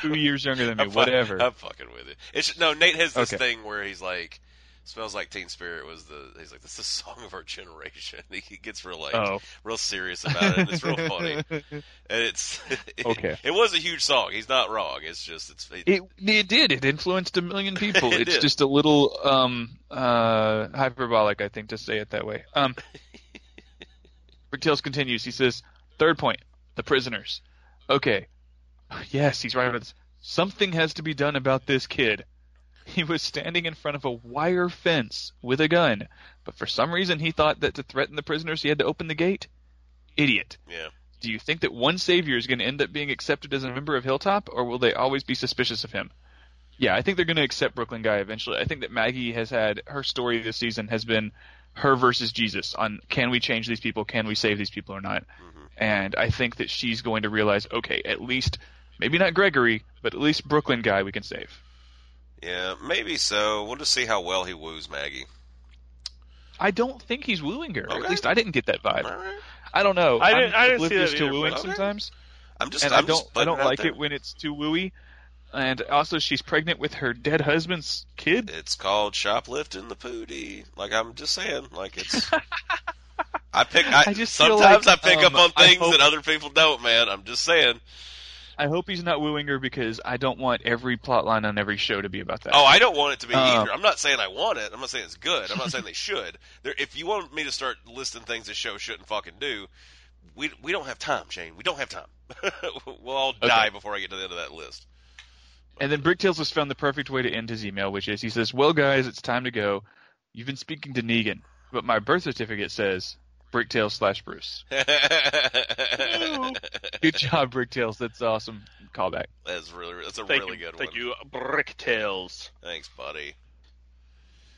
Speaker 3: Two years younger than me.
Speaker 1: I'm fuck-
Speaker 3: Whatever.
Speaker 1: I'm fucking with it. It's just- no Nate has this
Speaker 3: Okay.
Speaker 1: thing where he's like, "Smells like Teen Spirit" was the he's like, "This is the song of our generation." He gets real like
Speaker 3: oh,
Speaker 1: real serious about it. and It's Uh, real funny, and it's
Speaker 3: Okay.
Speaker 1: It, was a huge song. He's not wrong. It's just it's it,
Speaker 3: it it did. It influenced a million people.
Speaker 1: It
Speaker 3: it's
Speaker 1: did.
Speaker 3: just a little um uh hyperbolic, I think, to say it that way. Um, Bricktails continues. He says, third point, the prisoners. Okay, yes, he's right about this. Something has to be done about this kid. He was standing in front of a wire fence with a gun, but for some reason he thought that to threaten the prisoners he had to open the gate. Idiot.
Speaker 1: yeah.
Speaker 3: Do you think that one savior is going to end up being accepted as a member of Hilltop, or will they always be suspicious of him? Yeah, I think they're going to accept Brooklyn Guy eventually. I think that Maggie has had her story this season has been her versus Jesus on can we change these people, can we save these people or not?
Speaker 1: Mm-hmm.
Speaker 3: And I think that she's going to realize, okay, at least maybe not Gregory, but at least Brooklyn Guy we can save.
Speaker 1: Yeah, maybe so. We'll just see how well he woos Maggie.
Speaker 3: I don't think he's wooing her. or
Speaker 1: Okay.
Speaker 3: At least I didn't get that vibe.
Speaker 1: All right.
Speaker 3: I don't know.
Speaker 2: I
Speaker 3: I'm
Speaker 2: didn't- I didn't see
Speaker 3: oblivious
Speaker 2: that
Speaker 3: to
Speaker 2: either,
Speaker 3: wooing
Speaker 2: but-
Speaker 3: sometimes,
Speaker 1: I'm just.
Speaker 3: and
Speaker 1: I'm
Speaker 3: I don't.
Speaker 1: Just
Speaker 3: I don't
Speaker 1: putting out
Speaker 3: like
Speaker 1: there.
Speaker 3: it when it's too wooey. And also, she's pregnant with her dead husband's kid.
Speaker 1: It's called shoplifting the pootie. Like I'm just saying. Like it's. I pick. I,
Speaker 3: I just feel
Speaker 1: sometimes
Speaker 3: like,
Speaker 1: I pick
Speaker 3: um,
Speaker 1: up on
Speaker 3: I
Speaker 1: things
Speaker 3: hope-
Speaker 1: that other people don't. Man, I'm just saying.
Speaker 3: I hope he's not wooing her because I don't want every plot line on every show to be about that.
Speaker 1: Oh, I don't want it to be
Speaker 3: Um,
Speaker 1: either. I'm not saying I want it. I'm not saying it's good. I'm not saying they should. There, if you want me to start listing things this show shouldn't fucking do, we we don't have time, Shane. We don't have time. we'll all die before I get to the end of that list.
Speaker 3: And then Bricktails has found the perfect way to end his email, which is he says, "Well, guys, it's time to go. You've been speaking to Negan, but my birth certificate says Bricktails slash Bruce. Good job, Bricktails. That's awesome callback.
Speaker 1: that's really that's a
Speaker 2: Thank
Speaker 1: really
Speaker 2: you,
Speaker 1: good
Speaker 2: thank
Speaker 1: one.
Speaker 2: you, Bricktails.
Speaker 1: Thanks, buddy.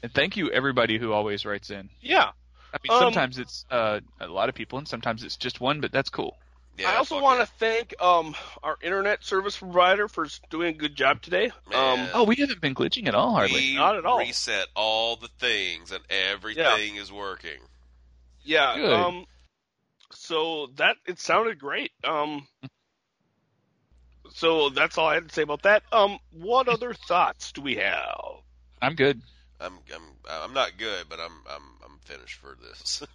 Speaker 3: And thank you everybody who always writes in.
Speaker 2: Yeah,
Speaker 3: I mean,
Speaker 2: Um,
Speaker 3: sometimes it's uh, a lot of people, and sometimes it's just one, but that's cool.
Speaker 1: Yeah,
Speaker 2: I also
Speaker 1: fuck
Speaker 2: want
Speaker 1: yeah.
Speaker 2: to thank um, our internet service provider for doing a good job today. Um,
Speaker 1: Man.
Speaker 3: Oh, we haven't been glitching at all, hardly.
Speaker 1: We
Speaker 2: Not at all.
Speaker 1: Reset all the things, and everything is working.
Speaker 2: yeah.
Speaker 3: Good.
Speaker 2: Um, so that it sounded great. Um, so that's all I had to say about that. Um, what other thoughts do we have?
Speaker 3: I'm good.
Speaker 1: I'm I'm I'm not good, but I'm I'm I'm finished for this.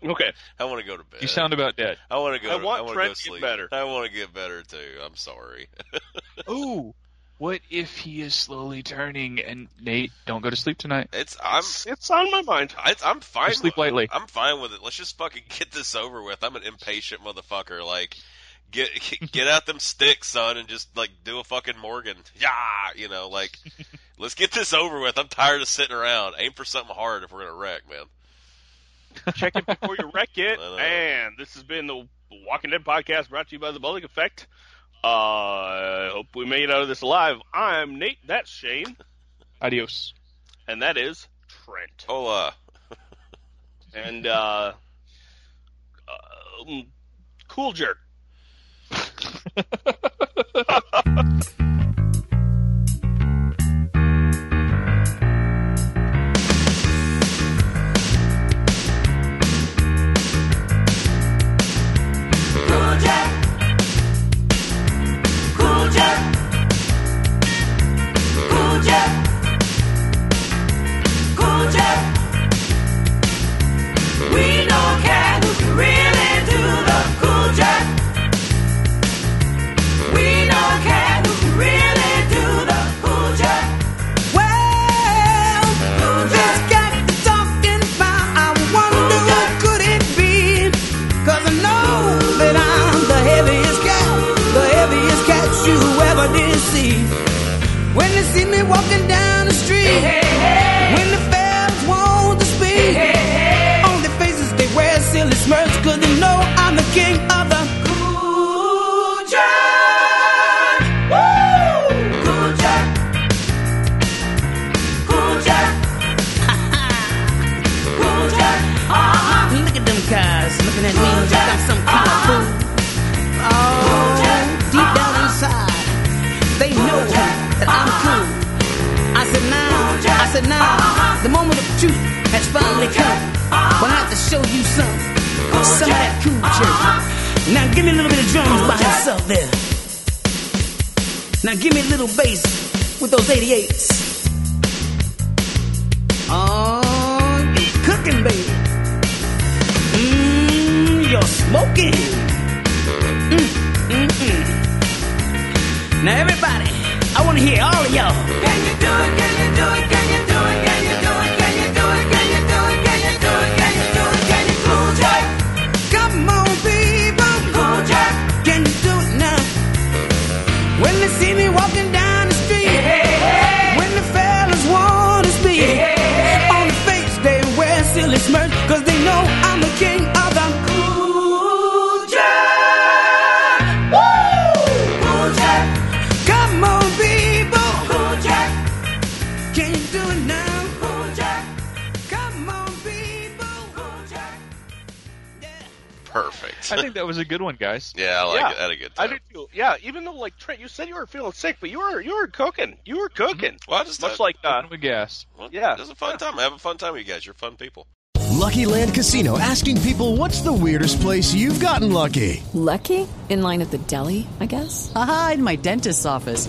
Speaker 2: Okay.
Speaker 1: I want to go to bed.
Speaker 3: You sound about dead.
Speaker 1: I want to go.
Speaker 2: I want
Speaker 1: I want
Speaker 2: Trent
Speaker 1: go
Speaker 2: to get
Speaker 1: sleep.
Speaker 2: better.
Speaker 1: I want to get better too. I'm sorry.
Speaker 3: Ooh, what if he is slowly turning? And Nate, don't go to sleep tonight.
Speaker 1: It's I'm
Speaker 2: It's on my mind.
Speaker 1: I, I'm fine.
Speaker 3: Or sleep
Speaker 1: with,
Speaker 3: lightly.
Speaker 1: I'm fine with it. Let's just fucking get this over with. I'm an impatient motherfucker. Like, get get out them sticks, son, and just like do a fucking Morgan. Yeah, you know, like, let's get this over with. I'm tired of sitting around. Aim for something hard if we're gonna wreck, man.
Speaker 2: Check it before you wreck it.
Speaker 1: I know.
Speaker 2: and this has been the Walking Dead podcast brought to you by the Bullock Effect. Uh, I hope we made it out of this alive. I'm Nate. That's Shane,
Speaker 3: Adios.
Speaker 2: and that is Trent.
Speaker 1: Hola.
Speaker 2: and uh, um, cool jerk.
Speaker 4: When they see me walking down the street, when the fans want to speak, on their faces they wear silly smirks, cause they know I'm the king of the cool jack. Woo! Cool jack. Cool jack. cool jack. Uh-huh. Look at them guys looking at me like I'm some kind of fool. Oh, deep down inside, they know that I'm cool. I said now, I said now, the moment of truth has Uh-huh. finally come. But I have to show you some, some of that cool Uh-huh. jerk. Now give me a little bit of drums by himself there. Now give me a little bass with those 88s. Oh, you cooking, baby. Mmm, you're smoking. Mm, mm-mm. Now everybody, I want to hear all of y'all. Can you do it? Can you do it? Can you do it? Can you do it? Can you do it? Can you do it? Can you do it? Can you do it? Can you do it? Jack? Come on, people. Cool Jack. Can you do it now? When they see me walking down the street, when the fellas want to speak, on the face they wear silly smirks, cause they know I'm the king of the cool Jack. Woo! Cool Jack. Come on, people. Cool Jack. Can you do it now? Cool Jack. Come on, people. Cool Jack. Yeah.
Speaker 1: Perfect.
Speaker 3: I think that was a good one, guys.
Speaker 1: yeah, I like
Speaker 2: Yeah.
Speaker 1: it. I had a good
Speaker 2: I
Speaker 1: time.
Speaker 2: did too. Yeah, even though like Trent, you said you were feeling sick, but you were you were cooking. You were cooking.
Speaker 1: Mm-hmm. Well, I just
Speaker 2: much
Speaker 1: thought-
Speaker 2: like uh,
Speaker 3: Open with gas.
Speaker 1: Well,
Speaker 2: yeah.
Speaker 1: It was a fun time. I have a fun time with you guys. You're fun people.
Speaker 5: Lucky Land Casino asking people what's the weirdest place you've gotten lucky?
Speaker 6: Lucky? In line at the deli, I guess?
Speaker 7: Aha, in my dentist's office.